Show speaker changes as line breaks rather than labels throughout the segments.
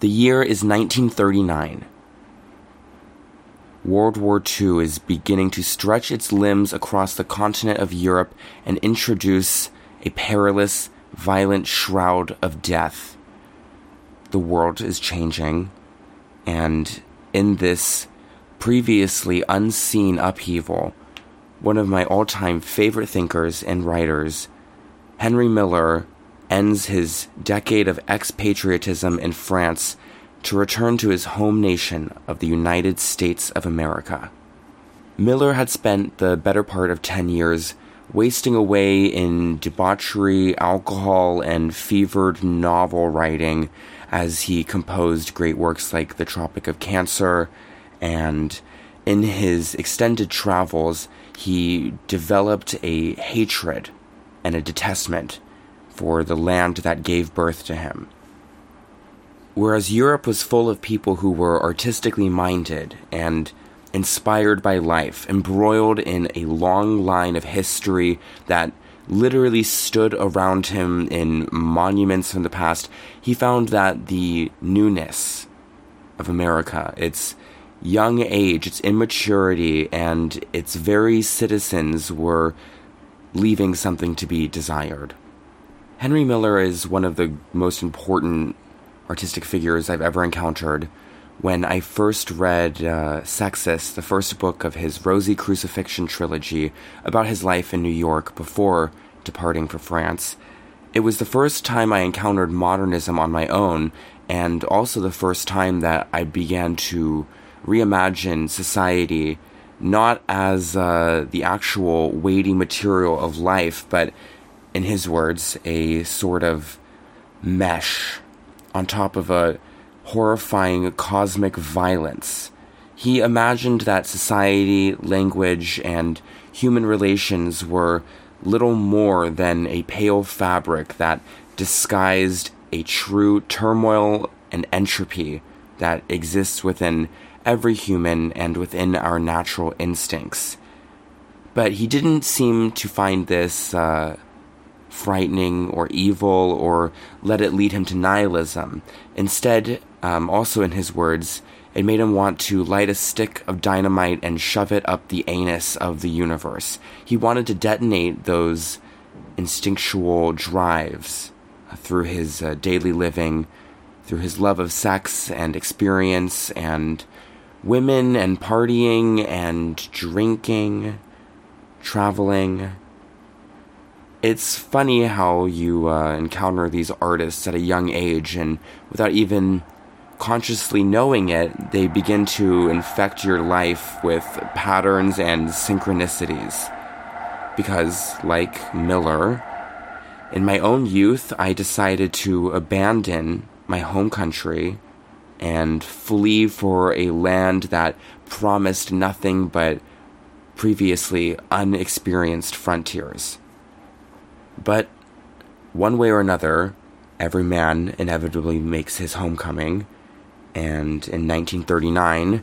The year is 1939. World War II is beginning to stretch its limbs across the continent of Europe and introduce a perilous, violent shroud of death. The world is changing, and in this previously unseen upheaval, one of my all time favorite thinkers and writers, Henry Miller, ends his decade of expatriatism in France to return to his home nation of the United States of America. Miller had spent the better part of 10 years wasting away in debauchery, alcohol, and fevered novel writing as he composed great works like The Tropic of Cancer and in his extended travels, he developed a hatred and a detestment for the land that gave birth to him. Whereas Europe was full of people who were artistically minded and inspired by life, embroiled in a long line of history that literally stood around him in monuments from the past, he found that the newness of America, its young age, its immaturity, and its very citizens were leaving something to be desired. Henry Miller is one of the most important artistic figures I've ever encountered. When I first read uh, Sexus, the first book of his Rosy Crucifixion trilogy about his life in New York before departing for France, it was the first time I encountered modernism on my own, and also the first time that I began to reimagine society not as uh, the actual weighty material of life, but in his words, a sort of mesh on top of a horrifying cosmic violence. He imagined that society, language, and human relations were little more than a pale fabric that disguised a true turmoil and entropy that exists within every human and within our natural instincts. But he didn't seem to find this uh, frightening or evil or let it lead him to nihilism. Instead, um, also in his words, it made him want to light a stick of dynamite and shove it up the anus of the universe. He wanted to detonate those instinctual drives through his uh, daily living, through his love of sex and experience and women and partying and drinking, traveling. It's funny how you uh, encounter these artists at a young age, and without even consciously knowing it, they begin to infect your life with patterns and synchronicities. Because, like Miller, in my own youth, I decided to abandon my home country and flee for a land that promised nothing but previously unexperienced frontiers. But one way or another, every man inevitably makes his homecoming, and in 1939,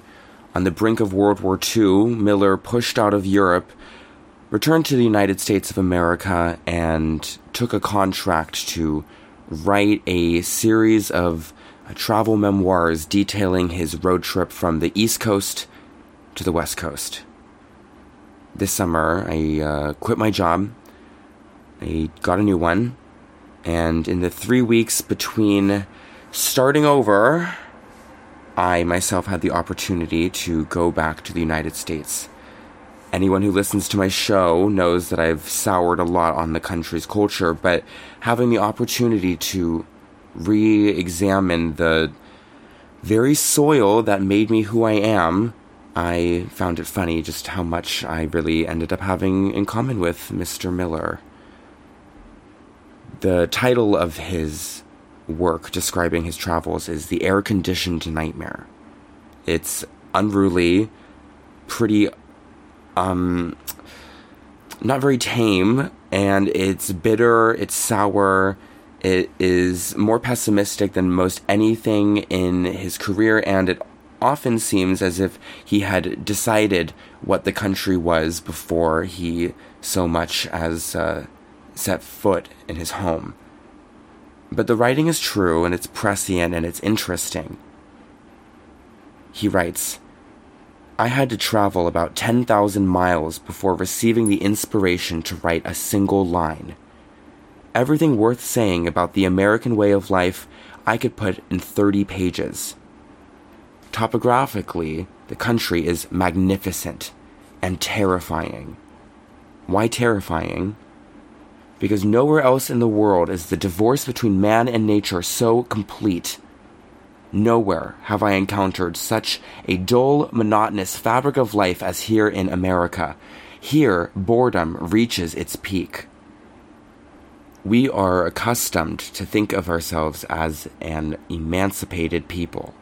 on the brink of World War II, Miller pushed out of Europe, returned to the United States of America, and took a contract to write a series of uh, travel memoirs detailing his road trip from the East Coast to the West Coast. This summer, I uh, quit my job, I got a new one, and in the three weeks between starting over, I myself had the opportunity to go back to the United States. Anyone who listens to my show knows that I've soured a lot on the country's culture, but having the opportunity to re examine the very soil that made me who I am, I found it funny just how much I really ended up having in common with Mr. Miller. The title of his work describing his travels is The Air Conditioned Nightmare. It's unruly, pretty, um, not very tame, and it's bitter, it's sour, it is more pessimistic than most anything in his career, and it often seems as if he had decided what the country was before he so much as uh, set foot in his home. But the writing is true and it's prescient and it's interesting. He writes I had to travel about 10,000 miles before receiving the inspiration to write a single line. Everything worth saying about the American way of life I could put in 30 pages. Topographically, the country is magnificent and terrifying. Why terrifying? Because nowhere else in the world is the divorce between man and nature so complete. Nowhere have I encountered such a dull, monotonous fabric of life as here in America. Here, boredom reaches its peak. We are accustomed to think of ourselves as an emancipated people.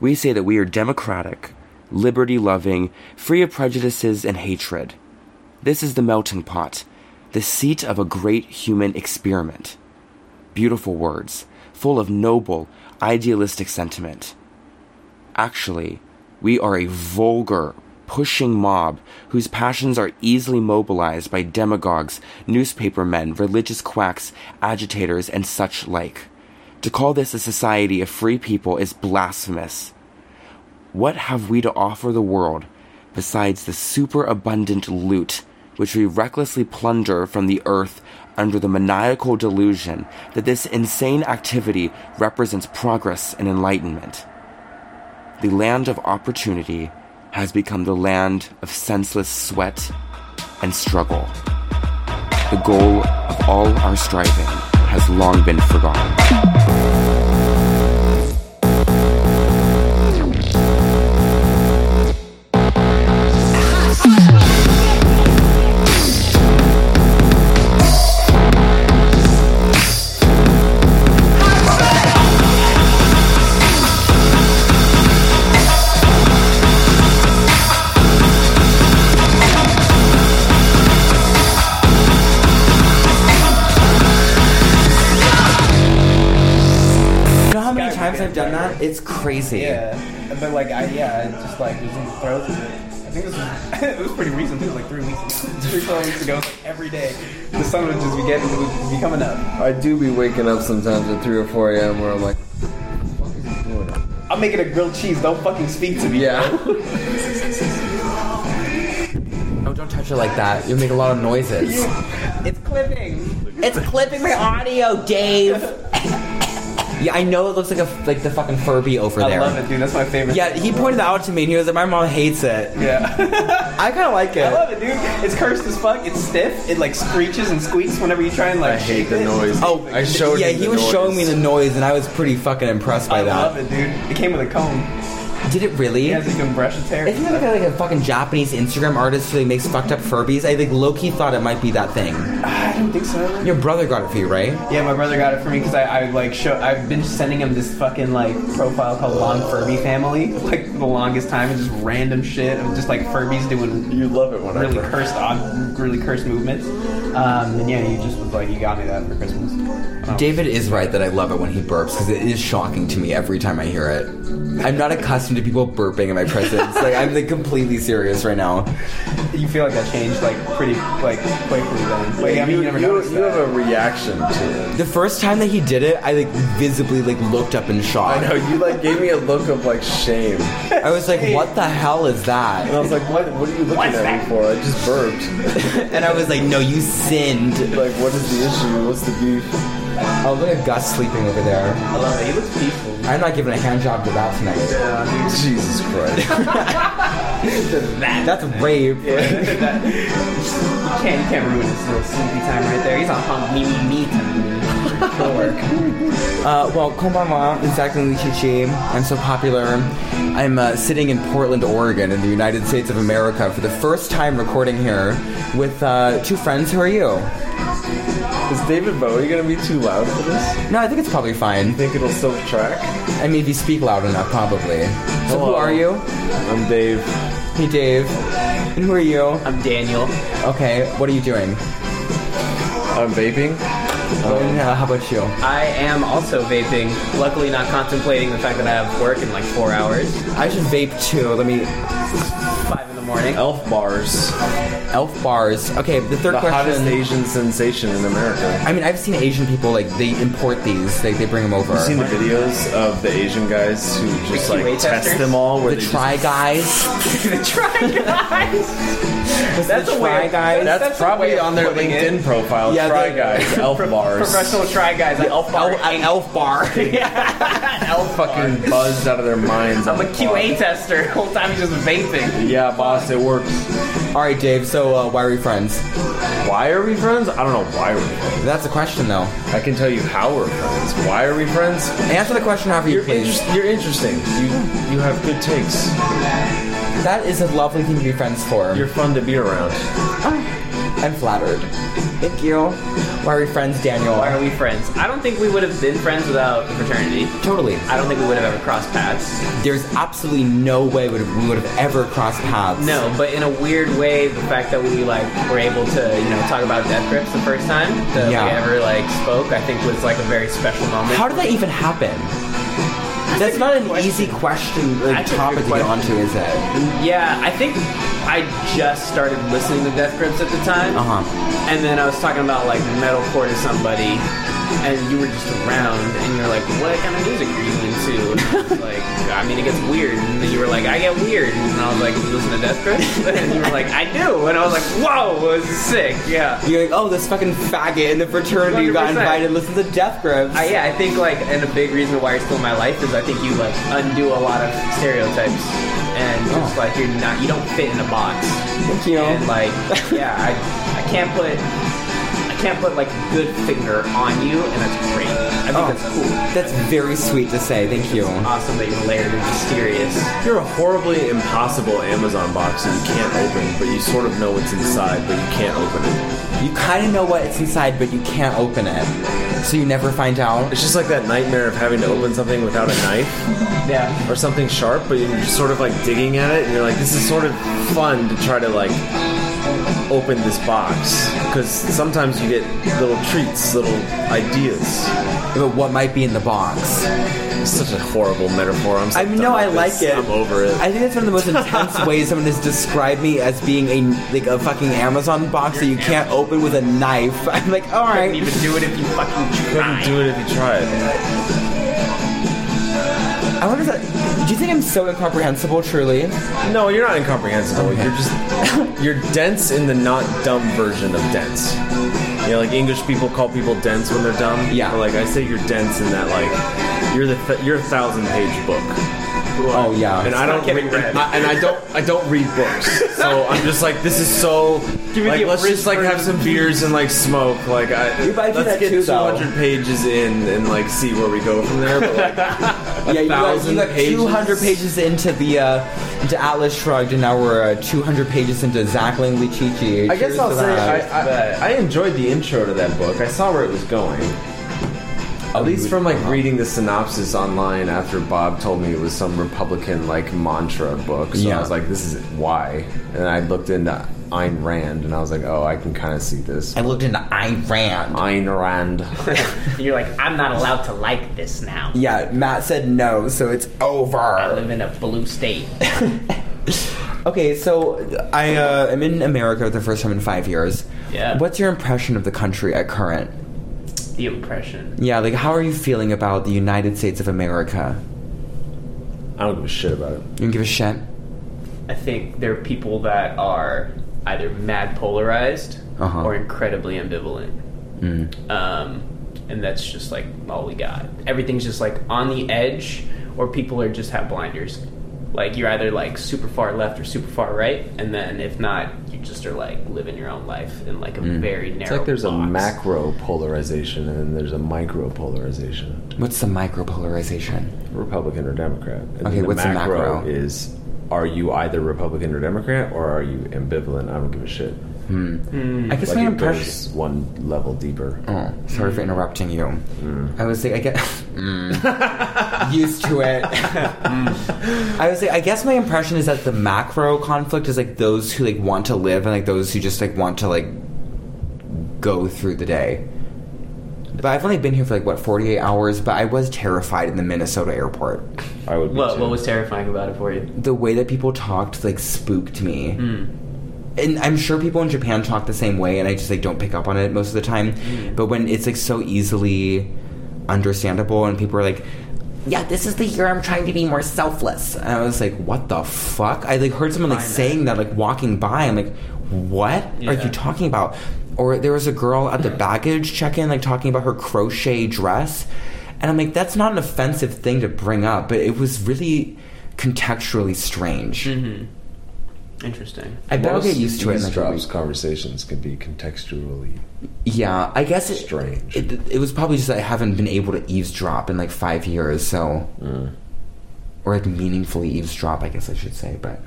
We say that we are democratic, liberty loving, free of prejudices and hatred. This is the melting pot, the seat of a great human experiment. Beautiful words, full of noble, idealistic sentiment. Actually, we are a vulgar, pushing mob whose passions are easily mobilized by demagogues, newspapermen, religious quacks, agitators, and such like. To call this a society of free people is blasphemous. What have we to offer the world besides the superabundant loot which we recklessly plunder from the earth under the maniacal delusion that this insane activity represents progress and enlightenment? The land of opportunity has become the land of senseless sweat and struggle. The goal of all our striving has long been forgotten. It's crazy.
Yeah, but like I yeah, it just like was in the throes of it. I think this was it was pretty recent. It was like three weeks, three four weeks ago. Like every day, the sun would just be getting, it would be coming up.
I do be waking up sometimes at three or four a.m. where I'm like, what the fuck is he doing?
I'm making a grilled cheese. Don't fucking speak to me.
Yeah.
no, don't touch it like that. You'll make a lot of noises.
it's clipping.
It's clipping my audio, Dave. Yeah, I know it looks like a like the fucking Furby over
I
there.
love it, dude. That's my favorite.
Yeah, he pointed that out to me, and he was like, "My mom hates it."
Yeah.
I kind of like it.
I love it, dude. It's cursed as fuck. It's stiff. It like screeches and squeaks whenever you try and like.
I hate
shake
the
it.
noise.
Oh,
I showed.
Yeah,
him
he
the
was
noise.
showing me the noise, and I was pretty fucking impressed by
I
that.
love it, dude. It came with a comb.
Did it really?
He has a good brush. It's hair.
Isn't that like a, like a fucking Japanese Instagram artist who like, makes fucked up Furbies? I like low key thought it might be that thing.
I don't think so.
Your brother got it for you, right?
Yeah, my brother got it for me because I, I like show. I've been sending him this fucking like profile called Long Furby Family like the longest time and just random shit of just like Furbies doing
You love it when
really
I.
cursed on really cursed movements. Um, and yeah, he just was like, he got me that for Christmas. Um,
David is right that I love it when he burps because it is shocking to me every time I hear it. I'm not accustomed to people burping in my presence. like I'm like completely serious right now.
you feel like that changed like pretty like quickly then. Like I mean, you,
you,
never
you,
noticed
you
that.
have a reaction to it.
The first time that he did it, I like visibly like looked up in shock.
I know
I,
you like gave me a look of like shame, and
was like, "What the hell is
I
that?"
was like, "What? What are you looking
is
at
that?
me for?" I just burped.
And I was like, "No, you sinned."
like, what is the issue? What's the beef?
Oh, look at Gus sleeping over there.
I love it. He looks peaceful.
I'm not giving a hand job to that tonight.
Jesus Christ!
That's rape.
You can't you can't ruin his little sleepy time right there. He's on pump me me me time. Sure.
Uh, well, konbanwa, exactly Chichi. I'm so popular. I'm uh, sitting in Portland, Oregon, in the United States of America, for the first time recording here with uh, two friends. Who are you?
Is David Bowie gonna be too loud for this?
No, I think it's probably fine.
Think it'll still track?
I mean, if you speak loud enough, probably. So who
Hello.
are you?
I'm Dave.
Hey, Dave. And who are you?
I'm Daniel.
Okay, what are you doing?
I'm vaping.
Oh,
And, uh, how about you?
I am also vaping. Luckily, not contemplating the fact that I have work in like four hours.
I should vape too. Let me.
Five in the morning.
Elf bars.
Elf bars. Okay, the third
The hottest
question.
Asian sensation in America.
I mean, I've seen Asian people like they import these. They they bring them over.
I've seen the videos of the Asian guys who just
The
like
QA
test
testers?
them all. Where
the
they just-
try guys.
the try guys. that's a
Try
way.
guys.
That's,
That's a way
probably
of
on their
putting it.
LinkedIn profile.
Yeah,
try
they-
guys, elf bars.
Professional try guys. I elf bar.
Elf, an elf bar.
elf fucking buzzed out of their minds.
I'm a QA tester. The whole time he's just vaping.
Yeah, boss, it works.
All right, Dave. So uh, why are we friends?
Why are we friends? I don't know why we're friends.
That's a question though.
I can tell you how we're friends. Why are we friends?
Answer the question however you
You're,
please.
inter- you're interesting. You you have good takes.
That is a lovely thing to be friends for.
You're fun to be around.
I'm flattered. Thank you. Why are we friends, Daniel?
Why are we friends? I don't think we would have been friends without the fraternity.
Totally.
I don't think we would have ever crossed paths.
There's absolutely no way would we would have ever crossed paths.
No, but in a weird way, the fact that we like were able to, you know, talk about death grips the first time that
Yeah.
we ever like spoke, I think was like a very special moment.
How did that even happen? That's not an easy question, like,
That's a good
topic to get
question.
onto, is it?
Yeah, I think I just started listening to Death Grips at the time.
Uh huh.
And then I was talking about like metalcore to somebody, and you were just around, and you're like, "What kind of music are you into?" And I was like, I mean, it gets weird. And then you were like, "I get weird," and I was like, "You listen to Death Grips?" And you were like, "I do," and I was like, "Whoa, this is sick!" Yeah.
You're like, oh, this fucking faggot in the fraternity got
100%.
invited. Listen to Death Grips.
I, yeah, I think like, and a big reason why you're still in my life is I think you like undo a lot of stereotypes, and it's like you're not, you don't fit in a box.
Oh. Thank you.
And like, yeah, I, I can't put, I can't put like good finger on you, and that's great. I think
Oh.
that's cool.
That's very sweet to say. Thank you.
Awesome that you're layered and mysterious.
You're a horribly impossible Amazon box that you can't open, but you sort of know what's inside, but you can't open it.
You kind of know what's inside, but you can't open it, so you never find out.
It's just like that nightmare of having to open something without a knife
Yeah.
or something sharp, but you're just sort of like digging at it, and you're like, this is sort of fun to try to like open this box because sometimes you get little treats, little ideas.
But what might be in the box?
It's such a horrible metaphor. I'm. So
I mean,
done
no,
with
I like
this.
it.
I'm over it.
I think that's one of the most intense ways someone has described me as being a like a fucking Amazon box that you can't open with a knife. I'm like, all
Couldn't
right.
even do it if you fucking
couldn't
tried.
do it if you tried.
I wonder. If that, do you think I'm so incomprehensible? Truly,
No, you're not incomprehensible.
Okay.
You're just you're dense in the not dumb version of dense. You know, like English people call people dense when they're dumb.
Yeah.
But, like I say, you're dense in that like you're the th- you're a thousand page book.
Oh, yeah.
and
It's
I don't
getting
read,
read.
and I- and I don't I don't read books, so I'm just like this is so
me
like
the
let's just like have some beers and like smoke like I
You might do
let's
that
get
too, though.
200 pages in and like see where we go from there. But, like,
yeah, you got, you
thousand
got 200 pages into the uh, into Atlas Shrugged, and now we're uh, 200 pages into Zackling Lichichi.
I guess
Cheers
I'll
to
say
that.
I, I, I enjoyed the intro to that book. I saw where it was going. At least from like reading the synopsis online after Bob told me it was some Republican like mantra book. So
Yeah.
I was like, this is why. And I looked into Ayn Rand and I was like, oh, I can kind of see this.
I looked into Iran.
Ayn Rand.
And you're like, I'm not allowed to like this now.
Yeah, Matt said no, so it's
I
over.
live in a blue state.
Okay, so I uh, am in America for the first time in five years.
Yeah.
What's your impression of the country at current?
the impression.
Yeah, like how are you feeling about the United States of America?
I don't give a shit about it.
You can give a shit.
I think there are people that are either mad polarized
Uh-huh.
or incredibly ambivalent. Um, and that's just like all we got. Everything's just like on the edge, or people are just have blinders. Like you're either like super far left or super far right, and then if not, you just are like living your own life in like a
Hmm.
very narrow.
Mm. It's like there's a
box.
macro polarization and then there's a micro polarization.
What's the micropolarization?
Republican or Democrat. And then
Okay, what's the macro?
is are you either Republican or Democrat or are you ambivalent? I don't give a shit.
Hmm.
Mm.
I guess my
it
impression.
goes one level deeper.
Oh, sorry
Hmm.
for interrupting you. Mm. I was like, I get
Mm.
used to it.
Mm.
I was like, I guess my impression is that the macro conflict is like those who like want to live and like those who just like want to like go through the day.
I
But I've only been here for like what 48 hours. But I was terrified in the Minnesota airport.
I would. be
What,
too.
what was terrifying about it for you? Mm.
The way that people talked like spooked me.
Hmm.
And I'm sure people in Japan talk the same way, and I just like don't pick up on it most of the time. But when it's like so easily understandable, and people are like. Yeah, this is the year I'm trying to be more selfless. And I was like, "What the fuck?" I like heard someone like
Find that.
saying that, like walking by. I'm like, "What are
Yeah.
you talking about?" Or there was a girl at the baggage check-in, like talking about her crochet dress, and I'm like, "That's not an offensive thing to bring up," but it was really contextually strange.
Mm-hmm. Interesting.
I bet I'll
Most
get used to it. in, like, a
eavesdrops
week.
conversations can be contextually
Yeah, I guess it,
strange.
it. It was probably just that I haven't been able to eavesdrop in like five years, so or like meaningfully eavesdrop, I guess I should say, but.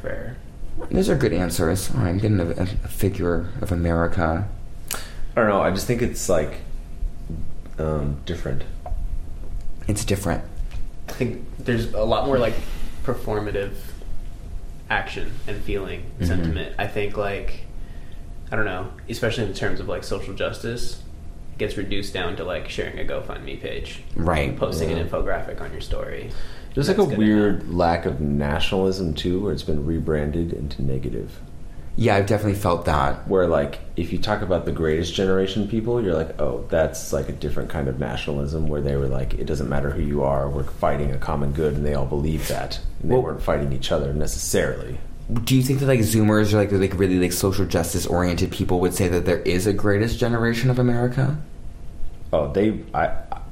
Fair.
Those are good answers. All right, I'm getting a, a, a figure of America.
I don't know. I just think it's like um, different.
It's different.
I think there's a lot more like performative action and feeling
Mm-hmm.
sentiment. I think like I don't know, especially in terms of like social justice, it gets reduced down to like sharing a GoFundMe page,
Right.
posting
Yeah.
an infographic on your story.
There's like
That's
a
good
weird lack of nationalism too, where it's been rebranded into negative.
Yeah, I've definitely felt that.
Where like if you talk about the greatest generation people, you're like, oh, that's like a different kind of nationalism where they were like, it doesn't matter who you are, we're fighting a common good, and they all believe that, and they
Well-
weren't fighting each other necessarily.
Do you think that like Zoomers or like like really like social justice oriented people would say that there is a greatest generation of America?
Oh, they, I,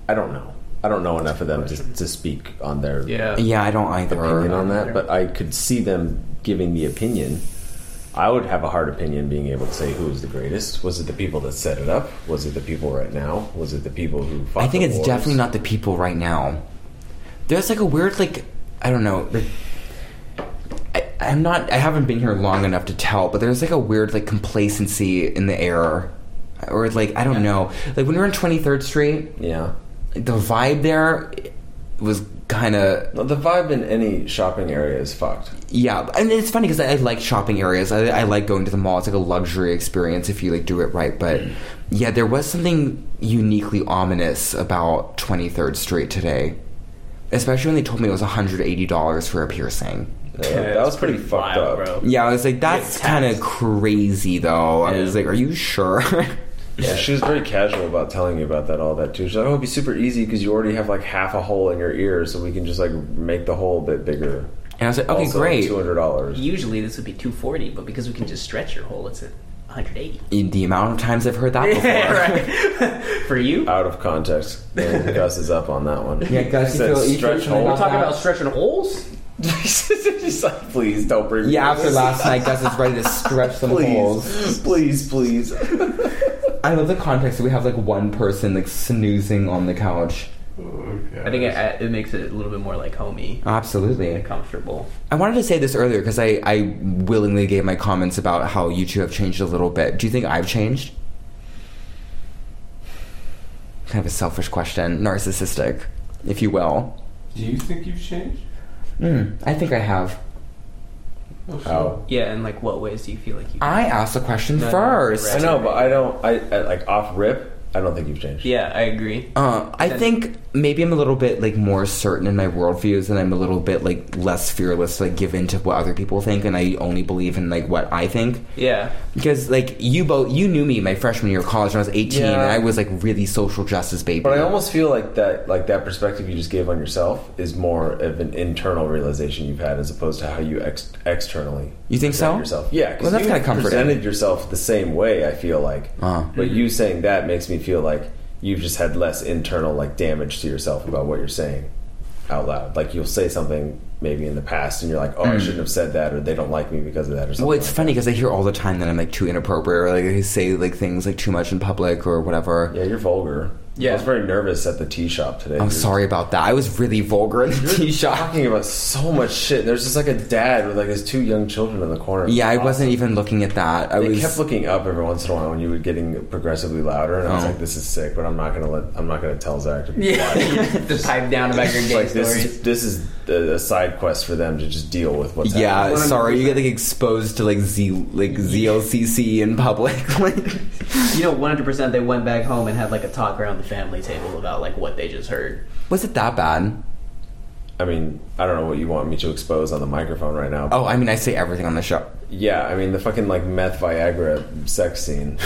I don't know. I don't know enough of them to, to speak on their
Yeah.
Yeah, I don't either.
opinion on that, but I could see them giving the opinion. I would have a hard opinion being able to say who was the greatest. Was it the people that set it up? Was it the people right now? Was it the people who fought?
I think
the
it's
wars?
definitely not the people right now. There's like a weird like I don't know. Like, I, I'm not. I haven't been here long enough to tell, but there's like a weird like complacency in the air, or like I don't know. Like when we were in 23rd Street,
Yeah.
the vibe there was kind of
No, the vibe in any shopping area is fucked.
yeah and it's funny because I, I like shopping areas I, I like going to the mall it's like a luxury experience if you like do it right but
Mm.
yeah there was something uniquely ominous about 23rd street today especially when they told me it was $180 for a piercing
Yeah,
Yeah,
that
it's
was pretty, fucked
wild,
up.
bro.
yeah i was like that's
Yeah,
kind
tax.
of crazy though i
Yeah.
was like are you sure
Yeah, she was very casual about telling you about that, all that too. She's like, "Oh, it'd be super easy because you already have like half a hole in your ear, so we can just like make the hole a bit bigger."
and i was like okay great
two hundred dollars.
Usually this would be 240, but because we can just stretch your hole, it's at 180.
the amount of times i've heard that before
right. For you?
Out of context, and Gus is up on that one.
Yeah, Gus,
He
you
said
feel- you
stretch
feel-
hole.
We're talking about stretching holes?
He's like, please don't bring.
yeah
me
after
this.
last night gus is ready to stretch some holes
Please, please, please.
I love the context. that We have like one person like snoozing on the couch.
I think it, it makes it a little bit more like homey
Absolutely.
and comfortable.
I wanted to say this earlier because I, I willingly gave my comments about how you two have changed a little bit. Do you think I've changed? Kind of a selfish question, narcissistic, if you will.
Do you think you've changed?
Hmm.
Mm, I think I have.
Oh,
How?
Yeah, and like what ways do you feel like you
I asked the question
No, no,
first.
I know, but I don't. I, I like off rip. I don't think you've changed.
Yeah, I agree.
Uh, I
Then-
think maybe I'm a little bit like more certain in my worldviews, and I'm a little bit like less fearless, like give in to what other people think, and I only believe in like what I think.
Yeah.
Because like you both, you knew me my freshman year of college when I was eighteen,
Yeah.
and I was like really social justice baby.
But I almost feel like that, like that perspective you just gave on yourself is more of an internal realization you've had as opposed to how you ex- externally
you think so?
present yourself. Yeah, because
Well, that's
you
kinda comforting.
presented yourself the same way. I feel like,
Uh-huh.
but you saying that makes me feel like you've just had less internal like damage to yourself about what you're saying out loud. Like you'll say something maybe in the past, and you're like, "Oh, I shouldn't have said that," or "They don't like me because of that," or something.
Mm. Well, it's
like
funny because I hear all the time that I'm like too inappropriate, or like I say like things like too much in public or whatever.
that. yeah, you're vulgar. I was very nervous at the tea shop today.
I'm sorry about that. I was really vulgar in the tea shop.
Talking about so much shit. There's just like a dad with like his two young children in the corner.
Yeah, I wasn't even looking at that. I
They
was
kept looking up every once in a while when you were getting progressively louder, and I was
Oh.
like, "This is sick," but I'm not gonna let. I'm not gonna tell Zach. To be
Yeah, the pipe down about your gay
like this
stories.
is this is a, a side quest for them to just deal with what's
yeah,
happening.
sorry. You get like exposed to like Z like ZLCC in public. like
You know, one hundred percent. They went back home and had like a talk around the family table about like what they just heard.
was it that bad?
I mean, I don't know what you want me to expose on the microphone right now. but
Oh, I mean, I say everything on the show.
Yeah, I mean the fucking like meth Viagra sex scene.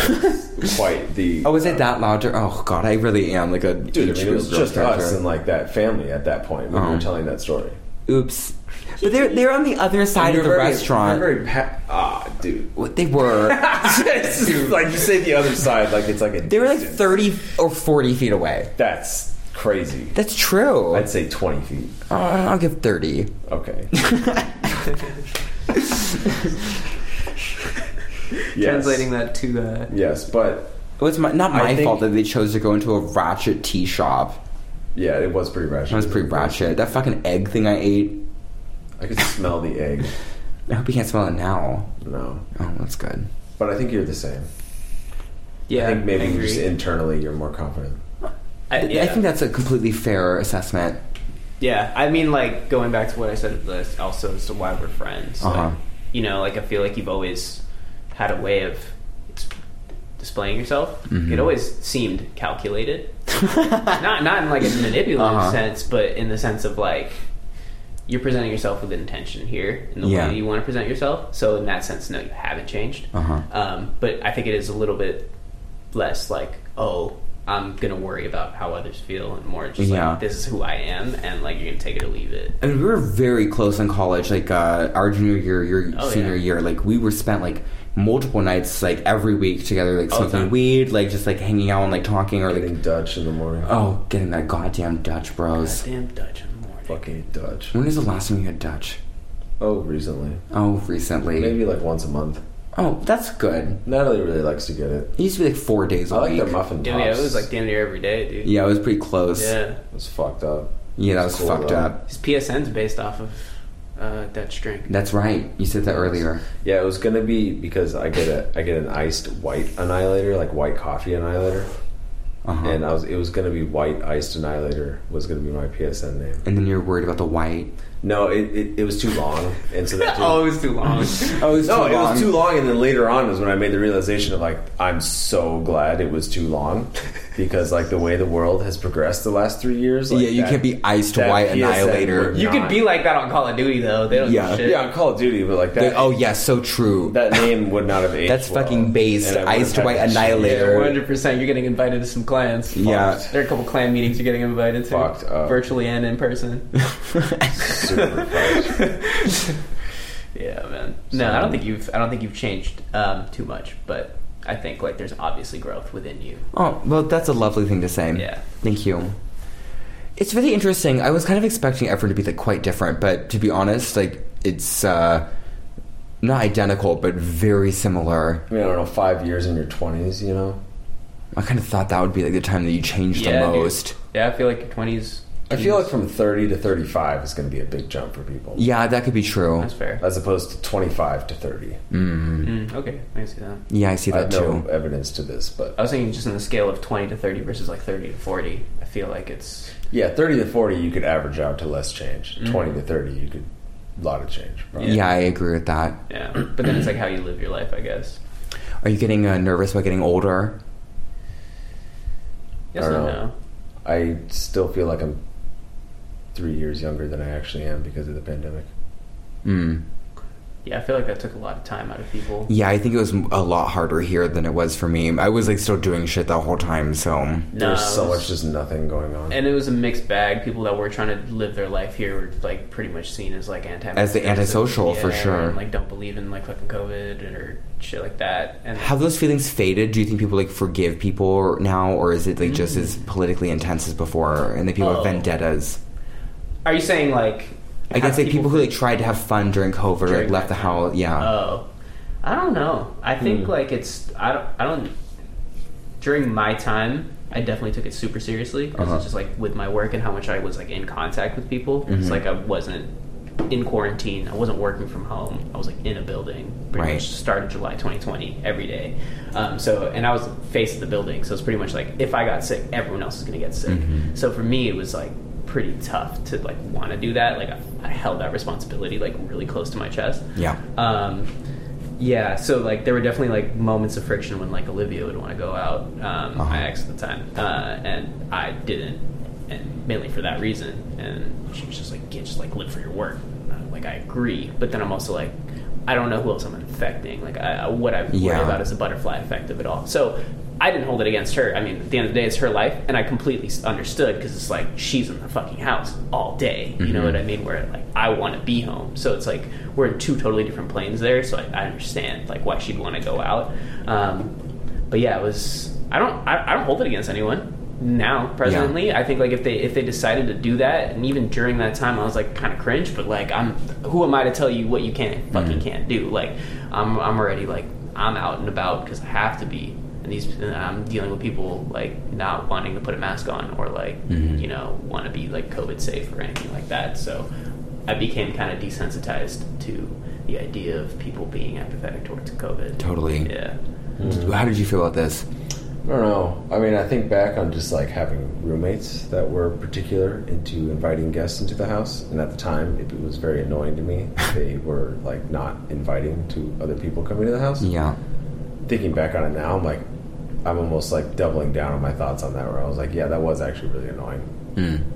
was quite the
Oh, is it that louder? Oh God, I really am like a
dude. I mean, it was
real
just
character.
us and like that family at that point when we
Oh.
were telling that story.
Oops. But they're they're on the other side of the
You're very-
restaurant.
you're very pa- ah, dude.
What they were.
It's just like you say the other side, like it's like a.
They were like
distance.
thirty or forty feet away.
That's crazy.
That's true.
I'd say twenty feet.
Uh, I'll give thirty.
Okay. yes.
Translating that to uh,
Yes, but
It was my, not
I
my
think-
fault that they chose to go into a ratchet tea shop.
yeah, it was pretty ratchet.
That was pretty ratchet. That fucking egg thing I ate.
I could smell the egg.
I hope you can't smell it now.
No,
Oh, that's good.
but I think you're the same.
yeah.
I think maybe
agree.
just internally you're more confident.
I,
I think that's a completely fair assessment.
Yeah, I mean, like going back to what I said at this, also is why we're friends. Like,
Uh-huh.
you know, like I feel like you've always had a way of ex- displaying yourself. It
Mm-hmm.
always seemed calculated, not not in like a manipulative
Uh-huh.
sense, but in the sense of like you're presenting yourself with intention here in the
Yeah.
way you want to present yourself. So in that sense, no, you haven't changed.
Uh-huh.
Um, but I think it is a little bit less like oh. I'm gonna worry about how others feel, and more just
Yeah.
like this is who I am, and like you're gonna take it or leave it.
I mean, we were very close in college, like uh, our junior year, your
Oh,
senior
yeah.
year. Like we were spent like multiple nights, like every week together, like
All the
smoking
time.
weed, like just like hanging out and like talking or like
Getting Dutch in the morning.
oh, getting that goddamn Dutch, bros.
Damn Dutch in the morning.
Fucking Dutch.
When is the last time you had Dutch?
Oh, recently.
Oh, recently.
Maybe like once a month.
Oh, that's good.
Natalie really likes to get it.
It used to be like four days a
I like
week.
their muffin
Damn,
tops.
yeah, it was like damn near every day, dude.
yeah, it was pretty close.
Yeah.
It was fucked up.
Yeah, that was
Cool,
fucked
though.
up.
His PSN's based off of uh, Dutch drink.
That's right. You said that earlier.
Yeah, it was gonna be because I get a I get an iced white annihilator, like white coffee annihilator,
Uh-huh.
and
And,
I was it was gonna be white iced annihilator was gonna be my PSN name.
then you're worried about the white.
No, it, it, it was too long, and so that
Oh, it was too long.
Oh, it's
no, it was too long, and then later on is when I made the realization of like I'm so glad it was too long because like the way the world has progressed the last three years, like
yeah, you
that-
can't be iced
that
white
PSN
annihilator.
would
you could be like that on Call of Duty though. They don't
Yeah.
give a shit.
yeah on Call of Duty, but like that
Like, oh yeah, so true.
that name would not have aged.
That's
well,
fucking based.
and I would've
Iced
had
White
to change-
Annihilator.
One hundred percent. You're getting invited to some clans.
yeah.
There are a couple clan meetings you're getting invited to,
Fucked up.
virtually and in person.
Super fucked.
Yeah, man. No, I don't think you've. I don't think you've changed um, too much, but I think like there's obviously growth within you.
Oh well, that's a lovely thing to say.
Yeah.
Thank you. It's really interesting. I was kind of expecting everyone to be like quite different, but to be honest, like it's uh, not identical, but very similar.
I mean, I don't know, five years in your twenties, you know.
I kind of thought that would be like the time that you changed
Yeah,
the
dude.
most.
Yeah, I feel like your twenties.
I feel like from thirty to thirty-five is going to be a big jump for people,
Yeah, that could be true.
That's fair.
as opposed to twenty-five to thirty.
Mm, okay, I see that.
Yeah, I see
I
that
have
too.
no evidence to this, but
I was thinking just in the scale of 20 to 30 versus like 30 to 40. I feel like it's.
Yeah, thirty to forty, you could average out to less change.
Mm.
Twenty to thirty, you could a lot of change.
Yeah.
Probably.
I agree with that.
Yeah. But then it's like how you live your life, I guess.
Are you getting uh, nervous about getting older?
Yes
I
and
don't
no.
I still feel like I'm three years younger than I actually am because of the pandemic.
Mm.
Yeah, I feel like that took a lot of time out of people.
Yeah, I think it was a lot harder here than it was for me. I was like still doing shit the whole time, so
No,
There's so
it was-
much just nothing going on.
And it was a mixed bag. People that were trying to live their life here were like pretty much seen as like anti
As the antisocial, for
Yeah,
sure.
And, like don't believe in like fucking COVID or shit like that. And
have those feelings faded? Do you think people like forgive people now, or is it like just as politically intense as before, and the people
Mm-hmm. Oh.
have vendettas?
are you saying like?
I guess
have
like people who like tried to have fun during COVID, or, like,
During
left the
that
house. Yeah,
Oh,
Hmm.
I don't know. I think like it's I don't I don't during my time I definitely took it super seriously because
Uh-huh.
it's just like with my work and how much I was like in contact with people. It's
Mm-hmm.
like I wasn't in quarantine. I wasn't working from home. I was like in a building. Pretty
Right.
much started July 2020 every day. Um, so and I was the face of the building. So it's pretty much like if I got sick, everyone else is gonna get sick.
Mm-hmm.
So for me, it was like pretty tough to like want to do that. Like I, I held that responsibility like really close to my chest.
Yeah.
Um, yeah, so like there were definitely like moments of friction when like Olivia would want to go out. Um,
Uh-huh.
My ex at the time, uh, and I didn't, and mainly for that reason. And she was just like, "Can't just like live for your work." And I'm like I agree, but then I'm also like, I don't know who else I'm infecting. Like I, I- what I worry
Yeah.
about is the butterfly effect of it all. So. I didn't hold it against her. I mean, at the end of the day, it's her life, and I completely s- understood because it's like she's in the fucking house all day. You know what I mean? Where like I want to be home, so it's like we're in two totally different planes there. So I, I understand like why she'd want to go out. Um, but yeah, it was. I don't. I, I don't hold it against anyone now. Presently, I think like if they if they decided to do that, and even during that time, I was like kind of cringe. But like, I'm who am I to tell you what you can't fucking can't do? Like, I'm I'm already like I'm out and about because I have to be. And these and I'm dealing with people like not wanting to put a mask on or like you know want to be like COVID safe or anything like that. So I became kind of desensitized to the idea of people being apathetic towards COVID.
Totally.
Yeah.
How did you feel about this?
I don't know. I mean, I think back on just like having roommates that were particular into inviting guests into the house, and at the time, it was very annoying to me. they were like not inviting to other people coming to the house.
Yeah.
Thinking back on it now, I'm like, I'm almost like doubling down on my thoughts on that. Where I was like, yeah, that was actually really annoying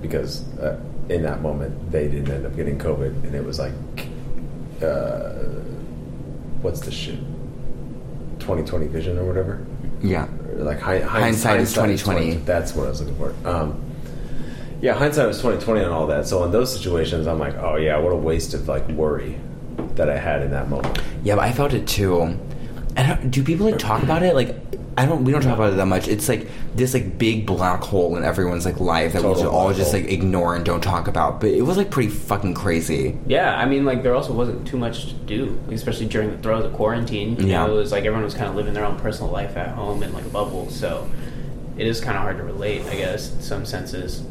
because uh, in that moment they didn't end up getting COVID, and it was like, uh, what's the shit, 2020 vision or whatever
Yeah.
like hi-
Hindsight is 2020.
That's what I was looking for. Um, yeah, hindsight was twenty twenty and all that. So in those situations, I'm like, oh yeah, what a waste of like worry that I had in that moment.
Yeah, but I felt it too. I don't, do people like talk about it? Like, I don't. We don't talk about it that much. It's like this like big black hole in everyone's like life that we
Total
should all
black
just
hole.
like ignore and don't talk about. But it was like pretty fucking crazy.
Yeah, I mean, like there also wasn't too much to do, like, especially during the throes of quarantine. You
Yeah.
know, it was like everyone was kind of living their own personal life at home in like a bubble, so it is kind of hard to relate, I guess, in some senses.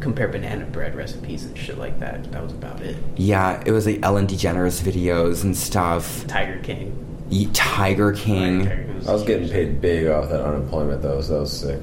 Compare banana bread recipes and shit like that. That was about it.
Yeah, it was like Ellen DeGeneres videos and stuff.
Tiger King.
Eat Tiger
Like,
King.
Tiger King was
I was getting paid big off that unemployment though, so that was sick.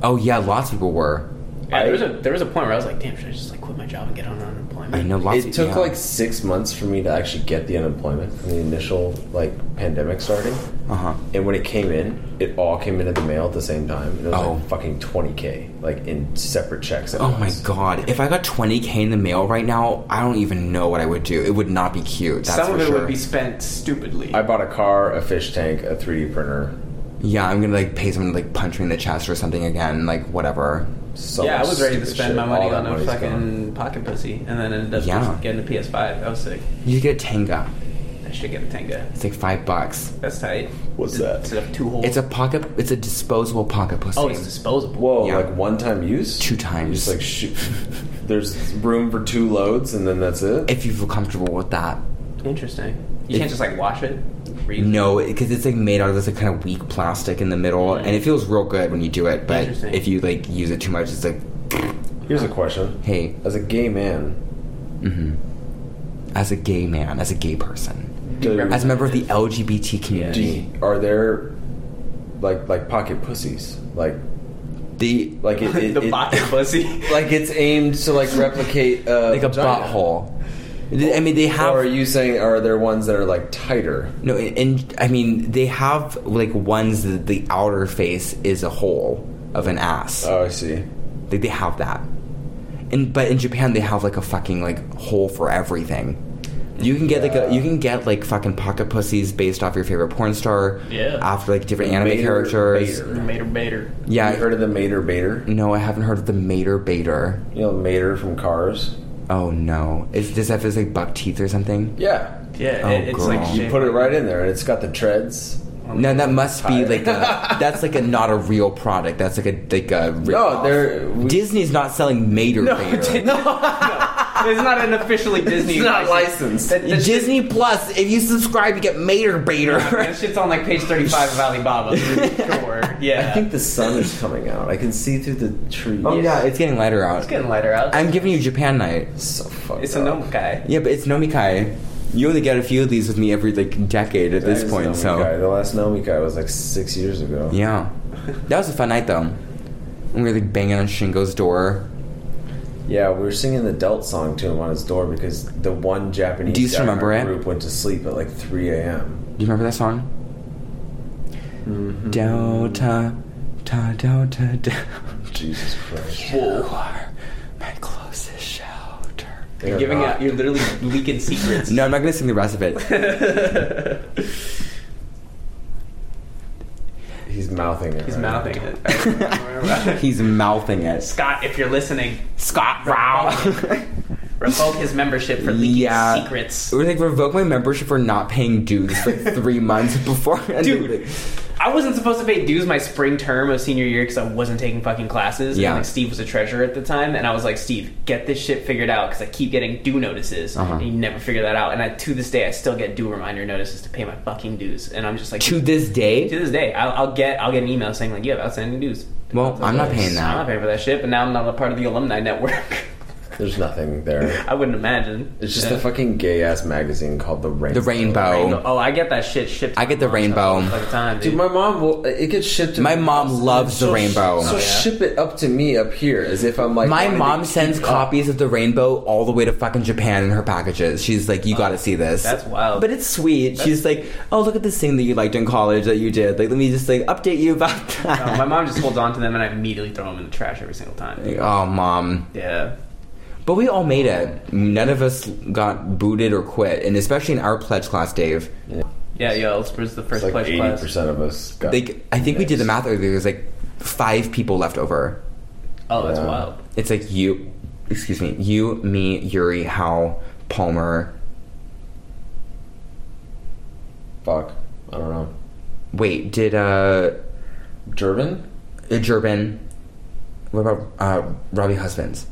Oh yeah, lots of people were.
Yeah, there was a there was a point where I was like, damn, should I just like quit my job and get on unemployment?
I know lots.
It
of,
took
yeah.
like six months for me to actually get the unemployment from the initial like pandemic starting,
Uh-huh.
and when it came in, it all came in at the mail at the same time. And it was
Oh.
like fucking twenty k, like in separate checks. at
Oh my
once.
god! If I got 20k in the mail right now, I don't even know what I would do. It would not be cute. That's
Some
for
of it
sure.
would be spent stupidly.
I bought a car, a fish tank, a 3D printer,
Yeah, I'm gonna like pay someone to like punch me in the chest or something again, like whatever.
so
yeah, I
much
was ready to
stupid
spend
shit.
my money
All that
on a
money's
fucking
gone.
pocket pussy, and then ended up
Yeah.
just getting a PS5. That was sick.
You get a tanga.
I should get a Tenga.
It's like five bucks.
That's tight.
What's
Is it-
that?
Is it a two hole?
It's a pocket. It's a disposable pocket pussy.
oh, it's disposable.
Whoa,
Yeah.
like one time use?
Two times.
Just like shoot. There's room for two loads, and then that's it.
if you feel comfortable with that.
Interesting. You can't just like wash it. Reuse it?
No, because it's like made out of this like kind of weak plastic in the middle, and it feels real good when you do it. But
Interesting.
if you like use it too much, it's like,
Here's a question:
hey, Mm-hmm.
As a
as a gay
gay man,
man, as a gay person,
do,
as a member of the LGBT
do
community,
you- are there like like pocket pussies? Like
the
like it, it,
the
it-
pocket pussy.
like it's aimed to like replicate uh,
like a
vagina.
butthole. I mean, they have
Or are you saying are there ones that are like tighter?
No, and, and I mean they have like ones that the outer face is a hole of an ass.
Oh, I see.
Like they have that. And but in Japan they have like a fucking like hole for everything. You can get like a you can get like fucking pocket pussies based off your favorite porn star.
Yeah.
After like different anime
Mater-
characters.
Bater.
Mater bater.
Yeah.
You heard of the Mater Bater?
no, I haven't heard of the Mater Bater.
You know Mater from Cars?
Oh no. Is does that have his like buck teeth or something?
Yeah.
Yeah,
Oh,
it, it's like
girl.
shaped
You put it right in there, and it's got the treads.
No, that must be
Tired.
like a, that's like a not a real product. That's like a like a
No,
rip-off.
they're we,
Disney's not selling Mater Bater.
no.
It's not an officially Disney.
It's not
license.
licensed.
That, that shit-
Disney Plus. If you subscribe, you get Mater Bader.
that shit's on like page thirty-five of Alibaba. sure. Yeah.
I think the sun is coming out. I can see through the trees.
oh yeah, it's getting lighter
it's
out.
getting lighter out.
I'm giving you Japan night.
so fucked
it's a
up.
gnome guy.
Yeah, but it's Nomikai. You only get a few of these with me every like decade at
That
this
is
point.
Naomi
So
Kai. the last Naomi guy was like six years ago.
yeah, that was a fun night though. And we were like banging on Shingo's door.
Yeah, we were singing the Delt song to him on his door because the one Japanese
Do you still remember
Japanese
it?
group went to sleep at like 3 a.m.
Do you remember that song?
Mm.
Delta, ta, delta, delta.
Jesus Christ.
Whoa.
are my closest shelter.
They
You're
are
giving
not-
out. You're literally leaking secrets.
No, I'm not gonna sing the rest of it.
He's mouthing it.
He's
right
mouthing
now.
it. I remember.
He's mouthing it.
Scott, if you're listening,
Scott Rao.
revoke his membership for leaking
Yeah.
secrets.
We're like revoke my membership for not paying dues for three months before.
Dude. I wasn't supposed to pay dues my spring term of senior year because I wasn't taking fucking classes.
Yeah.
And like Steve was a treasurer at the time, and I was like, Steve, get this shit figured out because I keep getting due notices,
Uh-huh.
and you never figure that out. And I, to this day, I still get due reminder notices to pay my fucking dues, and I'm just like,
to this
to
day,
this day, I'll, I'll get I'll get an email saying like, you have outstanding dues.
well, I'm not paying
I'm not
that.
paying for that shit, but now I'm not a part of the alumni network.
There's nothing there.
I wouldn't imagine.
It's just
Yeah.
a fucking gay ass magazine called The Rainbow.
The rainbow.
Oh, I get that shit shipped.
I get the
to my house
rainbow.
all the fucking time,
Dude,
dude.
my mom will. It gets shipped. To
My mom loves The
She'll-
Rainbow. Oh,
So
yeah.
ship it up to me up here as if I'm like.
My
wanting to
mom
keep
sends
up.
copies of the rainbow all the way to fucking Japan in her packages. She's like, you gotta see this.
That's wild.
But it's sweet. She's like, oh, look at this thing that you liked in college that you did. Like, let me just like update you about that.
No, my mom just holds on to them, and I immediately throw them in the trash every single time.
Like, oh, mom.
Yeah.
But we all made it. None of us got booted or quit, and especially in our pledge class, Dave.
Yeah, yo, Elspeth's the
It's
first
like
pledge
eighty
class.
percent of us. Got
Like, I think we did the math earlier. There's like five people left over.
Oh, that's
Yeah.
wild.
It's like you, excuse me, you, me, Yuri, Hal, Palmer.
Fuck. I don't know.
Wait, did uh,
Durbin,
Jervin? What about uh, Robbie Husbands?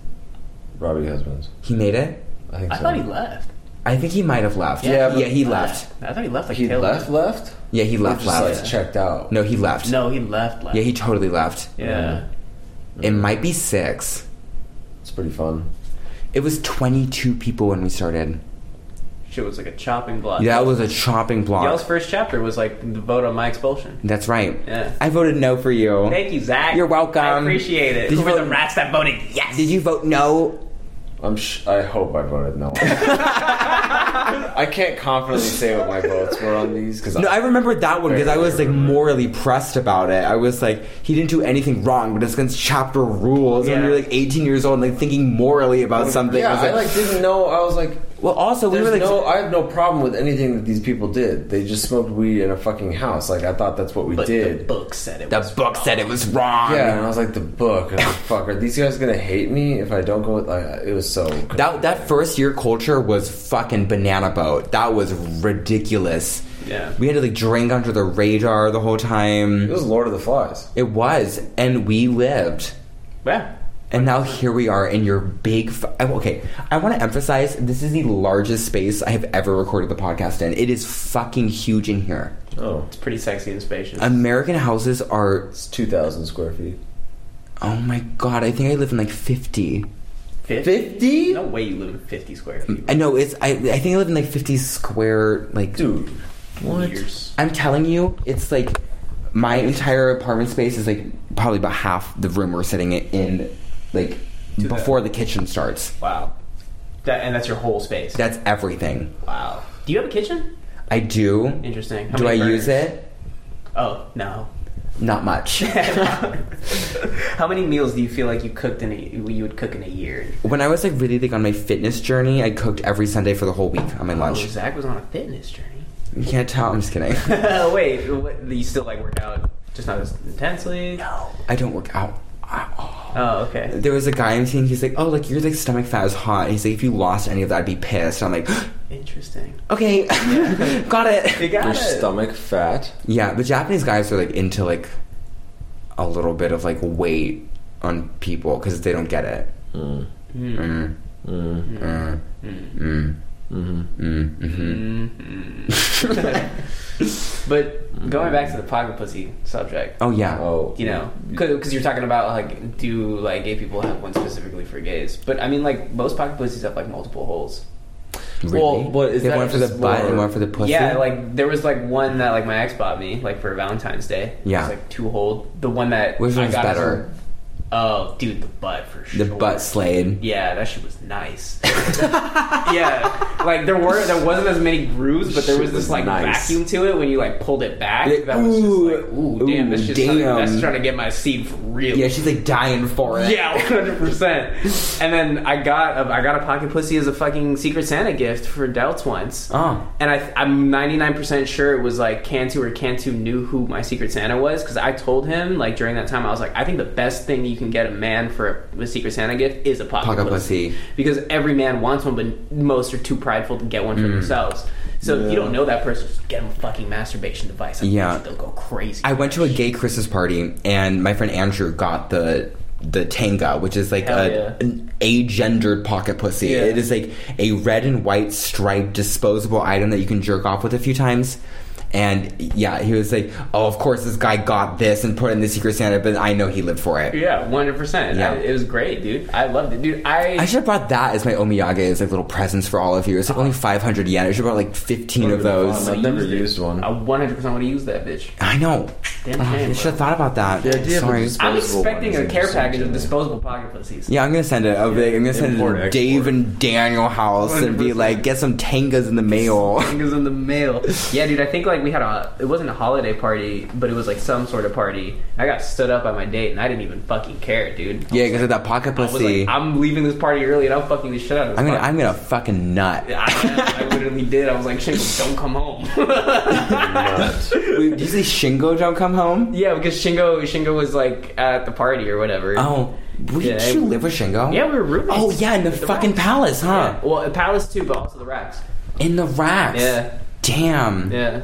Robbie Husbands.
He made it.
I think
I
so.
thought he left.
I think he might have left.
Yeah, but-
yeah, he left.
I thought he left like
He
Taylor.
left. Left.
Yeah, he
Or
left.
just, like,
Left.
checked out.
No, he left.
No, he left. left.
Yeah, he totally left.
Yeah.
It might be six.
It's pretty fun.
It was 22 people when we started.
Shit was like a chopping block.
That was a chopping block.
Y'all's first chapter was like the vote on my expulsion.
That's right.
Yeah.
I voted no for
Oh.
you.
Thank you, Zach.
You're welcome.
I appreciate it.
Did
Who
you
were the
vote-
rats that voted? Yes.
Did you vote no?
I'm. Sh- I hope I voted no. I can't confidently say what my votes were on these because
No, I remember that one because I was like morally pressed about it. I was like, he didn't do anything wrong, but it's against chapter rules. And
Yeah.
When you're like 18 years old and like thinking morally about something, I
yeah,
was like,
I like didn't know. I was like,
well, also we
There's
were like,
no, I have no problem with anything that these people did. They just smoked weed in a fucking house. Like I thought that's what we
But the
did.
book said it.
the
was
book said it was wrong.
yeah, and I was like, the book. I was like, Fuck, are these guys gonna hate me if I don't go? With, like, it was so.
That that first year culture was fucking banana boat. That was ridiculous.
Yeah.
We had to like drink under the radar the whole
It
time.
was Lord of the Flies.
It was, and we lived.
Yeah.
And now here we are in your big. F- I- okay, I want to emphasize this is the largest space I have ever recorded the podcast in. It is fucking huge in here.
Oh,
It's pretty sexy and spacious.
American houses are.
it's two thousand square feet.
Oh my god, I think I live in like 50.
50?
Fifty,
No way you live in 50 square feet.
I know, it's. I, I think I live in like 50 square. Like.
dude. What?
Years.
I'm telling you, it's like my entire apartment space is like probably about half the room we're sitting in, like
To the-
before the kitchen starts.
Wow. That, and that's your whole space.
That's everything.
wow. Do you have a kitchen?
I do.
Interesting. How
Do I
many
use
burners?
it?
Oh, no.
Not much.
How many meals do you feel like you cooked in a you would cook in a year?
when I was like really like on my fitness journey, I cooked every Sunday for the whole week on my
Oh,
lunch.
Zach was on a fitness journey.
You can't tell. I'm just kidding.
Wait, what, you still like work out, just not as intensely? No.
I don't work out. at all.
Oh, okay.
There was a guy I'm seeing. He's like, "Oh, like your like stomach fat is hot." He's like, "If you lost any of that, I'd be pissed." I'm like,
Interesting.
"Okay, got it."
You got
Your
it.
stomach fat.
Yeah, but Japanese guys are like into like a
Hmm.
Hmm.
little bit of like weight on people because they don't get it. Mm. Mm-hmm.
But going back to the pocket pussy subject,
Oh yeah.
Oh,
you know, because you're talking about like, do like gay people have one specifically for gays? But I mean, like most pocket pussies have like multiple holes.
Really?
Well, what is
they have one
that
for the
just
butt and
more-
one for the pussy.
Yeah, like there was like one that like my ex bought me like for Valentine's Day.
Yeah.
it was, like two hole. The one that
Which
I
one's
got as a-
better?
oh, dude, the butt for sure.
the butt slayed.
Yeah, that shit was nice. yeah, like there were there wasn't as many grooves, but there was
Shit
this
was
like
nice.
vacuum to it when you like pulled it back.
Like,
that was
ooh,
just like, ooh, damn, this
ooh,
shit's trying,
damn.
that's trying to get my seed for real.
Yeah, she's like dying for it.
Yeah, 100%. And then I got a, I got a pocket pussy as a fucking Secret Santa gift for Delts once.
Oh.
And I, I'm 99% sure it was like Cantu or Cantu knew who my Secret Santa was because I told him, like during that time, I was like, I think the best thing you can get a man for a, a Secret Santa gift is a pocket,
Pocket
pussy.
pussy.
Because every man wants one, but most are too prideful to get one for
Mm.
themselves. So if you don't know that person, just get them a fucking masturbation device. I
Yeah.
yeah. They'll go crazy.
I went to a gay Christmas party, and my friend Andrew got the the tanga, which is like
Hell
a,
yeah.
an agendered pocket pussy. It is like a red and white striped disposable item that you can jerk off with a few times. And yeah, he was like, "Oh, of course, this guy got this and put it in the Secret Santa, but I know he lived for it."
Yeah, one hundred percent.
Yeah.
It was great, dude. I loved it, dude. I,
I should have brought that as my omiyage, as like little presents for all of you. It's like only five hundred yen. I should have brought like fifteen of those.
I've never used one.
I one hundred percent want to use that bitch.
I know.
Damn
Ah, I
shame,
should have thought about that.
The idea of a
I'm
Sorry.
disposable one
expecting
is
a care
interesting
package
to
of
me.
disposable pocket pussies.
Yeah, I'm gonna send it. I'll be like- I'm gonna send
Import,
it to
export.
Dave and Daniel House and be like, get some tangas in the mail.
Fingers in the mail. Yeah, dude. I think like we had a. It wasn't a holiday party, but it was like some sort of party. I got stood up by my date, and I didn't even fucking care, dude.
yeah, because of that pocket
I was like,
pussy.
I'm leaving this party early, and I'm fucking the shit out of this.
I'm gonna,
party.
I'm gonna fucking nut.
I, I literally did. I was like, Shingo, don't come home.
Wait, did you say Shingo don't come home?
yeah, because Shingo, Shingo was like at the party or whatever.
Oh, wait,
Yeah,
did you live with Shingo?
Yeah, we were roommates.
Oh yeah, in the,
At
fucking
Racks.
palace, huh?
Yeah. Well, at Palace too, but also the Racks.
In the racks.
Yeah.
Damn.
Yeah.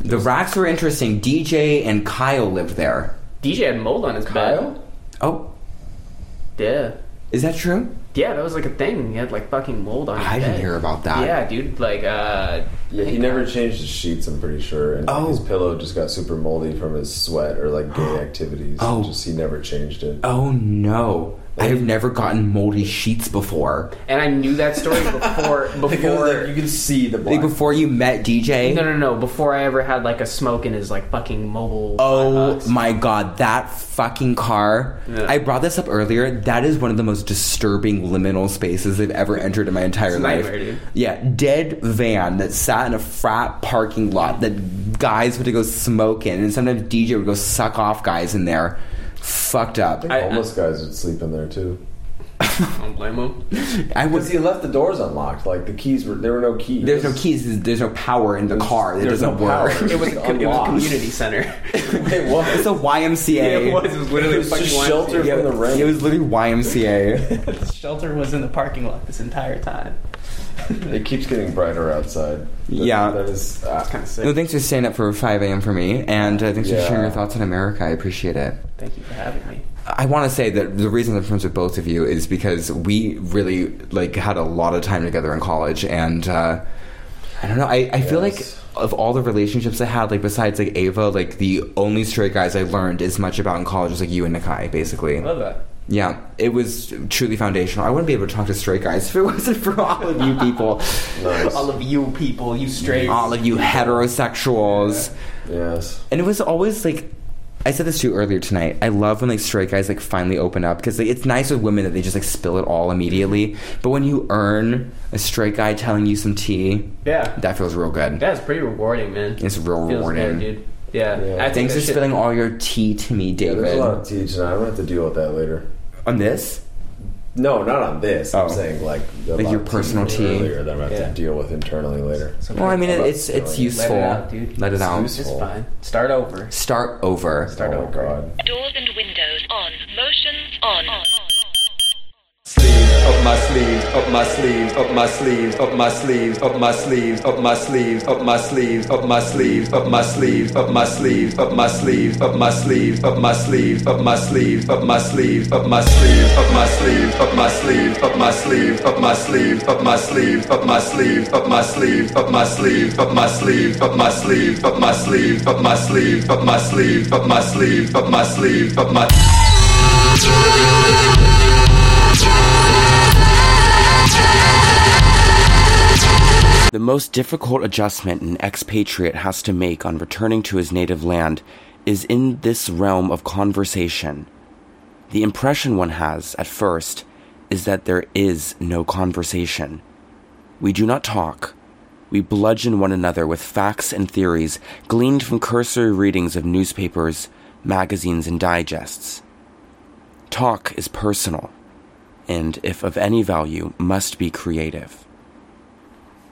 The racks were interesting. DJ and Kyle lived there.
DJ had mold on his
Kyle?
Oh,
bed.
is that true?
Yeah. Yeah, that was like a thing. He had like fucking mold on his
I didn't
bed.
hear about that.
Yeah, dude. Like, uh.
Yeah, he never changed his sheets. I'm pretty sure, and
Oh.
his pillow just got super moldy from his sweat or like gay activities.
Oh.
just he never changed it.
Oh no. I have never gotten moldy sheets before.
And I knew that story before. before.
you can see the
Like before you met DJ.
no, no, no. Before I ever had like a smoke in his like fucking mobile.
Oh
hotbox.
my god, that fucking car.
Yeah.
I brought this up earlier. That is one of the most disturbing liminal spaces I've ever entered in my entire
a
life.
nightmare, dude.
Yeah, dead van that sat in a frat parking lot that guys would go smoke in, and sometimes DJ would go suck off guys in there. Fucked up. I,
homeless guys would sleep in there too.
I don't blame him.
would.
Because he left the doors unlocked. Like the keys were there were no keys.
There's no keys. There's no power in the car. It
there's
doesn't
no power.
It
work.
was, a, it was a community center.
It was.
It's a YMCA.
it was. It was literally
It was
fucking
just
wild.
shelter
Yeah,
from the rain.
it was literally YMCA.
The shelter was in the parking lot this entire time.
It keeps getting brighter outside. That-
Yeah.
that is. Uh,
Kind of sick.
no, thanks for staying up for 5 a.m. for me, and uh, thanks for
Yeah.
sharing your thoughts on America. I appreciate it.
Thank you for having me.
I want to say that the reason I'm friends with both of you is because we really like had a lot of time together in college, and uh, I don't know. I, I feel like
Yes.
of all the relationships I had, like besides like Ava, like the only straight guys I learned as much about in college was like you and Nakai, basically.
Love that.
Yeah, it was truly foundational. I wouldn't be able to talk to straight guys if it wasn't for all of you people,
nice.
All of you people, you straight.
all of you heterosexuals.
yes.
And it was always like, I said this to you earlier tonight. I love when like straight guys like finally open up because like, it's nice with women that they just like spill it all immediately. But when you earn a straight guy telling you some tea,
yeah.
that feels real good.
That's pretty rewarding, man.
It's real
Feels
rewarding.
good, dude. Yeah.
Yeah.
I think
Thanks
that
for
shit-
spilling all your tea to me,
Yeah, there's a
David.
lot of teach, and I don't have to deal with that later.
On this,
No, not on this. I'm
Oh.
saying like a
Like
lot
your
of
personal
teach
tea.
earlier that I'm gonna have
Yeah.
to deal with internally later.
well, I mean, it, it's
Let
it's
it
useful.
out, dude.
Let it out.
useful.
It's fine. Start over.
Start over.
Start
oh
over.
my god.
Doors and windows on. Motions on.
Steve
up my sleeves, up my sleeves, up my sleeves, up my sleeves, up my sleeves, up my sleeves, up my sleeves, up my sleeves, up my sleeves, up my sleeves, up my sleeves, up my sleeves, up my sleeves, up my sleeves, up my sleeves, up my sleeves, up my sleeves, up my sleeves, up my sleeves, up my sleeves, up my sleeves, up my sleeves, up my sleeves, up my sleeves, up my sleeves, up my sleeves, up my sleeves, up my sleeves, up my sleeves, up my sleeves, up my sleeves, up my
The most difficult adjustment an expatriate has to make on returning to his native land is in this realm of conversation. The impression one has, at first, is that there is no conversation. We do not talk. We bludgeon one another with facts and theories gleaned from cursory readings of newspapers, magazines, and digests. Talk is personal, and if of any value, must be creative.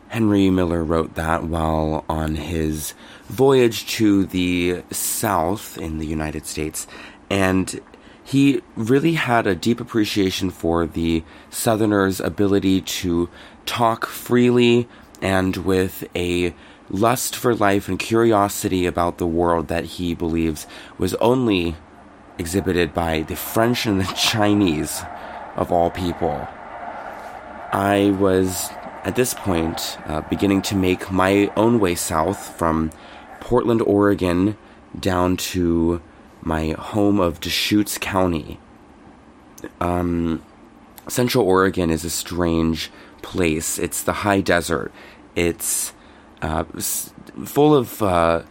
Henry Miller wrote that while on his voyage to the South in the United States, and he really had a deep appreciation for the Southerners' ability to talk freely and with a lust for life and curiosity about the world that he believes was only exhibited by the French and the Chinese, of all people. I was at this point uh, beginning to make my own way south from Portland, Oregon, down to my home of Deschutes County. Um, Central Oregon is a strange place. It's the high desert. It's uh, s- full of uh,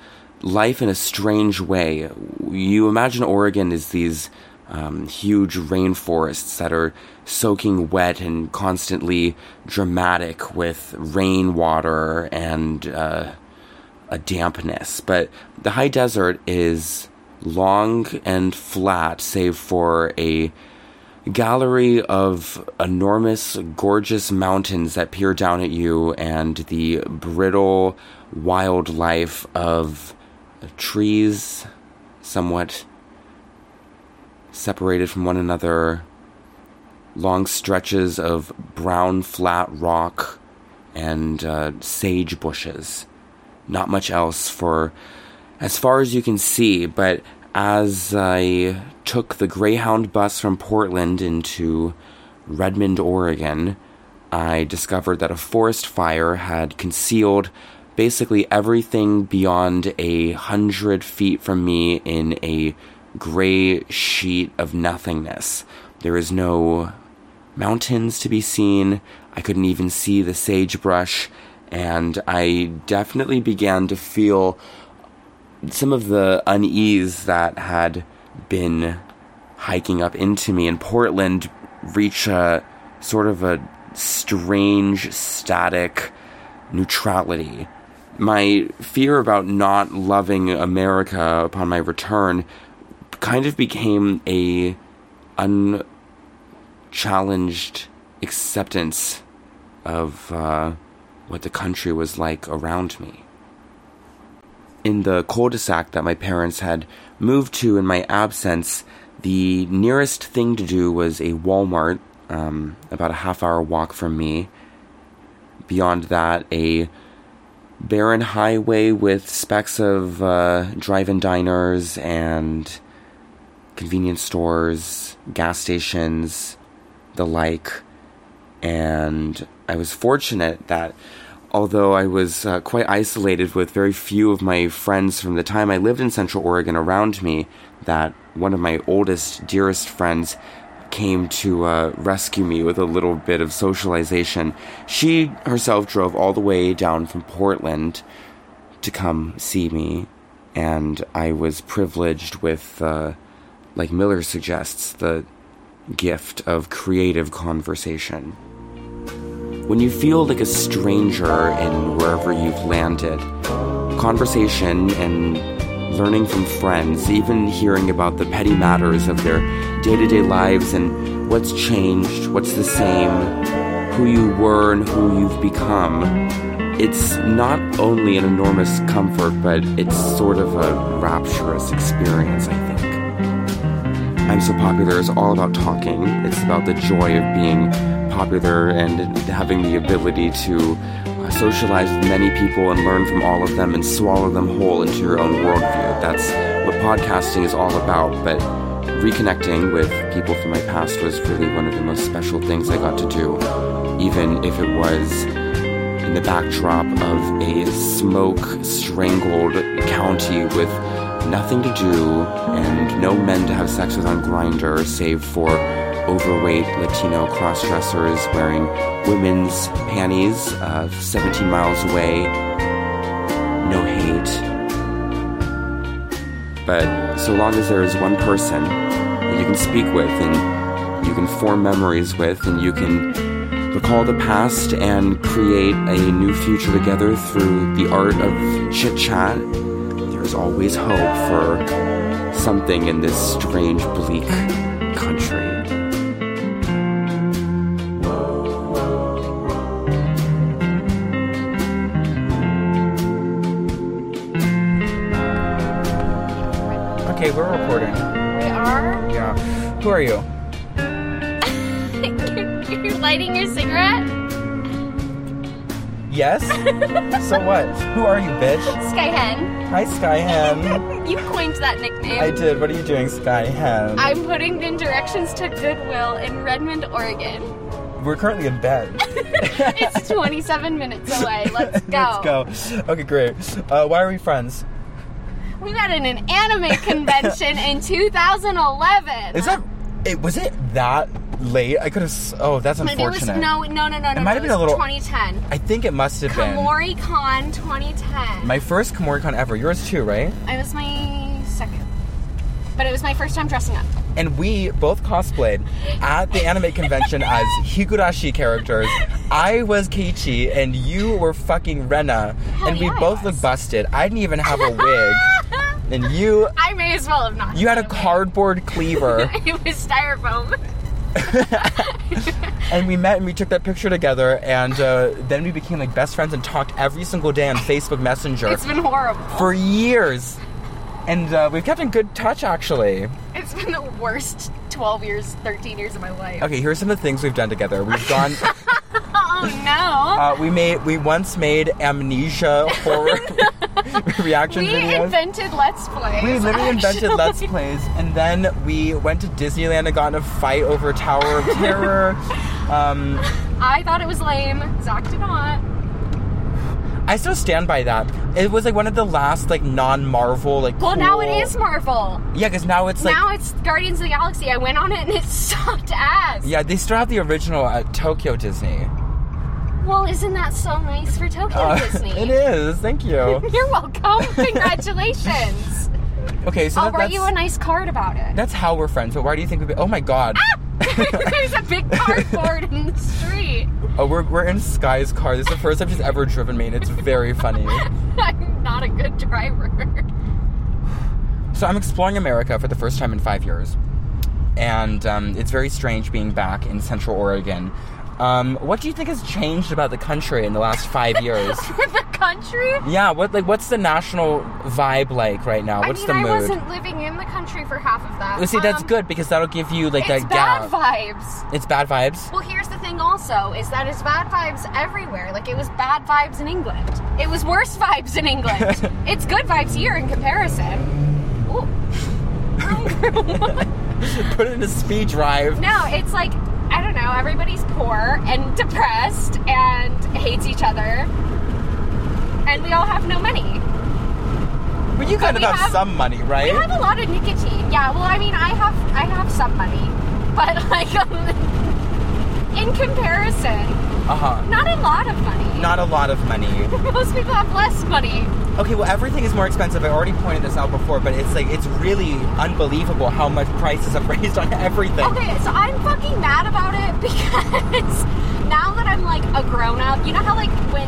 life in a strange way. You imagine Oregon is these um, huge rainforests that are soaking wet and constantly dramatic with rainwater and uh, a dampness. But the high desert is long and flat, save for a gallery of enormous, gorgeous mountains that peer down at you, and the brittle wildlife of trees, somewhat separated from one another, long stretches of brown, flat rock, and uh, sage bushes. Not much else for as far as you can see, but as I took the Greyhound bus from Portland into Redmond, Oregon, I discovered that a forest fire had concealed basically everything beyond a hundred feet from me in a gray sheet of nothingness. There is no mountains to be seen. I couldn't even see the sagebrush. And I definitely began to feel some of the unease that had been hiking up into me in Portland reach a sort of a strange static neutrality. My fear about not loving America upon my return kind of became a unchallenged acceptance of uh, what the country was like around me in the cul-de-sac that my parents had moved to in my absence, the nearest thing to do was a Walmart, um, about a half hour walk from me. Beyond that, a barren highway with specks of uh, drive-in diners and convenience stores, gas stations, the like. And I was fortunate that although I was uh, quite isolated with very few of my friends from the time I lived in Central Oregon around me, that one of my oldest, dearest friends came to uh, rescue me with a little bit of socialization. She herself drove all the way down from Portland to come see me, and I was privileged with, uh, like Miller suggests, the gift of creative conversation. When you feel like a stranger in wherever you've landed, conversation and learning from friends, even hearing about the petty matters of their day to day lives and what's changed, what's the same, who you were and who you've become, it's not only an enormous comfort, but it's sort of a rapturous experience, I think. I'm So Popular is all about talking. It's about the joy of being popular and having the ability to uh, socialize with many people and learn from all of them and swallow them whole into your own worldview. That's what podcasting is all about. But reconnecting with people from my past was really one of the most special things I got to do, even if it was in the backdrop of a smoke strangled county with nothing to do and no men to have sex with on Grinder save for overweight Latino cross dressers wearing women's panties uh, 17 miles away. No hate. But so long as there is one person that you can speak with and you can form memories with and you can recall the past and create a new future together through the art of chit chat, there is always hope for something in this strange, bleak country.
Okay, we're recording.
We are.
Yeah. Who are you?
you're, you're lighting your cigarette?
Yes? so what? Who are you, bitch?
Skyhen.
Hi, Skyhem.
You coined that nickname.
I did. What are you doing, Skyhem?
I'm putting in directions to Goodwill in Redmond, Oregon.
We're currently in bed.
It's 27 minutes away. Let's go.
Let's go. Okay, great. Uh, why are we friends?
We met in an anime convention in 2011.
Is that? It was it that late? I could have. Oh, that's
But it was
unfortunate.
no, no, no, no. no, no,
might have been a
was
little-
2010.
I think it must have been
Kamori Con 2010.
my first KamoriCon ever. Yours too, right?
it was my second, but it was my first time dressing up.
And we both cosplayed at the anime convention as Higurashi characters. I was Keiichi, and you were fucking Rena, and we
yeah, I
both
was.
looked busted. I didn't even have a wig, and you
I may as well have not.
you had a cardboard cleaver.
It was styrofoam.
and we met and we took that picture together and uh, then we became like best friends and talked every single day on facebook messenger
It's been horrible.
for years and uh, we've kept in good touch actually
It's been the worst 12 years, 13 years of my life.
okay here's some of the things we've done together we've gone
Oh no.
uh, we made we once made amnesia horror reaction
we
videos
invented Let's Plays.
we literally invented
actually.
Let's Plays, and then we went to Disneyland and got in a fight over Tower of Terror. um,
I thought it was lame. Zach did not.
I still stand by that. It was like one of the last like non-Marvel like.
Well, now it
cool-
is Marvel.
Yeah, because now it's like.
now it's Guardians of the Galaxy. I went on it and it sucked ass.
yeah, they still have the original at Tokyo Disney.
Well, isn't that so nice for Tokyo
Uh,
Disney?
it is. Thank you.
You're welcome. Congratulations.
Okay, so
I'll
that,
write
that's
you a nice card about it.
that's how we're friends. But why do you think we? Be- oh my God!
Ah! There's a big cardboard in the street.
Oh, we're we're in Sky's car. This is the first time she's ever driven me, and it's very funny.
I'm not a good driver.
So I'm exploring America for the first time in five years, and um, it's very strange being back in Central Oregon. Um, what do you think has changed about the country in the last five years?
For the country?
yeah, what like what's the national vibe like right now? What's
I mean,
the
I
mood?
wasn't living in the country for half of that.
Well, see, that's
Um,
good because that'll give you like
It's
that
bad
gap.
vibes.
it's bad vibes.
Well, here's the thing also is that it's bad vibes everywhere. Like, it was bad vibes in England. It was worse vibes in England. it's good vibes here in comparison. Ooh.
Put it in a speed drive.
No, it's like, I don't know, everybody's poor and depressed and hates each other. And we all have no money.
But you kind of
we
have,
have-
some money, right?
I have a lot of nicotine. Yeah, well, I mean, I have I have some money, but like um, in comparison,
Uh huh.
not a lot of money.
Not a lot of money.
Most people have less money.
Okay, well everything is more expensive. I already pointed this out before, but it's like it's really unbelievable how much prices have raised on everything.
Okay, so I'm fucking mad about it because now that I'm like a grown up, you know how like when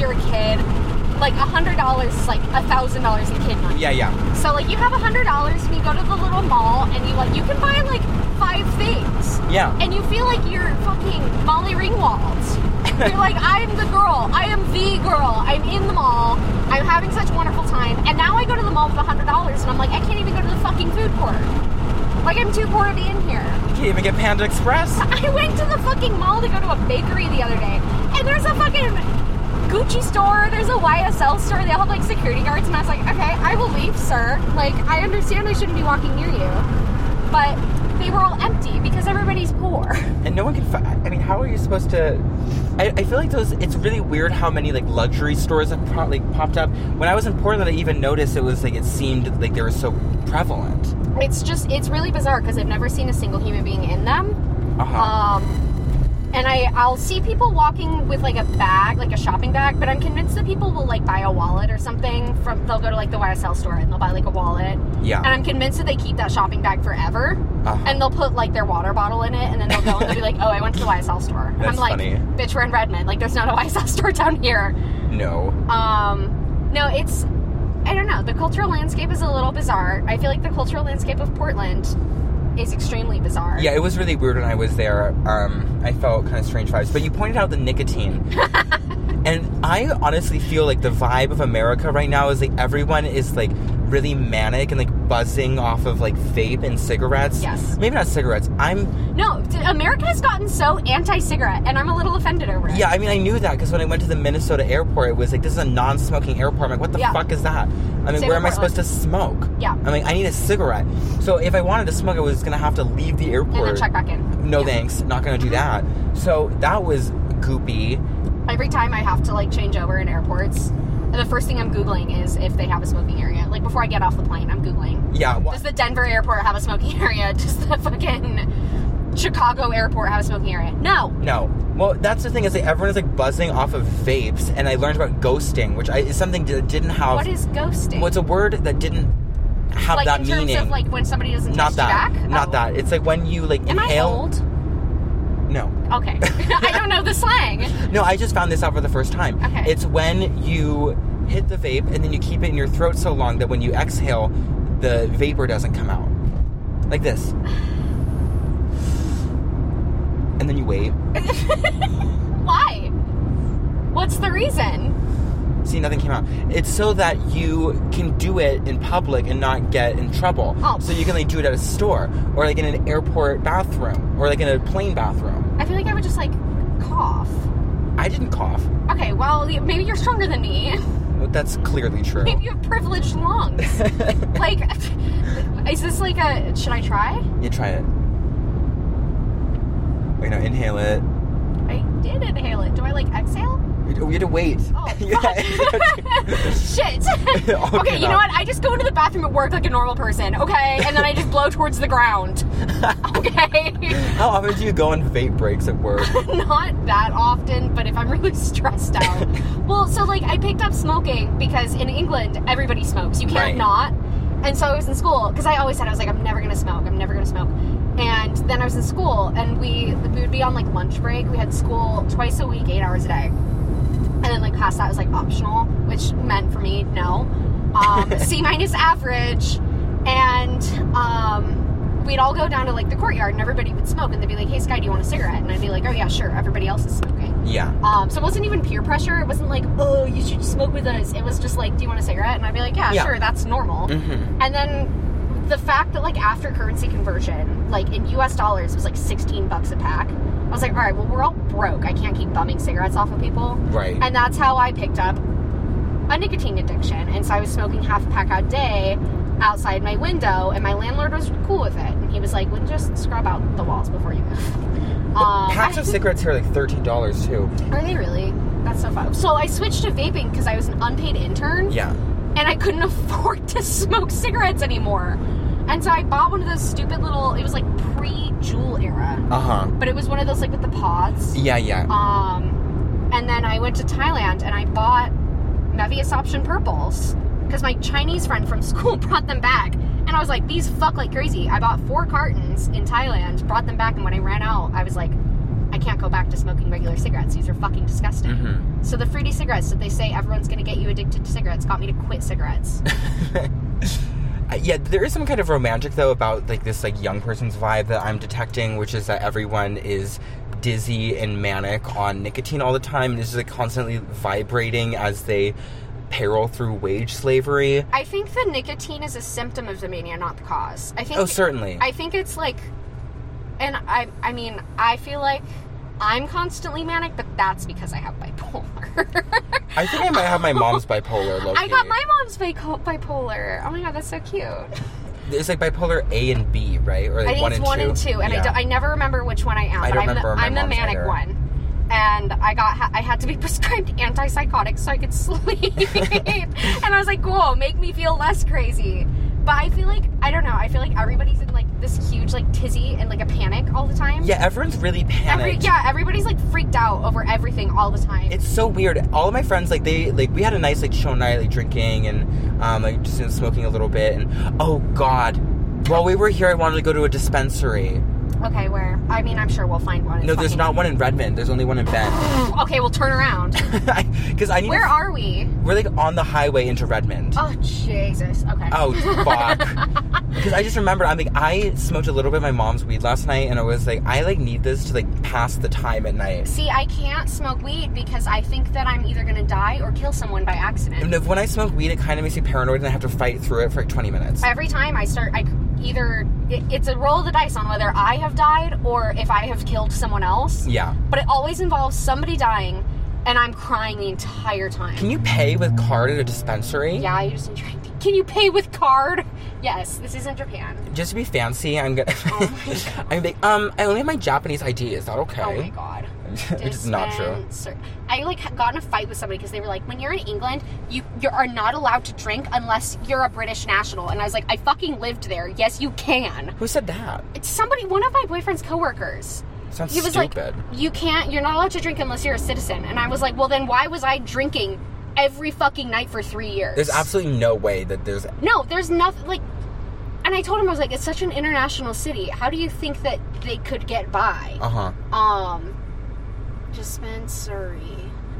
you're a kid, like a hundred dollars is like a thousand dollars in kid money.
Yeah, yeah.
So like you have a hundred dollars and you go to the little mall and you like you can buy like five things.
Yeah.
and you feel like you're fucking Molly Ringwald. you're like, I'm the girl. I am the girl. I'm in the mall. I'm having such a wonderful time. And now I go to the mall with $100 and I'm like, I can't even go to the fucking food court. Like I'm too poor to be in here.
You can't even get Panda Express.
I went to the fucking mall to go to a bakery the other day, and there's a fucking Gucci store, there's a YSL store, they all have like security guards, and I was like, okay, I will leave, sir. Like, I understand I shouldn't be walking near you, but they were all empty because everybody's poor.
and no one can. Fi- I mean, how are you supposed to? I, I feel like those. It's really weird how many like luxury stores have pro- like popped up. When I was in Portland, I even noticed it was like it seemed like they were so prevalent.
It's just, it's really bizarre because I've never seen a single human being in them.
Uh-huh.
Um, and I, I'll see people walking with like a bag, like a shopping bag, but I'm convinced that people will like buy a wallet or something from, they'll go to like the YSL store and they'll buy like a wallet.
Yeah. Uh-huh.
And I'm convinced that they keep that shopping bag forever. And they'll put like their water bottle in it and then they'll go and they'll be like, oh, I went to the YSL store. And I'm
That's
like,
funny.
bitch, we're in Redmond. Like, there's not a YSL store down here.
no.
Um, no, it's, I don't know. The cultural landscape is a little bizarre. I feel like the cultural landscape of Portland is extremely bizarre.
Yeah, it was really weird when I was there. Um, I felt kind of strange vibes. But you pointed out the nicotine. and I honestly feel like the vibe of America right now is like everyone is like really manic and like buzzing off of like vape and cigarettes.
Yes.
Maybe not cigarettes. I'm
No, t- America has gotten so anti cigarette and I'm a little offended over it.
yeah, I mean I knew that because when I went to the Minnesota airport it was like this is a non smoking airport. I'm like, what the
Yeah.
fuck is that? I mean,
Same
where am I
with Portland.
supposed to smoke?
Yeah.
I'm like, I need a cigarette. So if I wanted to smoke, I was gonna have to leave the airport.
And then check back in.
No
Yeah.
thanks, not gonna do that. So that was goopy.
Every time I have to like change over in airports, the first thing I'm Googling is if they have a smoking area. Like, before I get off the plane, I'm Googling.
Yeah, wha-
Does the Denver airport have a smoking area? Does the fucking Chicago airport have a smoking area? No.
no. Well, that's the thing is like everyone is like buzzing off of vapes, and I learned about ghosting, which I, is something that didn't have.
What is ghosting?
Well, it's a word that didn't have
like
that
in terms
meaning.
of like when somebody doesn't
not
text
that.
you back?
Not
Oh.
that. It's like when you like
Am I
inhale.
old?
No.
Okay. I don't know the slang.
No, I just found this out for the first time.
Okay.
It's when you hit the vape and then you keep it in your throat so long that when you exhale, the vapor doesn't come out. Like this. And then you wait.
Why? What's the reason?
See, nothing came out. It's so that you can do it in public and not get in trouble.
Oh.
So you can like do it at a store or like in an airport bathroom or like in a plane bathroom.
I feel like I would just like cough.
I didn't cough.
Okay, well, y- maybe you're stronger than me.
Well, that's clearly true.
Maybe you have privileged lungs. like, is this like a. Should I try?
You try it. Wait, no, inhale it.
I did inhale it. Do I like exhale?
You had to wait.
Oh,
Yeah.
Shit.
Okay,
okay, you
now.
know what? I just go into the bathroom at work like a normal person, okay? And then I just blow towards the ground. Okay?
How often do you go on vape breaks at work?
Not that often, but if I'm really stressed out. well, so like I picked up smoking because in England everybody smokes. You can't
Right.
not. And so I was in school because I always said I was like I'm never gonna smoke. I'm never gonna smoke. And then I was in school and we we would be on like lunch break. We had school twice a week, eight hours a day. and then like past that was like optional, which meant for me no. Um, C minus average, and um, we'd all go down to like the courtyard, and everybody would smoke, and they'd be like, "Hey, Sky, do you want a cigarette?" And I'd be like, "Oh yeah, sure." Everybody else is smoking.
yeah.
Um, so it wasn't even peer pressure. It wasn't like, "Oh, you should smoke with us." It was just like, "Do you want a cigarette?" And I'd be like, "Yeah,
Yeah.
sure, that's normal."
Mm-hmm.
And then the fact that like after currency conversion, like in U.S. dollars, it was like sixteen bucks a pack. I was like, "All right, well, we're all broke. I can't keep bumming cigarettes off of people."
Right.
And that's how I picked up a nicotine addiction. And so I was smoking half a pack a day outside my window, and my landlord was cool with it. And he was like, well, just scrub out the walls before you move. Um,
Packs of cigarettes here are like thirteen dollars too.
Are they really? That's so fun. So I switched to vaping because I was an unpaid intern
Yeah.
and I couldn't afford to smoke cigarettes anymore. And so I bought one of those stupid little, it was like pre Juul era,
Uh huh.
but it was one of those like with the pods.
Yeah, yeah.
Um, and then I went to Thailand and I bought Mevius Option Purples because my Chinese friend from school brought them back. And I was like, these fuck like crazy. I bought four cartons in Thailand, brought them back, and when I ran out, I was like, I can't go back to smoking regular cigarettes. These are fucking disgusting.
Mm-hmm.
So the fruity cigarettes that they say everyone's gonna get you addicted to cigarettes got me to quit cigarettes.
Uh, yeah, there is some kind of romantic though about like this like young person's vibe that I'm detecting, which is that everyone is dizzy and manic on nicotine all the time and is like constantly vibrating as they apparel through wage slavery.
I think the nicotine is a symptom of the mania, not the cause. I think.
Oh, certainly.
I think it's like, and I, I mean, I feel like I'm constantly manic, but that's because I have bipolar.
I think I might have my mom's bipolar. Low
I got my mom's bico- bipolar. Oh my god, that's so cute.
It's like bipolar A and B, right? Or like
I think
one
it's
and
one
two.
and two, and I,
Yeah.
don't, I never remember which one I am.
I
but
don't
I'm
remember
the,
my
I'm the
mom's
manic
either.
one. And I got ha- I had to be prescribed antipsychotics so I could sleep. and I was like, "Cool, make me feel less crazy." But I feel like I don't know. I feel like everybody's in like this huge like tizzy and like a panic all the time.
Yeah, everyone's really panicked.
Every, yeah, everybody's like freaked out over everything all the time.
it's so weird. All of my friends, like they, like we had a nice like chill night, like drinking and um, like just you know, smoking a little bit. And oh god, while we were here, I wanted to go to a dispensary.
okay, where? I mean, I'm sure we'll find one. It's
No, there's
fucking-
not one in Redmond. There's only one in Bend.
Okay, we'll turn around.
Because I need.
Where are we?
We're like on the highway into Redmond.
Oh Jesus. Okay.
Oh fuck!
Oh.
Because I just remembered, I'm like, I smoked a little bit of my mom's weed last night, and I was like, I like need this to like pass the time at night.
See, I can't smoke weed because I think that I'm either gonna die or kill someone by accident.
And if- when I smoke weed, it kind of makes me paranoid, and I have to fight through it for like 20 minutes.
Every time I start, I either it, it's a roll of the dice on whether I have died or if I have killed someone else.
yeah.
But it always involves somebody dying, and I'm crying the entire time.
Can you pay with card at a dispensary?
yeah, I just enjoy. Can you pay with card? Yes, this isn't Japan.
Just to be fancy, I'm gonna.
Oh my god.
I'm like, um, I only have my Japanese ID. Is that okay?
Oh my god.
Which is not true.
Dispenser- I like got in a fight with somebody because they were like, "When you're in England, you you are not allowed to drink unless you're a British national." And I was like, "I fucking lived there. Yes, you can."
Who said that?
It's somebody, one of my boyfriend's coworkers.
Sounds
He was
stupid.
like, "You can't. You're not allowed to drink unless you're a citizen." And I was like, "Well, then why was I drinking every fucking night for three years?"
there's absolutely no way that there's.
no. There's nothing like. And I told him I was like, "It's such an international city. How do you think that they could get by?"
Uh huh.
Um, dispensary.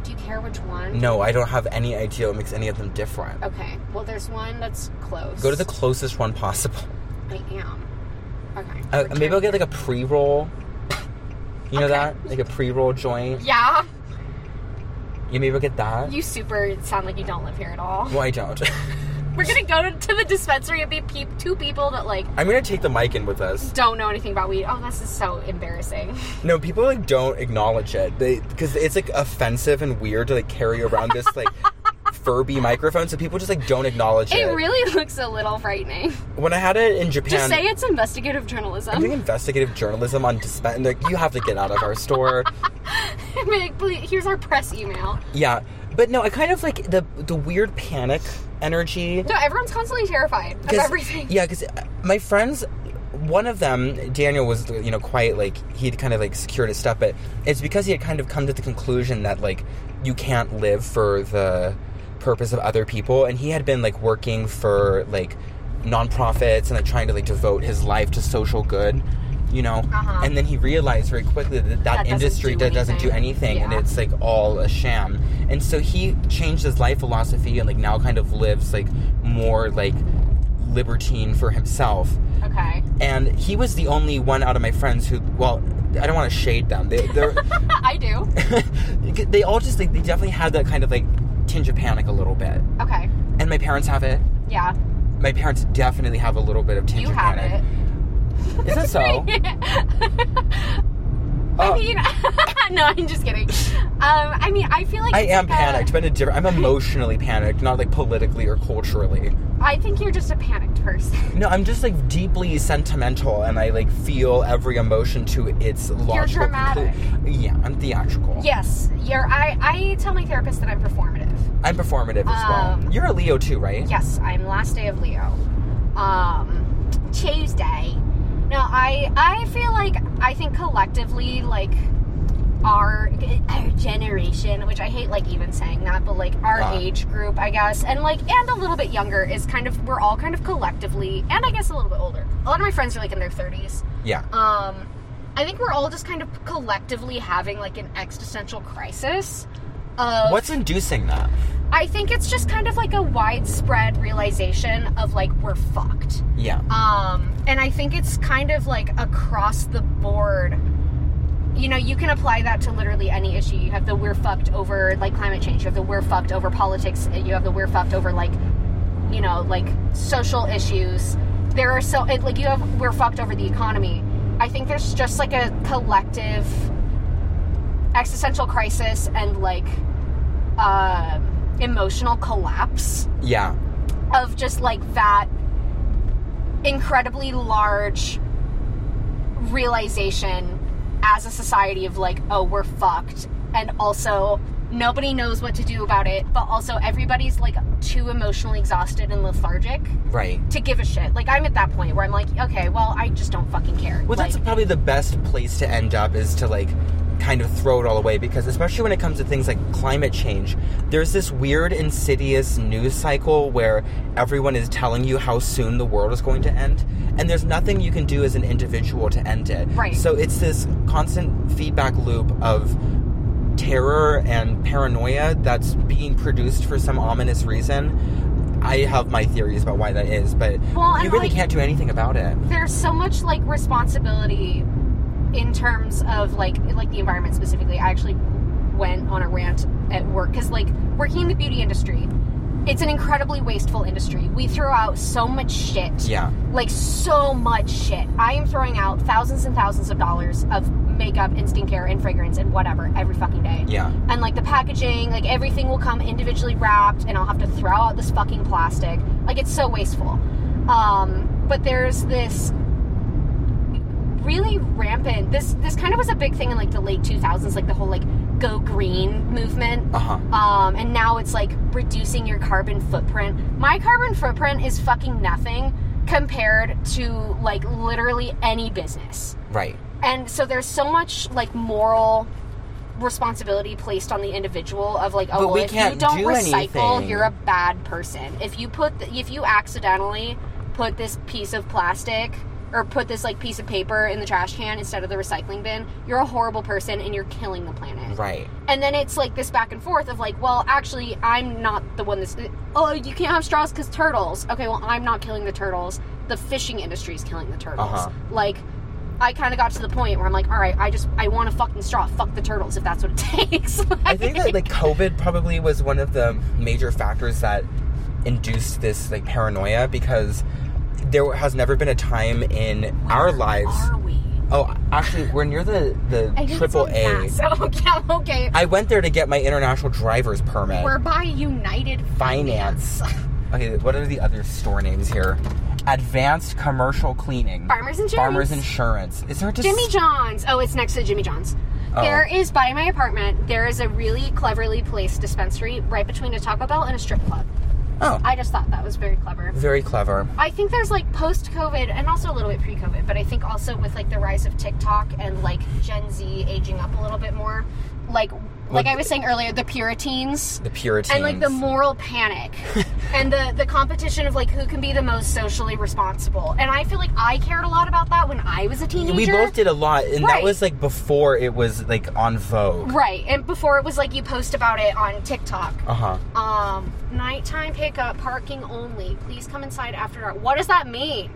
Do you care which one?
No, I don't have any idea what makes any of them different.
Okay. Well, there's one that's close.
Go to the closest one possible.
I am. Okay.
Uh,
return.
maybe I'll get like a pre roll. You know
Okay.
that? Like a pre roll joint.
Yeah.
You maybe I'll get that?
You super sound like you don't live here at all.
well, I don't.
We're gonna go to, to the dispensary and be peop two people that like
I'm gonna take the mic in with us.
don't know anything about weed. Oh, this is so embarrassing.
No, people like don't acknowledge it. They because it's like offensive and weird to like carry around this like Furby microphone, so people just like don't acknowledge it.
It really looks a little frightening.
when I had it in Japan,
Just say it's investigative
I'm doing
journalism.
investigative journalism on dispen. Like you have to get out of our store.
Like, please, here's our press email.
Yeah, but no, I kind of like the the weird panic energy.
No, everyone's constantly terrified of
'Cause-
everything.
Yeah, because my friends, one of them, Daniel, was you know quite like he'd kind of like secured his stuff, but it's because he had kind of come to the conclusion that like you can't live for the purpose of other people, and he had been like working for like nonprofits and like trying to like devote his life to social good. You know,
Uh-huh.
and then he realized very quickly that that,
doesn't
industry
do
that doesn't do
anything.
anything, and
Yeah.
it's like all a sham. And so he changed his life philosophy, and like now kind of lives like more like libertine for himself.
Okay.
And he was the only one out of my friends who, well, I don't want to shade them. They they're,
I do.
they all just like they definitely had that kind of like tinge of panic a little bit.
Okay.
And my parents have it.
Yeah.
My parents definitely have a little bit of tinge
You
of
have
panic.
it.
Is that so?
I
Uh,
mean, no, I'm just kidding. Um, I mean, I feel like
I
it's
am
like a-
panicked, but in a different. I'm emotionally panicked, not like politically or culturally.
I think you're just a panicked person.
No, I'm just like deeply sentimental, and I like feel every emotion to its logical.
dramatic.
conclu- Yeah, I'm theatrical.
Yes, you're. I I tell my therapist that I'm performative.
I'm performative as
Um,
well. You're a Leo too, right?
Yes, I'm last day of Leo. Um, Tuesday. No, I I feel like I think collectively like our our generation, which I hate like even saying that, but like our
Ah.
age group, I guess, and like and a little bit younger is kind of we're all kind of collectively, and I guess a little bit older. A lot of my friends are like in their thirties.
Yeah.
um i think we're all just kind of collectively having like an existential crisis of
What's inducing that?
i think it's just kind of like a widespread realization of like we're fucked
Yeah.
um and i think it's kind of like across the board you know, you can apply that to literally any issue. You have the we're fucked over like climate change. You have the we're fucked over politics. You have the we're fucked over like, you know, like social issues. There are so it, like you have we're fucked over the economy. I think there's just like a collective existential crisis and like uh, emotional collapse
Yeah.
of just like that incredibly large realization as a society of like, oh, we're fucked. And also, nobody knows what to do about it, but also everybody's like too emotionally exhausted and lethargic
Right.
to give a shit. Like, I'm at that point where I'm like, okay, well, I just don't fucking care.
Well, that's
Like,
probably the best place to end up is to like kind of throw it all away because especially when it comes to things like climate change, there's this weird insidious news cycle where everyone is telling you how soon the world is going to end and there's nothing you can do as an individual to end it.
Right.
So it's this constant feedback loop of terror and paranoia that's being produced for some ominous reason. I have my theories about why that is, but
Well,
you
and,
really
like-
can't do anything about it.
there's so much like responsibility in terms of like like the environment specifically. I actually went on a rant at work because like working in the beauty industry, it's an incredibly wasteful industry. We throw out so much shit
Yeah.
like so much shit. I am throwing out thousands and thousands of dollars of makeup and skincare and fragrance and whatever every fucking day.
Yeah.
And like the packaging, like everything will come individually wrapped and I'll have to throw out this fucking plastic. Like it's so wasteful. Um, but there's this really rampant this this kind of was a big thing in like the late 2000s like the whole like go green movement
Uh-huh.
um, and now it's like reducing your carbon footprint. My carbon footprint is fucking nothing compared to like literally any business.
Right.
And so there's so much like moral responsibility placed on the individual of like, oh,
But
well,
we
if
can't
you don't
do
recycle,
anything.
you're a bad person. If you put, the, if you accidentally put this piece of plastic or put this like piece of paper in the trash can instead of the recycling bin, you're a horrible person and you're killing the planet.
Right.
And then it's like this back and forth of like, well, actually, I'm not the one that's. Oh, you can't have straws because turtles. Okay, well, I'm not killing the turtles. The fishing industry is killing the turtles.
Uh-huh.
Like, I kind of got to the point where I'm like, all right, I just I want a fucking straw. Fuck the turtles if that's what it takes.
I think that like COVID probably was one of the major factors that induced this like paranoia because there has never been a time in our lives.
Are we?
Oh, actually, we're near the
I
the
didn't
triple
sound
A.
fast. Oh, yeah, okay.
I went there to get my international driver's permit.
We're by United
Finance. Okay, what are the other store names here? Advanced Commercial Cleaning.
Farmers Insurance.
Farmers Insurance. Is there just
Jimmy John's. Oh, it's next to Jimmy John's.
Oh.
There is by my apartment. There is a really cleverly placed dispensary right between a Taco Bell and a strip club.
Oh,
I just thought that was very clever.
very clever.
I think there's like post COVID and also a little bit pre COVID, but I think also with like the rise of TikTok and like Gen Z aging up a little bit more, like like
Like-
I was saying earlier, the Puritans
The Puritans.
and like the moral panic and the the competition of like who can be the most socially responsible. And I feel like I cared a lot about that when I was a teenager.
we both did a lot, and
Right.
that was like before it was like on Vogue.
Right, and before it was like you post about it on TikTok.
Uh huh.
Um, nighttime pickup, parking only. Please come inside after dark. What does that mean?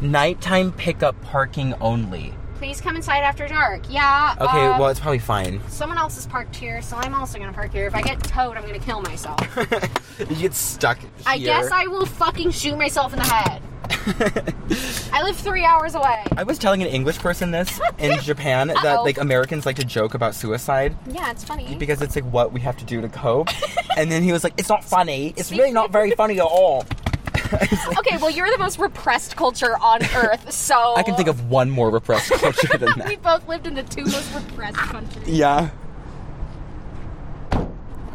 Nighttime pickup parking only.
Please come inside after dark. Yeah.
Okay,
uh,
well, it's probably fine.
someone else is parked here, so I'm also gonna park here. If I get towed, I'm gonna kill myself.
You get stuck here.
I guess I will fucking shoot myself in the head. I live three hours away.
I was telling an English person this in Japan that
Uh-oh.
like Americans like to joke about suicide
Yeah, it's funny.
because it's like what we have to do to cope. and then he was like, "It's not funny. It's really not very funny at all."
okay, well, you're the most repressed culture on earth, so
I can think
Oh.
of one more repressed culture than
We
that.
both lived in the two most repressed countries.
Yeah. All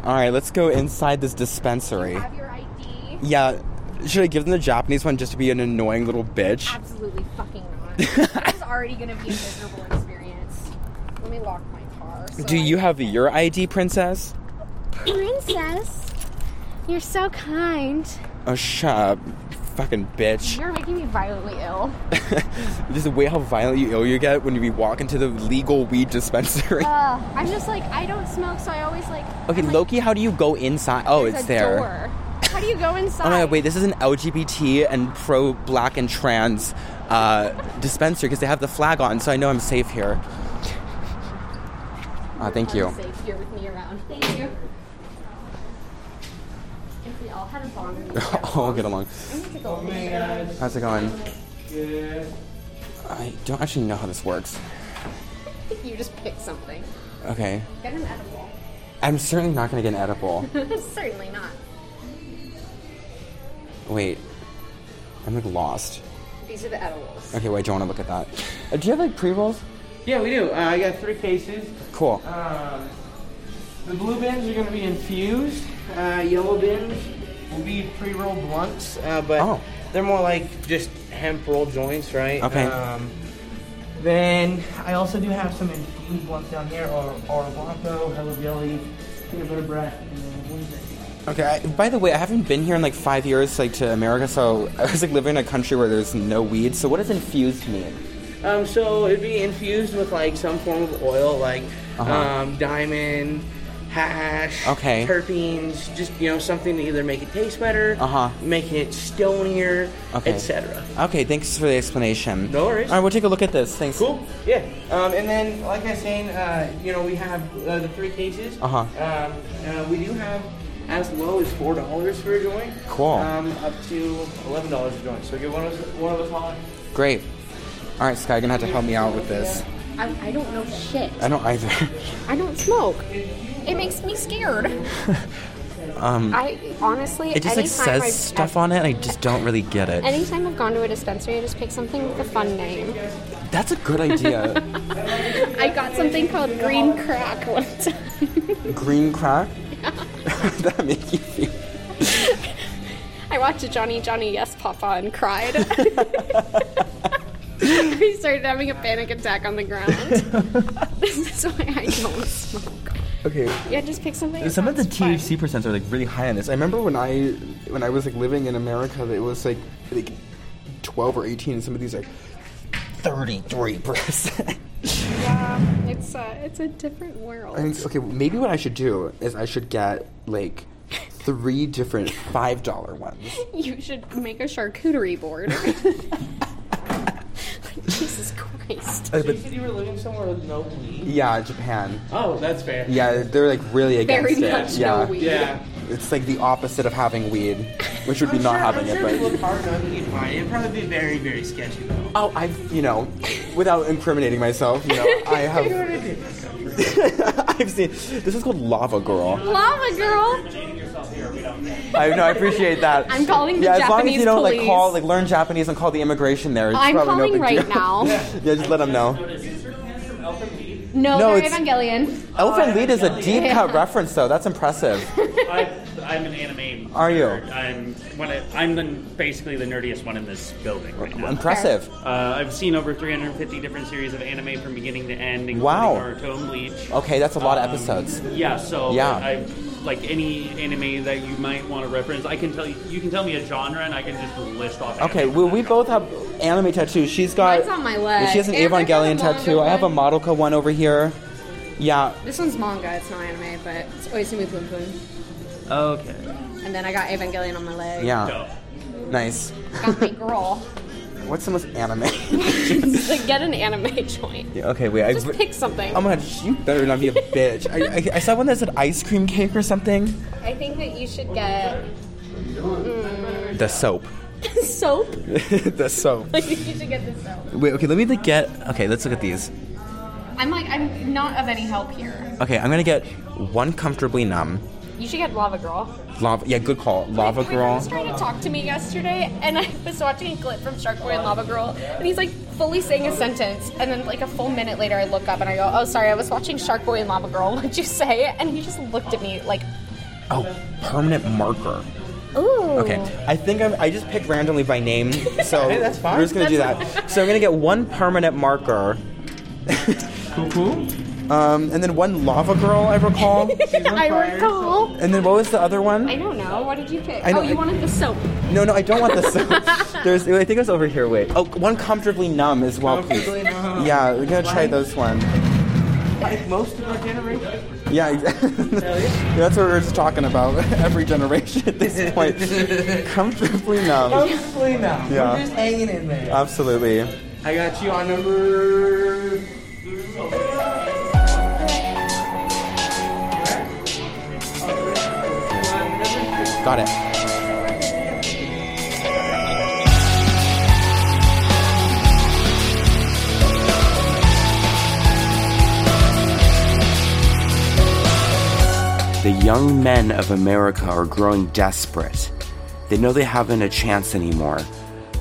right, let's go inside this dispensary.
Have your ID.
Yeah, should I give them the Japanese one just to be an annoying little bitch?
Absolutely fucking not. this is already gonna be a miserable experience. Let me lock my car. so
Do
I-
you have your ID, princess?
princess? You're so kind.
Oh, shut up, fucking bitch.
You're making me violently ill.
Just the way how violently ill you get when you be walking to the legal weed dispensary.
Ugh. I'm just like I don't smoke, so I always Uh, like.
okay, Loki, how do you go inside? Oh,
there's
it's
a
there.
Door. How do you go inside?
Oh my god, wait, this is an LGBT and pro black and trans uh, dispensary because they have the flag on, so I know I'm safe here. Ah, thank you.
Safe here with me around. Thank you. If we all had a bond, we would have-
I'll get along.
I'm gonna take a look.
How's it going? I don't actually know how this works.
You just pick something.
Okay.
Get an edible.
I'm certainly not gonna get an edible.
Certainly not.
Wait. I'm like lost.
These are the edibles.
Okay, wait, I don't wanna look at that. Uh, do you have like pre rolls?
Yeah, we do. Uh, I got three cases.
Cool.
Um, the blue bins are going to be infused. Uh, yellow bins will be pre-roll blunts, uh, but
Oh.
they're more like just hemp roll joints, right?
Okay.
Um, then I also do have some infused blunts down here, or or blanco, hello jelly, peanut butter bread, and then wings.
Okay, I, by the way, I haven't been here in like five years, like to America, so I was like living in a country where there's no weed. So what does infused mean?
Um, so it'd be infused with like some form of oil, like
Uh-huh.
um, diamond, hash,
Okay.
terpenes, just you know something to either make it taste better,
Uh-huh.
making it stonier,
Okay.
etc.
Okay, thanks for the explanation.
No worries.
All right, we'll take a look at this. Thanks.
Cool. Yeah. Um, and then, like I was saying, uh, you know, we have uh, the three cases.
Uh-huh.
Um, uh, we do have as low as four dollars for a joint.
Cool.
Um, up to eleven dollars a joint. So give one of us, one of us holler.
Great. All right, Sky, you're gonna have to help me out with this.
I, I don't know shit.
I don't either.
I don't smoke. It makes me scared. um, I honestly,
It just like
anytime
says
I've-
stuff
I've-
on it, and I just don't really get it.
Anytime I've gone to a dispensary, I just pick something with a fun name.
That's a good idea.
I got something called green crack one time.
Green crack. that make you feel.
I watched a Johnny Johnny Yes Papa and cried. we started having a panic attack on the ground. this is why I don't smoke.
Okay.
Yeah, just pick something.
Some of the
that's fun.
THC percents are like really high on this. I remember when I when I was like living in America, it was like like twelve or eighteen, and some of these are thirty three percent.
Yeah, it's a, it's a different world.
I think okay, maybe what I should do is I should get like three different five dollar ones.
You should make a charcuterie board. Like, Jesus Christ.
Uh,
So
but
you said you were living somewhere with no weed.
yeah, Japan.
Oh, that's fair.
Yeah, they're like really
Very
against it.
much
yeah.
no weed.
Yeah.
It's like the opposite of having weed, which would be
I'm
not
sure,
having
I'm
it.
sure
but
if you look hard enough, you can find it. It'd probably be very, very sketchy though.
Oh, I've you know, without incriminating myself, you know, I have. I've seen. This is called Lava Girl.
Lava girl.
I know. I appreciate that.
I'm calling the
yeah, as long as
Japanese
you don't like
police.
call, like learn Japanese and call the immigration there. It's
I'm
probably no
calling
big
right
deal.
now.
yeah, just let them know.
No,
No,
they're
it's-
Evangelion.
Elephant Lead is a deep cut
Yeah.
reference, though. That's impressive.
I, I'm an anime.
Are you?
nerd. I'm one. Of, I'm the, basically the nerdiest one in this building right now.
impressive.
Uh, I've seen over 350 different series of anime from beginning to end, including
Wow.
Naruto and Bleach.
Okay, that's a lot of
Um,
episodes.
Yeah, so
Yeah.
I, like any anime that you might want to reference, I can tell you. You can tell me a genre, and I can just list off.
Okay,
anime
well,
from
we
that
both
genre.
have anime tattoos. She's got.
Mine's on my leg.
She has an
And I have
Evangelion
a manga
tattoo. I have a Madoka one over here. Yeah.
This one's manga, it's not anime, but it's Oisumi Boom Boom.
Okay.
And then I got Evangelion on my leg.
Yeah.
Dope.
Nice.
Got my girl.
What's the most anime?
It's like, get an anime joint.
Yeah, okay, wait. I,
Just pick something.
I'm gonna. You better not be a bitch. I, I, I saw one that said ice cream cake or something.
I think that you should get mm,
The soap.
soap.
the soap.
I think you should get the soap.
Wait. Okay. Let me like, get. Okay. Let's look at these.
I'm like, I'm not of any help here.
Okay. I'm gonna get one comfortably numb.
You should get Lava Girl.
Lava. Yeah. Good call. Lava
My boyfriend
girl.
was trying to talk to me yesterday, and I was watching a clip from Shark Boy and Lava Girl, and he's like fully saying a sentence, and then like a full minute later, I look up and I go, "Oh, sorry, I was watching Shark Boy and Lava Girl. What'd you say?" And he just looked at me like,
Oh, permanent marker.
"Ooh."
Okay. I think I'm, I just picked randomly by name, so
Hey, Oh. that's fine.
we're just gonna do that. So I'm gonna get one permanent marker. Um, and then one lava girl, I recall.
I recall.
and then what was the other one?
I don't know. What did you pick?
I know-
oh, you
I-
wanted the soap.
No, no, I don't want the soap. There's, I think it was over here. Wait. Oh, one comfortably numb as well, please.
Comfortably numb.
Yeah, we're gonna try those one.
Like most of our generation.
Yeah, exactly. That's what we were just talking about. Every generation at this point, comfortably numb.
Mostly now.
Um, Yeah.
We're just hanging in there.
Absolutely.
I got you on number.
Got it.
The young men of America are growing desperate. They know they haven't a chance anymore.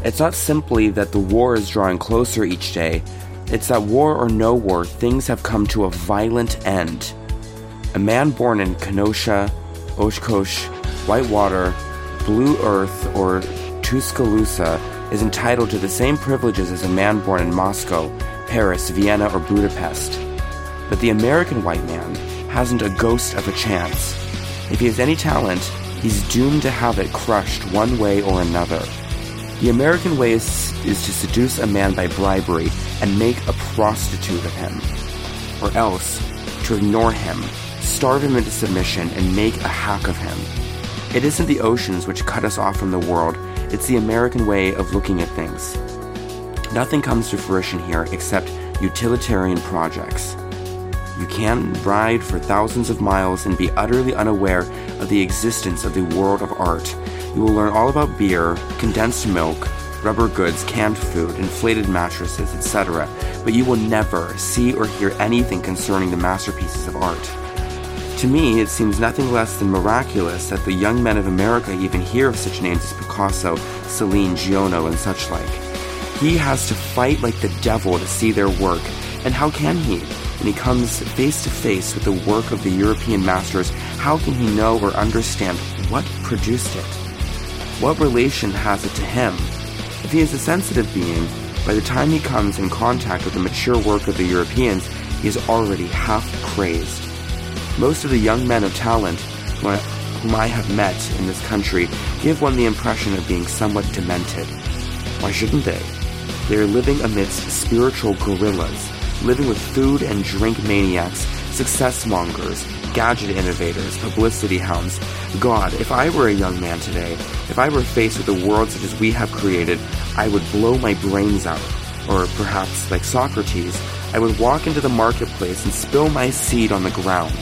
It's not simply that the war is drawing closer each day, it's that war or no war, things have come to a violent end. A man born in Kenosha, Oshkosh, Whitewater, Blue Earth, or Tuscaloosa is entitled to the same privileges as a man born in Moscow, Paris, Vienna, or Budapest but the American white man hasn't a ghost of a chance. If he has any talent, he's doomed to have it crushed one way or another. The American way is, is to seduce a man by bribery and make a prostitute of him, or else to ignore him, starve him into submission, and make a hack of him. It isn't the oceans which cut us off from the world, it's the American way of looking at things. Nothing comes to fruition here except utilitarian projects. You can ride for thousands of miles and be utterly unaware of the existence of the world of art. You will learn all about beer, condensed milk, rubber goods, canned food, inflated mattresses, etc., but you will never see or hear anything concerning the masterpieces of art. To me, it seems nothing less than miraculous that the young men of America even hear of such names as Picasso, Celine, Giono, and such like. He has to fight like the devil to see their work, and how can he? When he comes face to face with the work of the European masters, how can he know or understand what produced it? What relation has it to him? If he is a sensitive being, by the time he comes in contact with the mature work of the Europeans, he is already half crazed. Most of the young men of talent who I- whom I have met in this country give one the impression of being somewhat demented. Why shouldn't they? They are living amidst spiritual gorillas, living with food and drink maniacs, success mongers, gadget innovators, publicity hounds. God, if I were a young man today, if I were faced with a world such as we have created, I would blow my brains out. Or perhaps, like Socrates, I would walk into the marketplace and spill my seed on the ground.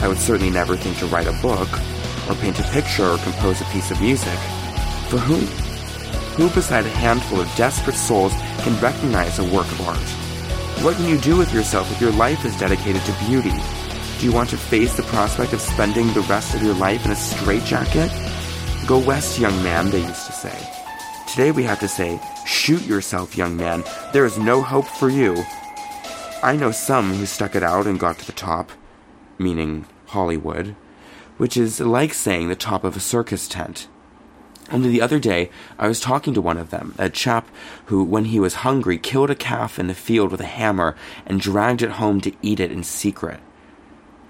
I would certainly never think to write a book, or paint a picture, or compose a piece of music. For whom? Who beside a handful of desperate souls can recognize a work of art? What can you do with yourself if your life is dedicated to beauty? Do you want to face the prospect of spending the rest of your life in a straitjacket? Go west, young man, they used to say. Today we have to say, shoot yourself, young man. There is no hope for you. I know some who stuck it out and got to the top, meaning Hollywood, which is like saying the top of a circus tent. Only the other day, I was talking to one of them, a chap who, when he was hungry, killed a calf in the field with a hammer and dragged it home to eat it in secret.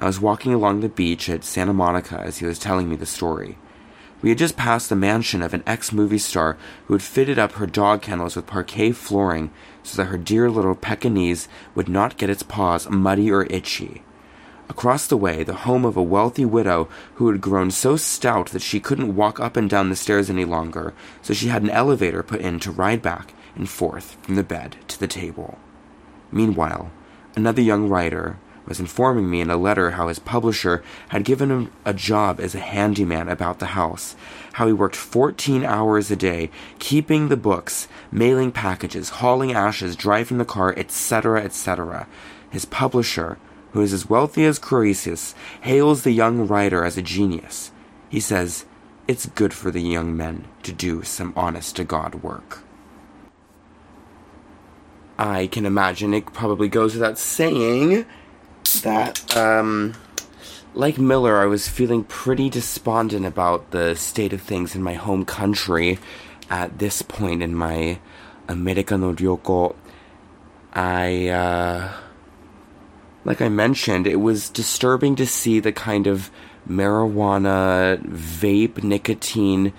I was walking along the beach at Santa Monica as he was telling me the story. We had just passed the mansion of an ex movie star who had fitted up her dog kennels with parquet flooring so that her dear little Pekingese would not get its paws muddy or itchy. Across the way, the home of a wealthy widow who had grown so stout that she couldn't walk up and down the stairs any longer, so she had an elevator put in to ride back and forth from the bed to the table. Meanwhile, another young writer was informing me in a letter how his publisher had given him a job as a handyman about the house, how he worked 14 hours a day, keeping the books, mailing packages, hauling ashes, driving the car, etc., etc. His publisher, who is as wealthy as Croesus, hails the young writer as a genius. He says, It's good for the young men to do some honest to God work. I can imagine it probably goes without saying that, um, like Miller, I was feeling pretty despondent about the state of things in my home country at this point in my America no Ryoko. I, uh, like I mentioned, it was disturbing to see the kind of marijuana, vape, nicotine,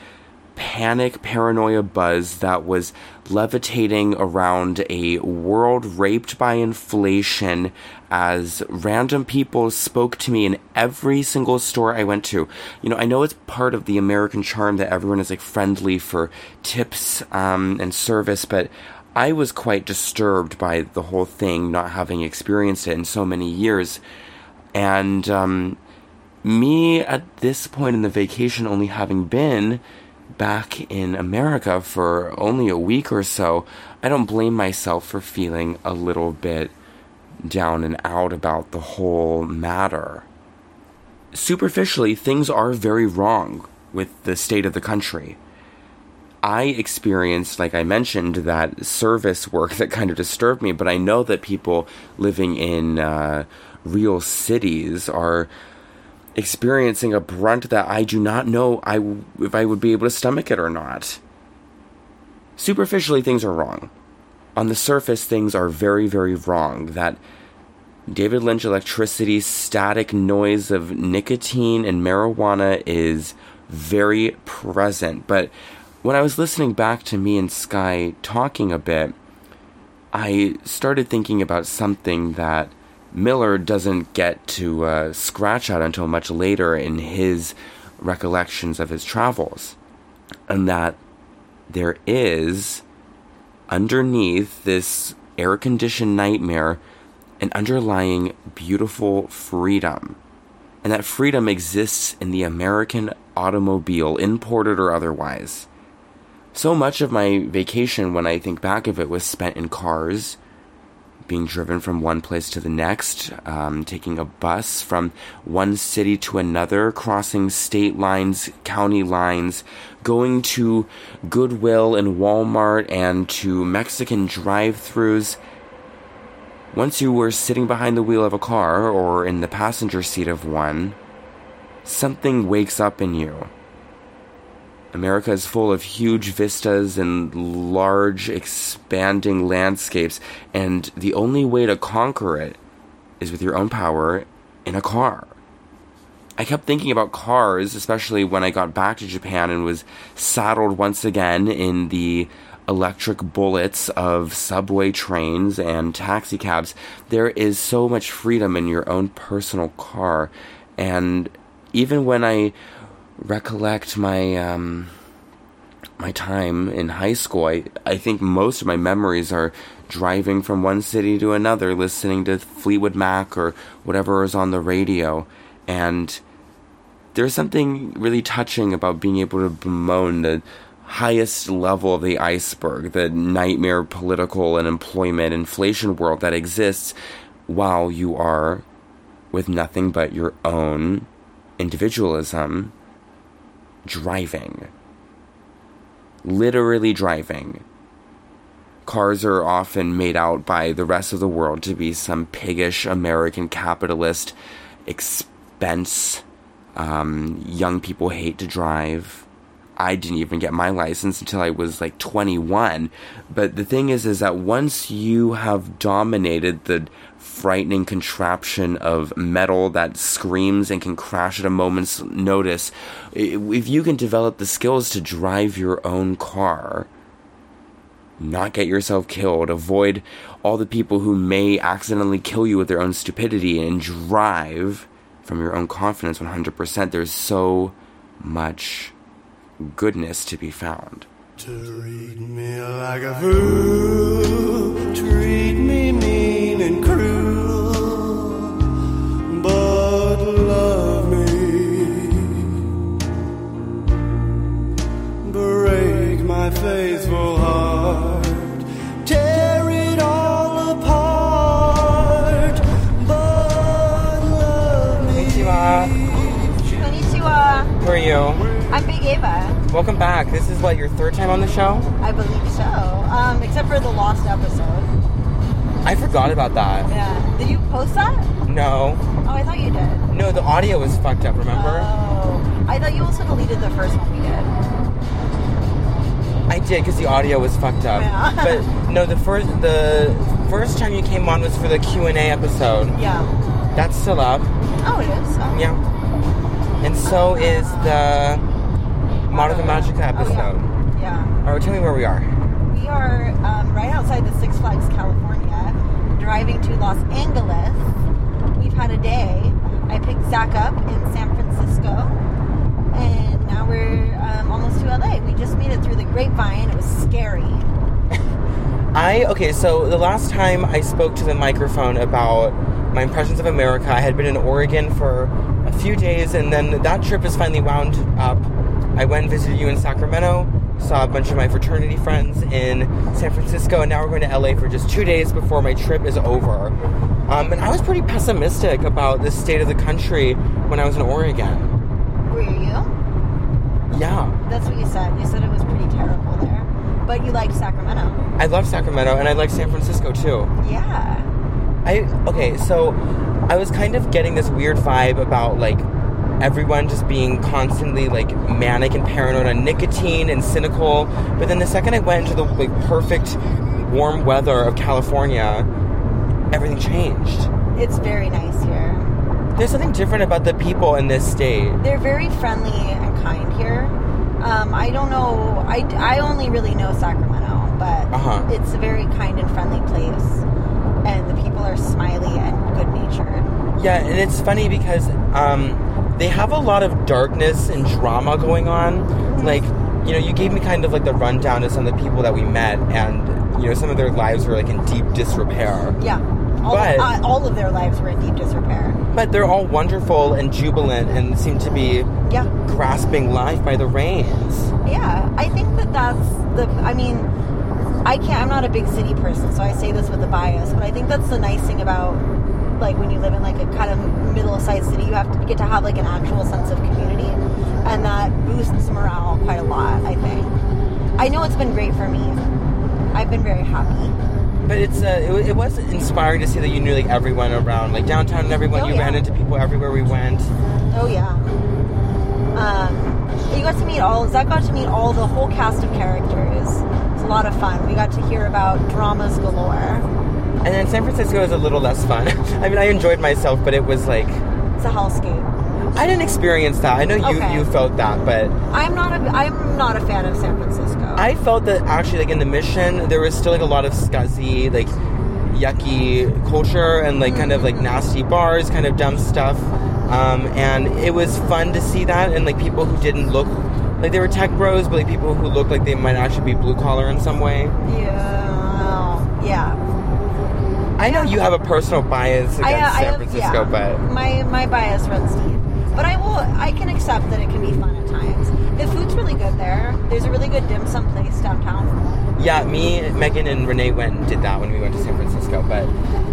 panic, paranoia buzz that was levitating around a world raped by inflation as random people spoke to me in every single store I went to. You know, I know it's part of the American charm that everyone is like friendly for tips um, and service, but I was quite disturbed by the whole thing, not having experienced it in so many years. And um, me at this point in the vacation only having been back in America for only a week or so, I don't blame myself for feeling a little bit down and out about the whole matter. Superficially, things are very wrong with the state of the country. I experienced, like I mentioned, that service work that kind of disturbed me, but I know that people living in uh, real cities are experiencing a brunt that I do not know I w- if I would be able to stomach it or not. Superficially, things are wrong. On the surface, things are very, very wrong. That David Lynch electricity, static noise of nicotine and marijuana is very present. But when I was listening back to me and Sky talking a bit, I started thinking about something that Miller doesn't get to uh, scratch at until much later in his recollections of his travels. And that there is, underneath this air conditioned nightmare, an underlying beautiful freedom. And that freedom exists in the American automobile, imported or otherwise. So much of my vacation, when I think back of it, was spent in cars being driven from one place to the next, um, taking a bus from one city to another, crossing state lines, county lines, going to Goodwill and Walmart and to Mexican drive throughs. Once you were sitting behind the wheel of a car or in the passenger seat of one, something wakes up in you. America is full of huge vistas and large, expanding landscapes, and the only way to conquer it is with your own power in a car. I kept thinking about cars, especially when I got back to Japan and was saddled once again in the electric bullets of subway trains and taxicabs. There is so much freedom in your own personal car, and even when I recollect my um, my time in high school. I, I think most of my memories are driving from one city to another, listening to Fleetwood Mac or whatever is on the radio, and there's something really touching about being able to bemoan the highest level of the iceberg, the nightmare political and employment inflation world that exists while you are with nothing but your own individualism driving. Literally driving. Cars are often made out by the rest of the world to be some piggish American capitalist expense. Um, young people hate to drive. I didn't even get my license until I was like 21. But the thing is, is that once you have dominated the frightening contraption of metal that screams and can crash at a moment's notice, if you can develop the skills to drive your own car, not get yourself killed, avoid all the people who may accidentally kill you with their own stupidity, and drive from your own confidence 100%, there's so much goodness to be found.
Treat me like a fool. Treat me mean and cruel. But love me. Break my faithful heart. Tear it all apart. But love me.
Konnichiwa.
Who are you?
I'm Big Ava.
Welcome back. This is what your third time on the show.
I believe so. Um, except for the lost episode.
I forgot about that.
Yeah. Did you post that?
No,
Oh, I thought you did.
no, the audio was fucked up. Remember?
Oh. I thought you also deleted the first one we did.
I did because the audio was fucked up.
Yeah.
But no, the first the first time you came on was for the Q and A episode.
Yeah.
That's still up.
Oh, it is. Oh.
Yeah. And so is the Monica Magica
Oh,
episode.
yeah. yeah.
All right, tell me where we are.
We are um, right outside the Six Flags, California, driving to Los Angeles. We've had a day. I picked Zach up in San Francisco, and now we're um, almost to LA. We just made it through the grapevine. It was scary.
I okay. So the last time I spoke to the microphone about my impressions of America, I had been in Oregon for a few days, and then that trip is finally wound up. I went and visited you in Sacramento, saw a bunch of my fraternity friends in San Francisco, and now we're going to LA for just two days before my trip is over. Um, and I was pretty pessimistic about the state of the country when I was in Oregon.
Were you?
Yeah.
That's what you said. You said it was pretty terrible there. But you liked Sacramento.
I love Sacramento and I like San Francisco too.
Yeah.
I okay, so I was kind of getting this weird vibe about like everyone just being constantly like manic and paranoid on nicotine and cynical. But then the second I went into the like perfect warm weather of California, everything changed.
It's very nice here.
There's something different about the people in this state.
They're very friendly and kind here. Um, I don't know. I, I only really know Sacramento, but
Uh-huh.
it's a very kind and friendly place. And the people are smiley and good natured.
Yeah, and it's funny because um, they have a lot of darkness and drama going on. Like, you know, you gave me kind of like the rundown of some of the people that we met, and you know, some of their lives were like in deep disrepair.
Yeah. All,
But-
uh, all of their lives were in deep disrepair.
But they're all wonderful and jubilant and seem to be
Yeah.
grasping life by the reins.
Yeah, I think that that's the. I mean, I can't. I'm not a big city person, so I say this with a bias. But I think that's the nice thing about like when you live in like a kind of middle-sized city, you have to get to have like an actual sense of community, and that boosts morale quite a lot. I think. I know it's been great for me. I've been very happy.
But it's uh, it, wa- it was inspiring to see that you knew like everyone around, like downtown and everyone.
Oh,
you
yeah.
ran into people everywhere we went.
Oh yeah. Um, you got to meet all. Zach got to meet all the whole cast of characters. It's a lot of fun. We got to hear about dramas galore.
And then San Francisco is a little less fun. I mean, I enjoyed myself, but it was like
It's a hellscape.
I didn't experience that. I know you
Okay.
you felt that, but
I'm not a I'm not a fan of San Francisco.
I felt that actually, like in the mission, there was still like a lot of scuzzy, like yucky culture and like kind of like nasty bars, kind of dumb stuff. Um, and it was fun to see that and like people who didn't look like they were tech bros, but like people who looked like they might actually be blue collar in some way.
yeah, yeah.
I know you have a personal bias against
I, uh, I
San
have-
Francisco,
yeah.
but
my my bias runs deep. But I will I can accept that it can be fun at times. The food's really good there. There's a really good dim sum place downtown.
Yeah, me, Megan, and Renee went and did that when we went to San Francisco. But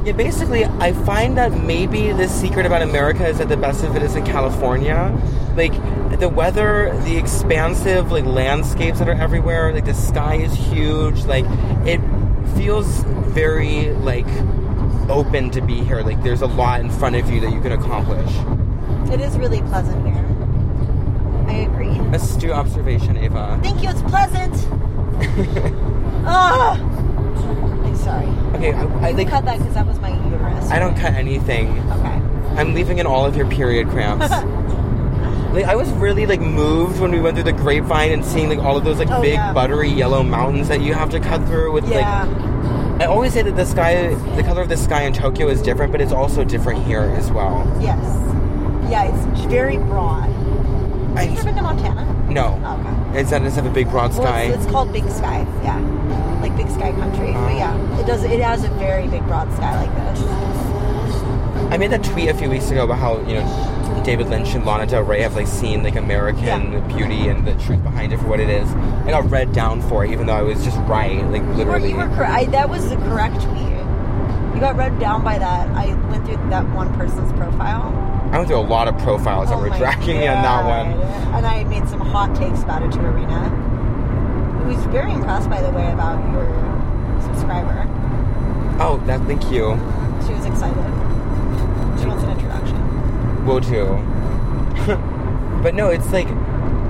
yeah, basically, I find that maybe the secret about America is that the best of it is in California. Like the weather, the expansive like landscapes that are everywhere. Like the sky is huge. Like it feels very like open to be here. Like there's a lot in front of you that you can accomplish.
It is really pleasant here. I agree.
Astute observation, Ava.
Thank you. It's pleasant. Ah, I'm sorry.
Okay, I, I
You
like.
cut that because that was my uterus.
I don't cut anything.
Okay.
I'm leaving in all of your period cramps. like I was really like moved when we went through the grapevine and seeing like all of those like
Oh,
big
yeah.
buttery yellow mountains that you have to cut through with
Yeah.
like I always say that the sky the color of the sky in Tokyo is different, but it's also different here as well.
Yes. Yeah, it's very broad. Have you ever been to Montana?
No.
Okay.
It's that it's have a big broad
Well,
sky.
it's, it's called Big Sky. Yeah, like Big Sky Country.
Uh-huh.
But yeah, it does. It has a very big broad sky like this.
I made that tweet a few weeks ago about how, you know, David Lynch and Lana Del Rey have like seen like American beauty and the truth behind it for what it is. I got read down for it even though I was just right, like
You were,
literally.
you were correct. That was the correct tweet. You got read down by that. I went through that one person's profile.
I went through a lot of profiles that
Oh
were
my
dragging me on that one.
God. And I made some hot takes about it to Arena, who was very impressed, by the way, about your subscriber.
Oh, that thank you.
She was excited. She wants an introduction.
Will do. but no, it's like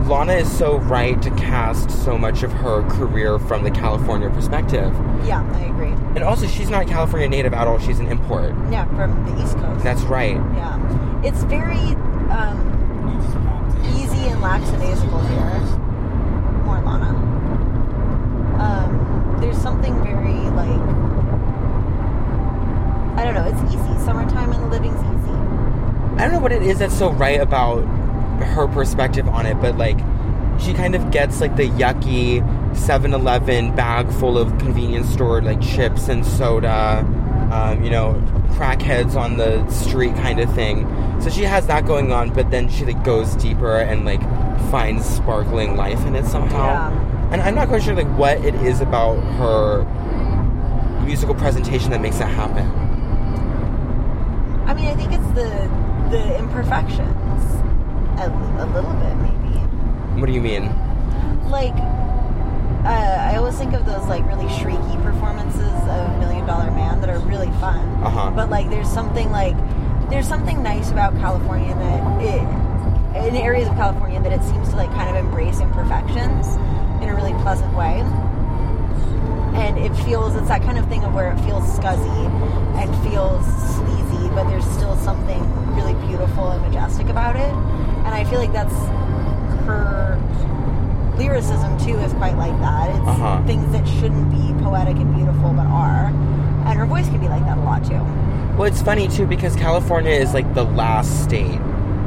Lana is so right to cast so much of her career from the California perspective.
Yeah, I agree.
And also she's not California native at all, she's an import.
Yeah, from the East Coast.
That's right.
Yeah. It's very um, easy and lackadaisical here. More Lana. Um, there's something very, like, I don't know, it's easy. Summertime and the living's easy.
I don't know what it is that's so right about her perspective on it, but like she kind of gets like the yucky 7-Eleven bag full of convenience store like chips and soda, um, you know, crackheads on the street kind of thing. So she has that going on, but then she like goes deeper and like finds sparkling life in it somehow. And I'm not quite sure like what it is about her musical presentation that makes that happen.
I mean, I think it's the the imperfections, a, a little bit maybe.
What do you mean?
Like, uh, I always think of those like really shrieky performances of Million Dollar Man that are really fun.
Uh-huh.
But like, there's something like there's something nice about California that it in areas of California that it seems to like kind of embrace imperfections in a really pleasant way. And it feels it's that kind of thing of where it feels scuzzy and feels sleazy, but there's still something really beautiful and majestic about it. And I feel like that's her lyricism too is quite like that. It's
Uh-huh.
things that shouldn't be poetic and beautiful but are. And her voice can be like that a lot too.
Well, it's funny too because California is like the last state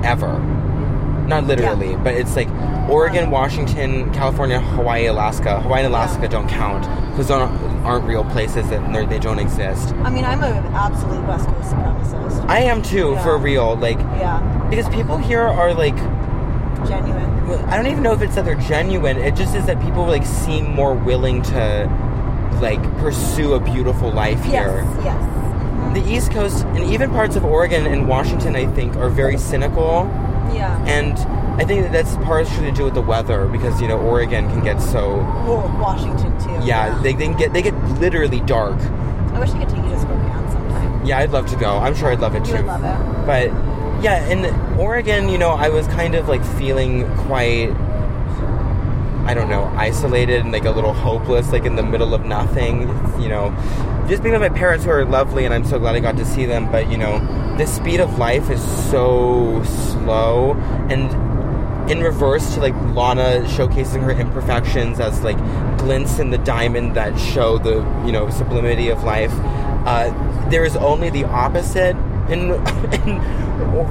ever. Not literally, but it's like Oregon, Washington, California, Hawaii, Alaska. Hawaii and Alaska don't count because those aren't, aren't real places and they're- they don't exist.
I mean, I'm an absolute West Coast supremacist.
I am too, for real. Like,
Yeah,
because people here are like,
genuine.
well, I don't even know if it's that they're genuine. It just is that people like seem more willing to like pursue a beautiful life here.
Yes, yes.
The East Coast and even parts of Oregon and Washington, I think, are very cynical.
Yeah.
And I think that that's partially to do with the weather because you know Oregon can get so
Or Washington too.
yeah they, they can get they get literally dark.
I wish I could take you to Spokane sometime.
Yeah, I'd love to go. I'm sure I'd love it
You
too.
would love it.
But yeah, in Oregon, you know, I was kind of like feeling quite I don't know, isolated and like a little hopeless, like in the middle of nothing, you know. Just being with my parents who are lovely and I'm so glad I got to see them, but you know, the speed of life is so slow and in reverse to like Lana showcasing her imperfections as like glints in the diamond that show the you know sublimity of life. Uh, there is only the opposite in, in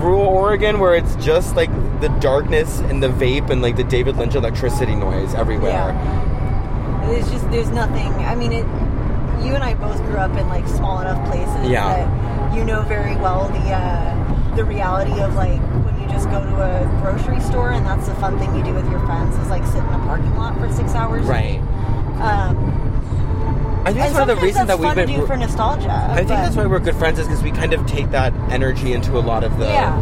rural Oregon where it's just like the darkness and the vape and like the David Lynch electricity noise everywhere.
There's just there's nothing. I mean, it. You and I both grew up in like small enough places
Yeah.
that you know very well the uh, the reality of like when you just go to a grocery store and that's the fun thing you do with your friends is like sit in a parking lot for six hours.
Right.
Um,
I think that's
and
one of the
sometimes
reasons that
that's
we've
fun
been.
to do for nostalgia.
I think that's why we're good friends is because we kind of take that energy into a lot of the.
Yeah.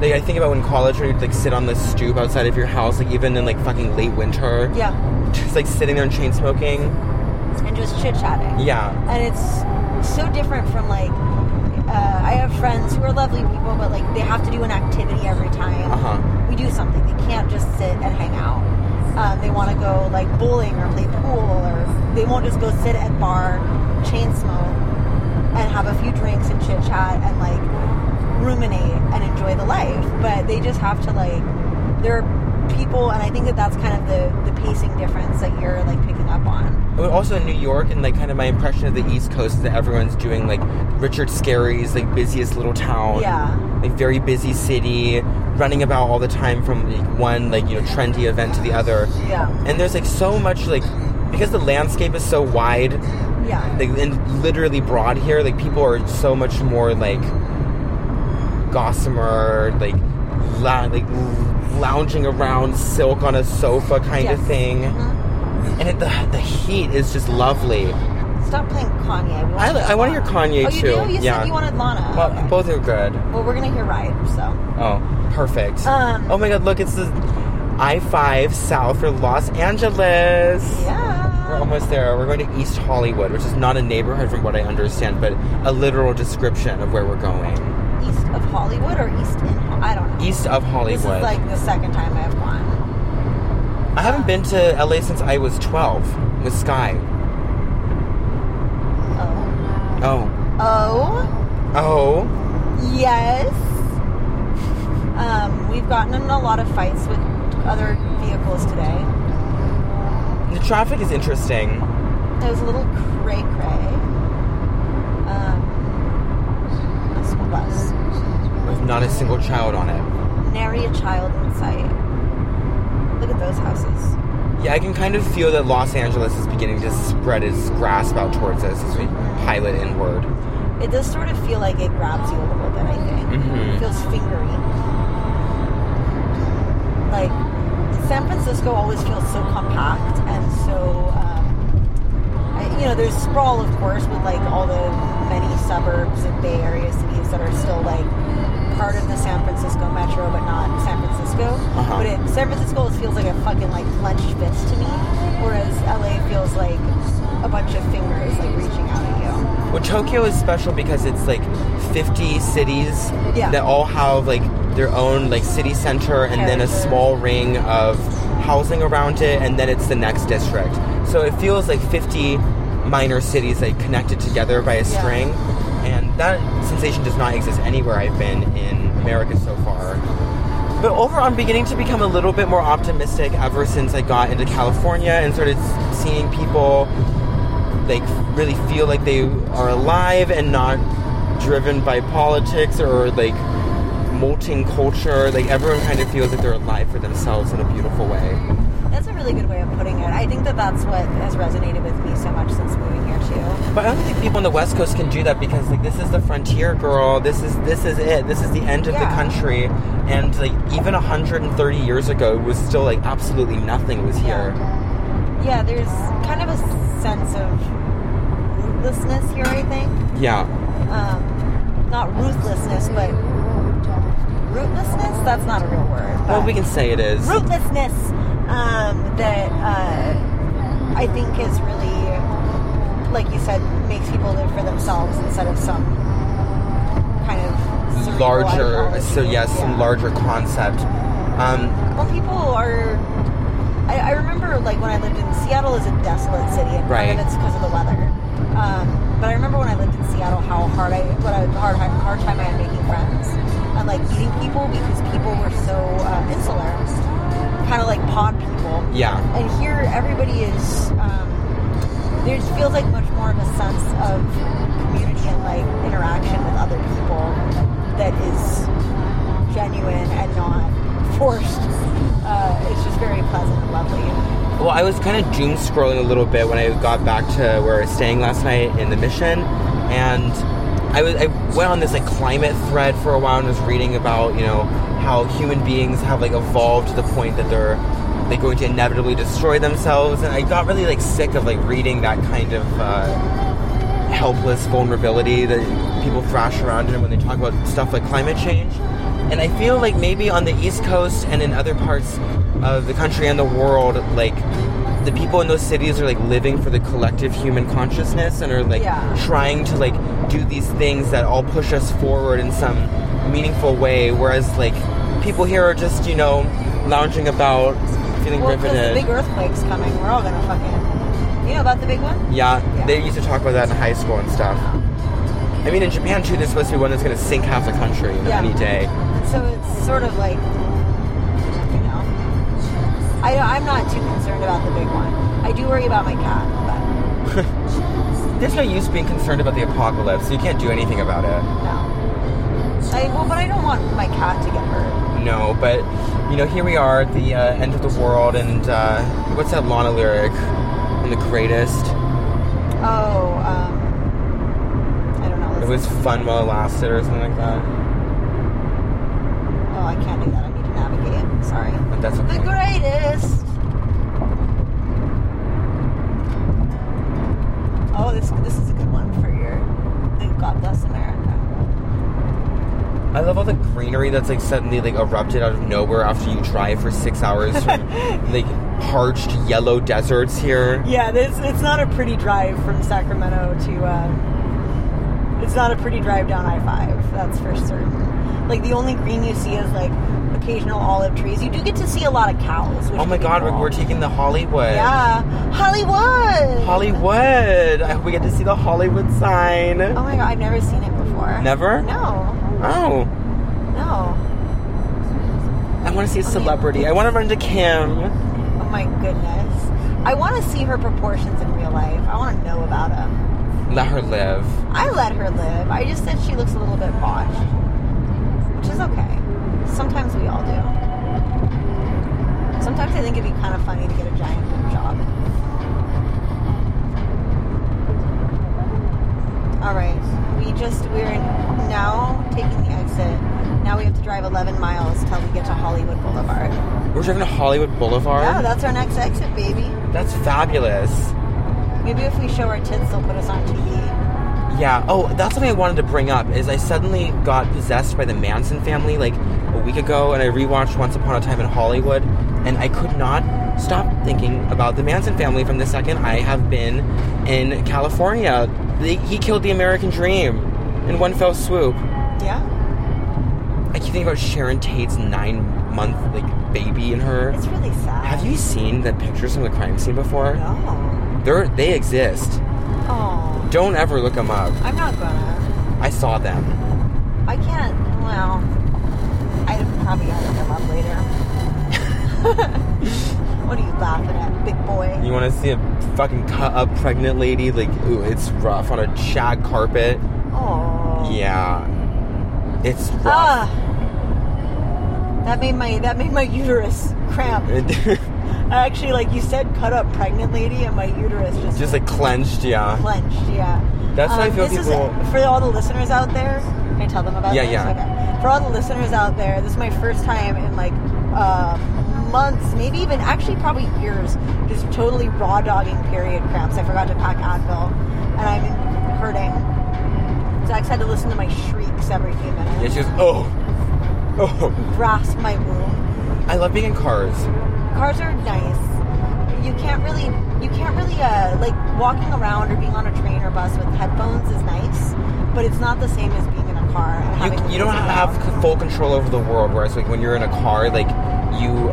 Like, I think about when college, where you'd like sit on the stoop outside of your house, like even in like fucking late winter.
Yeah,
just like sitting there and chain smoking.
and just chit chatting.
Yeah.
and it's so different from like uh, I have friends who are lovely people, but like they have to do an activity every time
Uh huh.
we do something. They can't just sit and hang out. Um, they want to go like bowling or play pool, or they won't just go sit at bar, chain smoke, and have a few drinks and chit chat and like ruminate and enjoy the life. But they just have to like there are people, and I think that that's kind of the the pacing difference that you're like picking up on.
But also in New York, and like kind of my impression of the East Coast is that everyone's doing like Richard Scarry's like busiest little town.
Yeah.
Like very busy city, running about all the time from like, one like you know trendy event to the other.
Yeah.
And there's like so much like because the landscape is so wide,
Yeah.
like and literally broad here, like people are so much more like gossamer, like lou- like lounging around silk on a sofa kind of thing.
Mm-hmm.
And it, the the heat is just lovely.
Stop playing Kanye. We
I,
wanna
I want to hear Kanye
oh, you
too.
do? You
yeah.
said you wanted Lana.
Well, both are good.
well, we're gonna hear Riot, so
Oh, perfect.
Um,
oh my god, look, it's the I 5 south for Los Angeles.
yeah.
We're almost there. We're going to East Hollywood, which is not a neighborhood from what I understand, but a literal description of where we're going.
East of Hollywood or East in? I don't know.
East of Hollywood.
This is like the second time I've gone.
I haven't been to LA since I was 12 with Sky.
Oh.
Oh.
Oh.
Oh.
Yes. Um, we've gotten in a lot of fights with other vehicles today.
The traffic is interesting.
It was a little cray cray. Um, a school bus.
With not a single child on it.
Nary a child in sight. Look at those houses.
Yeah, I can kind of feel that Los Angeles is beginning to spread its grasp out towards us as we pilot inward.
It does sort of feel like it grabs you a little bit, I think. It feels fingery. Like San Francisco always feels so compact and so um, I- you know there's sprawl of course with like all the many suburbs and Bay Area cities that are still like part of the San Francisco metro but not San Francisco.
Uh-huh.
But it, San Francisco always feels like a fucking like clenched fist to me, whereas LA feels like a bunch of fingers like reaching out at you.
Well, Tokyo is special because it's like 50 cities
Yeah.
that all have like their own like city center and then a small ring of housing around it and then it's the next district. So it feels like 50 minor cities like connected together by a
Yeah.
string and that sensation does not exist anywhere I've been in America so far. But overall, I'm beginning to become a little bit more optimistic ever since I got into California and started s- seeing people like really feel like they are alive and not driven by politics or like molting culture. Like everyone kind of feels like they're alive for themselves in a beautiful way.
That's a really good way of putting it. I think that that's what has resonated with me so much since moving here too.
But I don't think people on the West Coast can do that because like this is the frontier, girl. This is this is it. This is the end of the country. And like even 130 years ago, it was still like absolutely nothing was here.
Yeah, there's kind of a sense of ruthlessness here. I think,
Yeah.
um, not ruthlessness, but rootlessness. That's not a real word.
Well, we can say it is.
Rootlessness um, that uh, I think is really, like you said, makes people live for themselves instead of some kind of cerebral
Larger, so yes, some larger concept. Um,
Well, people are. I, I remember, like, when I lived in Seattle, is a desolate city, and part
Right.
of it's because of the weather. Um, but I remember when I lived in Seattle, how hard I, what a hard time, hard time I had making friends and like meeting people because people were so uh, insular, kind of like pod people.
yeah.
And here, everybody is. Um, there feels like much more of a sense of community and like interaction with other people that is genuine and not forced. Uh, it's just very pleasant and lovely.
Well, I was kind of doom scrolling a little bit when I got back to where I was staying last night in the mission, and I was I went on this like climate thread for a while and was reading about you know how human beings have like evolved to the point that they're they're going to inevitably destroy themselves, and I got really like sick of like reading that kind of. Uh, helpless vulnerability that people thrash around in when they talk about stuff like climate change. And I feel like maybe on the East Coast and in other parts of the country and the world, like the people in those cities are like living for the collective human consciousness and are like trying to like do these things that all push us forward in some meaningful way. Whereas like people here are just, you know, lounging about, feeling
Well, because the
riveted.
big earthquake's coming, we're all gonna fucking. You know about the big one?
Yeah, they used to talk about that in high school and stuff. I mean, in Japan too, there's supposed to be one that's going to sink half the country you know,
Yeah.
any day.
So it's sort of like, you know, I, I'm not too concerned about the big one. I do worry about my cat,
There's no use being concerned about the apocalypse. You can't do anything about it.
but no. I, well, but I don't want my cat to get hurt.
No, but you know, here we are at the uh, end of the world, and uh, what's that Lana lyric? And the greatest.
Oh, um, I don't know.
It was fun while it lasted, or something like that.
Oh, I can't do that. I need to navigate. Sorry.
But that's okay.
The greatest. Oh, this this is a good one for your. God bless America.
I love all the greenery that's like suddenly like erupted out of nowhere after you drive for six hours from like parched yellow deserts here.
Yeah, this it's not a pretty drive from Sacramento to. Uh, it's not a pretty drive down I five. That's for certain. Like the only green you see is like occasional olive trees. You do get to see a lot of cows. Which
Oh my
can be
god, we're,
cool.
we're taking the Hollywood.
Yeah, Hollywood.
Hollywood. I hope we get to see the Hollywood sign.
Oh my god, I've never seen it before.
Never?
No.
Oh,
No.
I want to see a celebrity. I want to run to Kim.
Oh my goodness. I want to see her proportions in real life. I want to know about them.
Let her live.
I let her live. I just said she looks a little bit botched, which is okay. Sometimes we all do. Sometimes I think it'd be kind of funny to get a giant boob job. All right, we we just we're now taking the exit. Now we have to drive 11 miles till we get to Hollywood Boulevard.
We're driving to Hollywood Boulevard.
Yeah, that's our next exit, baby.
That's fabulous.
Maybe if we show our tits, they'll put us on TV.
Yeah. Oh, that's something I wanted to bring up is I suddenly got possessed by the Manson family like a week ago, and I rewatched Once Upon a Time in Hollywood, and I could not stop thinking about the Manson family from the second I have been in California. They, he killed the American dream in one fell swoop.
Yeah,
I keep thinking about Sharon Tate's nine-month like baby in her.
it's really sad.
Have you seen the pictures from the crime scene before?
No.
They're they exist.
Oh,
Don't ever look them up.
I'm not gonna.
I saw them.
I can't. Well, I probably gotta look them up later. what are you laughing at, big boy?
You want to see a fucking cut up pregnant lady? Like, ooh, it's rough on a shag carpet.
Oh.
Yeah, it's rough.
Ah. That made my that made my uterus cramp. I actually like you said cut up pregnant lady and my uterus just
Just like clenched, yeah.
clenched, yeah. Um,
That's how I feel
this
people-
Is, for all the listeners out there, can I tell them about
Yeah,
this?
yeah.
Okay. For all the listeners out there, this is my first time in like uh, months, maybe even actually probably years, just totally raw dogging period cramps. I forgot to pack Advil, and I'm hurting. Zach's had to listen to my shrieks every few minutes.
Yeah, she goes, oh, oh.
Grasp my womb
I love being in cars.
cars are nice. You can't really, you can't really, uh, like walking around or being on a train or bus with headphones is nice, but it's not the same as being in a car and having.
You don't have c- full control over the world. Whereas, like when you're in a car, like you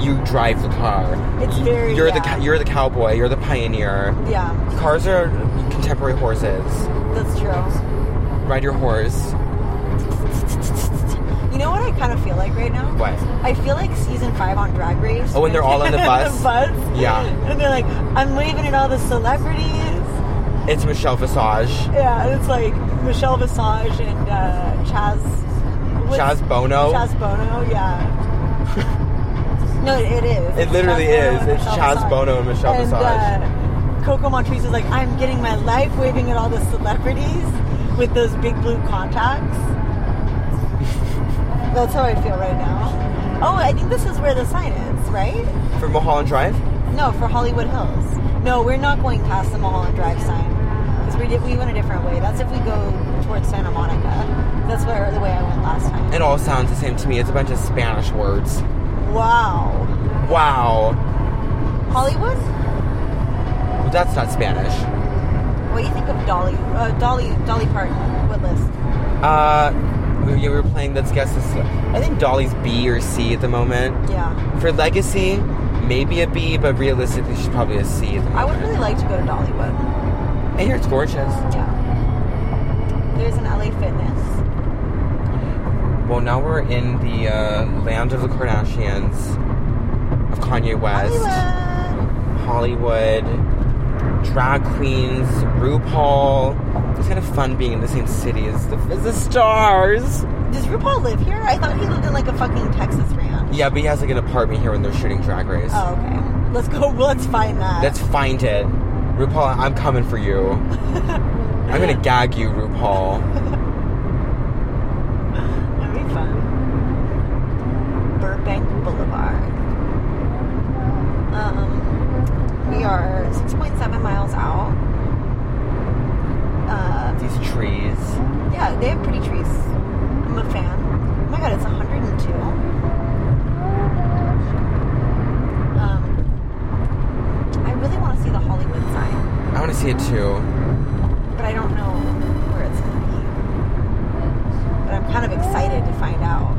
you drive the car.
It's very.
You're the
yeah.
ca- you're the cowboy. You're the pioneer.
Yeah,
Cars are contemporary horses.
that's true.
Ride your horse.
You know what I kind of feel like right now?
What?
I feel like season five on Drag Race.
Oh, when they're all on the bus?
the bus.
Yeah,
And they're like, I'm waving at all the celebrities.
it's Michelle Visage.
Yeah, and it's like Michelle Visage and uh, Chaz. what's-
Chaz Bono?
Chaz Bono, yeah. no, it is.
It literally is.
and
It's
Michelle
Chaz
Visage.
Bono and Michelle
and, Uh, Coco Montrese is like, I'm getting my life waving at all the celebrities with those big blue contacts. That's how I feel right now. Oh, I think this is where the sign is, right?
For Mulholland Drive?
No, for Hollywood Hills. No, we're not going past the Mulholland Drive sign because we did. We went a different way. That's if we go towards Santa Monica. That's where the way I went last time.
It all sounds the same to me. It's a bunch of Spanish words.
Wow,
Wow.
Hollywood.
Well, that's not Spanish.
What do you think of Dolly? Uh, Dolly, Dolly Parton. What list?
Uh, we, yeah, we were playing Let's Guess This. I think Dolly's B or C at the moment.
Yeah,
For Legacy, maybe a B, but realistically, she's probably a C at the moment.
I would really like to go to Dollywood.
I hear it's gorgeous.
Yeah, there's an LA Fitness.
Well, now we're in the uh, land of the Kardashians, of Kanye West,
Hollywood.
Hollywood, drag queens, RuPaul. It's kind of fun being in the same city as the, as the stars.
Does RuPaul live here? I thought he lived in like a fucking Texas ranch.
Yeah, but he has like an apartment here when they're shooting Drag Race.
Oh, okay. Let's go. Let's find that.
Let's find it. RuPaul, I'm coming for you. I'm gonna gag you, RuPaul.
That'd be fun. Burbank Boulevard. Um, we are 6.7 miles out. Uh,
These trees.
yeah, they have pretty trees. I'm a fan. Oh my god, it's 102. Um, I really want to see the Hollywood sign,
I wanna see it too.
but I don't know where it's going to be. But I'm kind of excited to find out.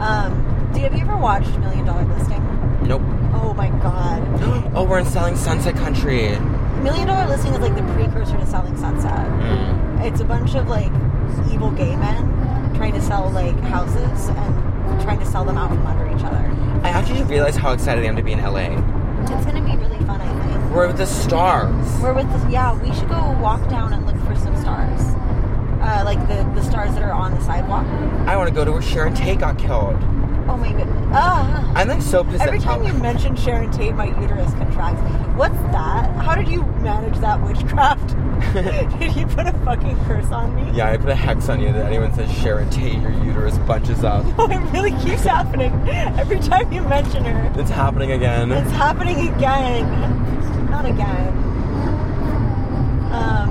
Um, do you, have you ever watched Million Dollar Listing?
Nope.
Oh my god.
Oh, we're in Selling Sunset Country.
Million Dollar Listing is like the precursor to Selling Sunset.
Mm.
It's a bunch of like evil gay men trying to sell like houses and trying to sell them out from under each other.
I actually just realized how excited I am to be in LA.
It's gonna be really fun, I think.
We're with the stars.
We're with the, yeah, we should go walk down and look for some stars. Uh, like the, the stars that are on the sidewalk.
I wanna go to where Sharon Tate got killed.
Oh my goodness. Ah.
I'm like so pissed.
Every
at-
time you mention Sharon Tate, my uterus contracts. What's that? How did you manage that witchcraft? did you put a fucking curse on me?
Yeah, I put a hex on you that anyone says Sharon Tate, your uterus bunches up.
Oh, it really keeps happening. Every time you mention her,
It's happening again.
it's happening again. Not again. Um,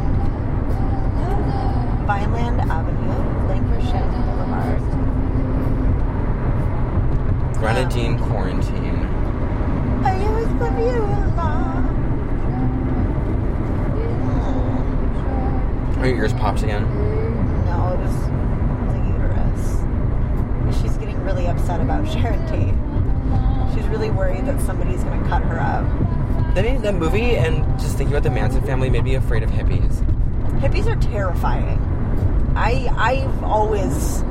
Vineland Avenue, Lancashire Boulevard.
Grenadine quarantine.
I always love you alone.
Are your ears popped again?
No, it was the uterus. She's getting really upset about Sharon Tate. She's really worried that somebody's gonna cut her up.
That, made- that movie and just thinking about the Manson family made me afraid of hippies.
Hippies are terrifying. I I've always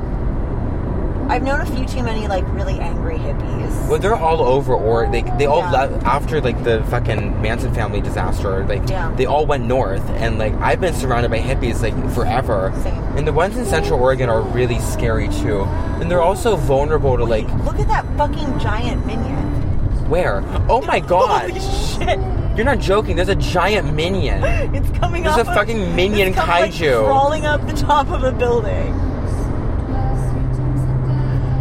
I've known a few too many like really angry hippies.
Well, they're all over, or they they all
Yeah.
left after like the fucking Manson family disaster. Like
Yeah.
they all went north, and like I've been surrounded by hippies like forever.
Same.
And the ones in Central Oregon are really scary too, and they're also vulnerable to like
Look at that fucking giant minion.
where? Oh my god!
Holy shit!
You're not joking. There's a giant minion.
It's coming
There's
up.
a fucking minion
it's coming, like,
kaiju.
crawling up the top of a building.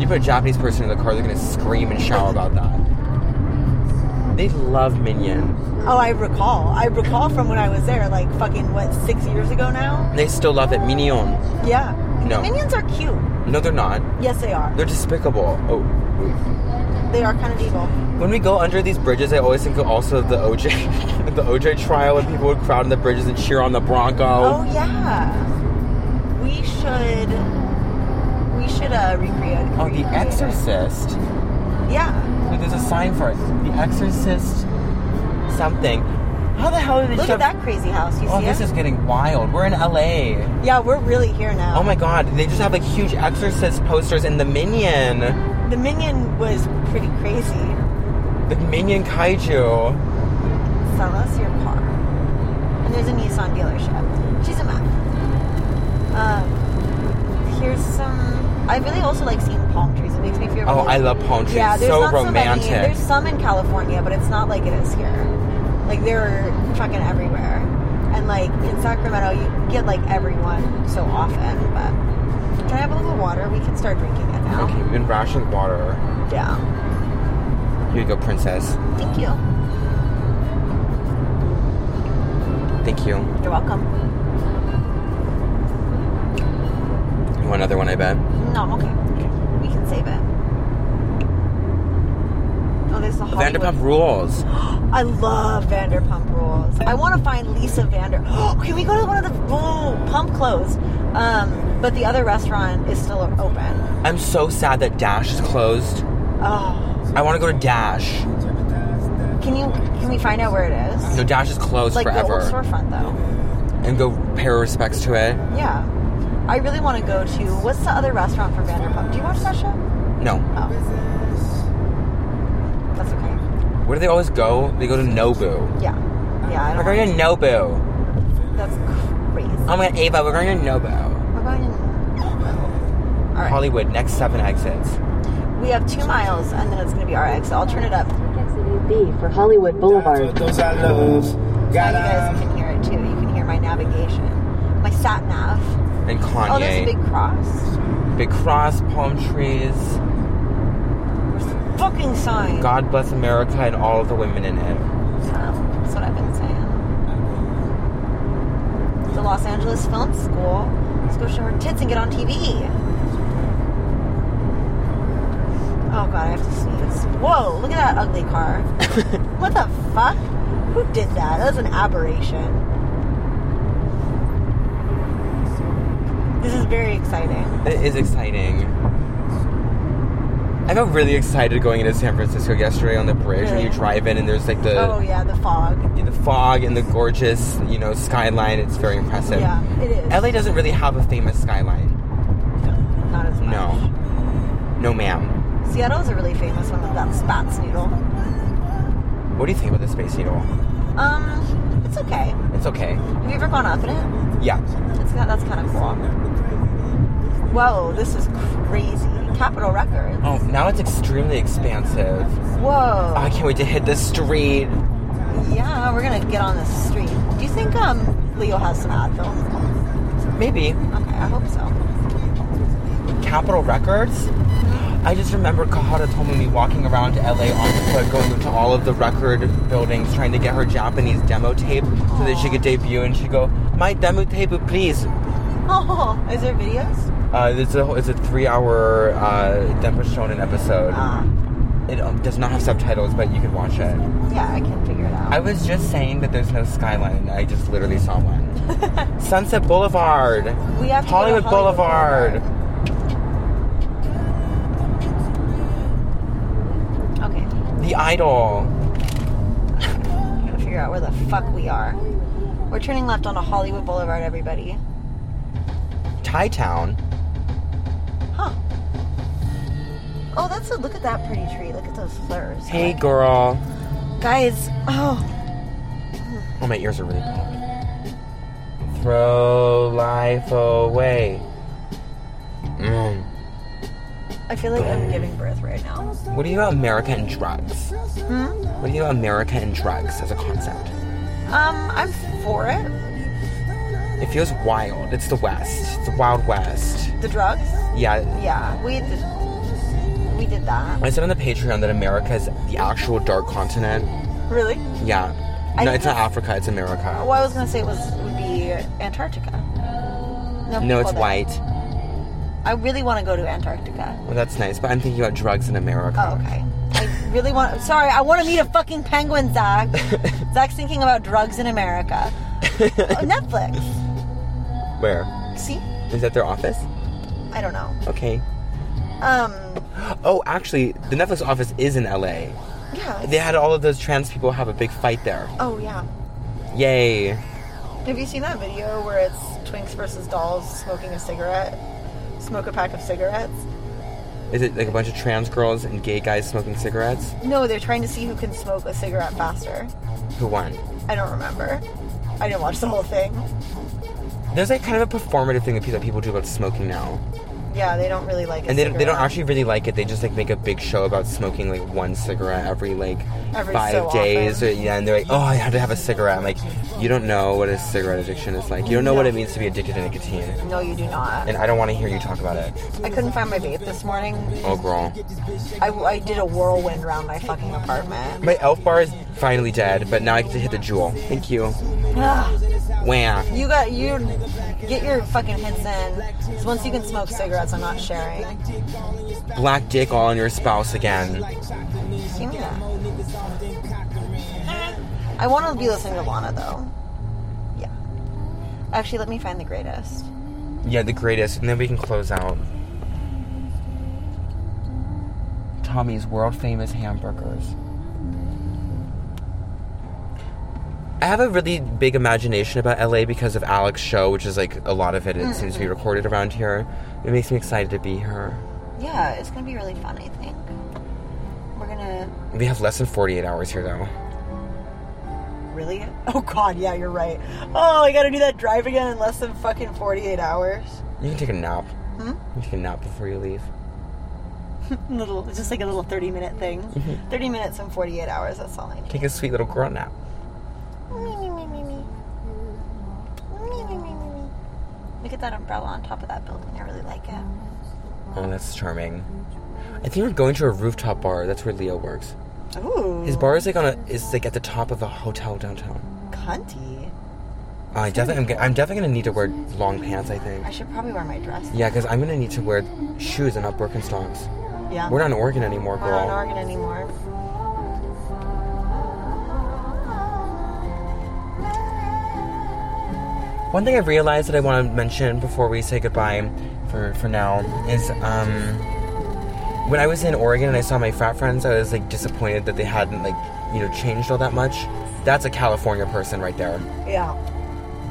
You put a Japanese person in the car, they're gonna scream and shout about that. They love Minion.
Oh, I recall. I recall from when I was there, like fucking what six years ago now.
They still love it. Minion.
Yeah.
No.
Minions are cute.
No, they're not.
Yes, they are.
They're despicable. Oh.
They are kind of evil.
When we go under these bridges, I always think of also the OJ, the OJ trial, and people would crowd on the bridges and cheer on the Bronco.
Oh yeah. We should. We should uh, recreate.
Oh, The Exorcist.
Yeah.
Like, there's a sign for it. The Exorcist, something. How the hell did they
Look
shove-
at that crazy house. You
Oh,
see
this
it? Oh.
is getting wild. We're in LA.
Yeah, we're really here now.
Oh my god, they just have like huge Exorcist posters and the Minion.
The minion was pretty crazy.
The Minion Kaiju.
Sell us your car. And there's a Nissan dealership. She's a map. Um, here's some. I really also like seeing palm trees. It makes me feel.
Oh,
really-
I love palm trees.
Yeah, there's
so
not
romantic.
So many. There's some in California, but it's not like it is here. Like they're fucking everywhere, and like in Sacramento, you get like everyone so often. But can I have a little water? We can start drinking it now.
okay, we've been rationing water.
Yeah.
Here you go, princess.
Thank you.
Thank you.
You're welcome.
You want another one, I bet?
No, I'm okay. We can save it. Oh, there's the Hollywood.
Vanderpump rules.
I love Vanderpump Rules. I want to find Lisa Vander. Can we go to one of the oh, pump closed? Um, but the other restaurant is still open.
I'm so sad that Dash is closed.
Oh,
I want to go to Dash.
can you can we find out where it is?
No, Dash is closed
like the
forever.
old storefront though.
and go pay our respects to it.
Yeah, I really want to go to what's the other restaurant for Vanderpump? Do you watch that show?
No.
Oh, that's okay.
Where do they always go? They go to Nobu.
Yeah, yeah. I
We're
don't.
going to Nobu.
that's crazy.
Oh my god, Ava, we're going to Nobu.
We're going to. All right.
Hollywood, next seven exits.
We have two miles, and then it's going to be our exit. I'll turn it up.
B for Hollywood Boulevard.
Those I love.
Yeah, you guys can hear it too. You can hear my navigation, my sat nav.
And Kanye.
Oh, there's a big cross.
Big cross, palm trees,
Fucking sign.
God bless America and all of the women in it.
Um, that's what I've been saying. The Los Angeles Film School. Let's go show her tits and get on TV. Oh god, I have to sneeze. Whoa, look at that ugly car. what the fuck? Who did that? That was an aberration. This is very exciting.
It is exciting. I got really excited going into San Francisco yesterday on the bridge when you
Really?
drive in and there's like the
oh yeah, the fog.
the fog and the gorgeous, you know, skyline. It's very impressive.
yeah, it is.
LA doesn't really have a famous skyline.
Not as much.
No. No, ma'am.
Seattle's a really famous one with that spatz noodle.
What do you think about the Space Needle?
Um, it's okay.
It's okay.
Have you ever gone up in it?
Yeah.
It's kind that's kind of cool. whoa, this is crazy. Capitol Records.
Oh, now it's extremely expansive.
Whoa.
I can't wait to hit the street.
Yeah, we're gonna get on the street. Do you think um Leo has some ad films?
Maybe.
Okay, I hope so.
Capitol Records. I just remember Kahara told me walking around LA on foot, going to all of the record buildings, trying to get her Japanese demo tape so that she could debut. And she'd go, "My demo tape, please."
Oh, is there videos?
Uh, it's a it's a three hour uh, Denver Shonen episode.
Ah.
It um, does not have subtitles, but you can watch it.
Yeah, I can figure it out.
I was just saying that there's no skyline. and I just literally saw one. Sunset Boulevard.
We have to go to
Hollywood,
Hollywood
Boulevard.
Okay,
The Idol.
I'm gonna figure out where the fuck we are. We're turning left onto Hollywood Boulevard, everybody.
Thai Town.
Huh. Oh, that's a look at that pretty tree. Look at those flowers.
Hey, girl.
Guys, oh,
Oh, my ears are really popped. Throw life away. Mm.
I feel like I'm giving birth right now.
What do you about America and drugs?
Hmm?
What do you about America and drugs as a concept?
Um, I'm for it.
It feels wild. It's the West. It's the Wild West.
The drugs?
Yeah.
Yeah, we did, we did that.
I said on the Patreon that America is the actual dark continent.
Really?
Yeah.
I
No,
think
it's not Africa. It's America.
Well, I was gonna say it was would be Antarctica.
No, it's
people there.
white.
I really want to go to Antarctica.
Well, that's nice. But I'm thinking about drugs in America.
Oh, okay. I really want. Sorry, I want to meet a fucking penguin, Zach. Zach's thinking about drugs in America. Oh, Netflix.
Where?
See,
Is that their office?
I don't know.
Okay.
Um,
Oh, actually, the Netflix office is in LA.
yeah.
They had all of those trans people have a big fight there.
Oh yeah.
Yay.
Have you seen that video where it's Twinks versus dolls smoking a cigarette? Smoke a pack of cigarettes?
Is it like a bunch of trans girls and gay guys smoking cigarettes?
No, they're trying to see who can smoke a cigarette faster.
Who won?
I don't remember. I didn't watch the whole thing.
There's like kind of a performative thing that pe- that people do about smoking now.
Yeah, they don't really like it.
And they, they don't actually really like it. They just like make a big show about smoking like one cigarette every like
Every
five
so
days.
often.
Or, yeah, and they're like, oh, I have to have a cigarette. I'm like, you don't know what a cigarette addiction is like. You don't know what it means to be addicted to nicotine.
No, you do not.
And I don't want to hear you talk about it.
I couldn't find my vape this morning.
Oh, girl.
I, I did a whirlwind around my fucking apartment.
My elf bar is finally dead, but now I get to hit the jewel. Thank you.
Ugh.
Wham.
You got you get your fucking hits in. 'Cause once you can smoke cigarettes, I'm not sharing.
Black dick all on your spouse again.
Give me that. I want to be listening to Lana though. Yeah. Actually, let me find the greatest.
Yeah, the greatest. And then we can close out. Tommy's world famous hamburgers. I have a really big imagination about LA because of Alex's show, which is like a lot of it. It seems to be recorded around here. It makes me excited to be here.
Yeah, it's gonna be really fun. I think we're gonna
We have less than 48 hours here, though.
really. Oh God, yeah, you're right. Oh, I gotta do that drive again in less than fucking 48 hours.
You can take a nap.
Hmm?
You can take a nap before you leave.
little, it's just like a little 30 minute thing. 30 minutes and 48 hours. That's all I need.
Take a sweet little girl nap.
Look at that umbrella on top of that building. I really like it.
Oh, that's charming. I think we're going to a rooftop bar. That's where Leo works.
Ooh.
His bar is like on a is like at the top of a hotel downtown.
Cunty.
I definitely I'm, g- I'm definitely gonna need to wear long pants. I think.
I should probably wear my dress.
Yeah, because I'm gonna need to wear shoes and not Birkenstocks.
Yeah.
We're not in Oregon anymore,
We're not in
girl.
Oregon anymore.
One thing I realized that I want to mention before we say goodbye for for now is um when I was in Oregon and I saw my frat friends, I was like disappointed that they hadn't like you know changed all that much. That's a California person right there.
Yeah.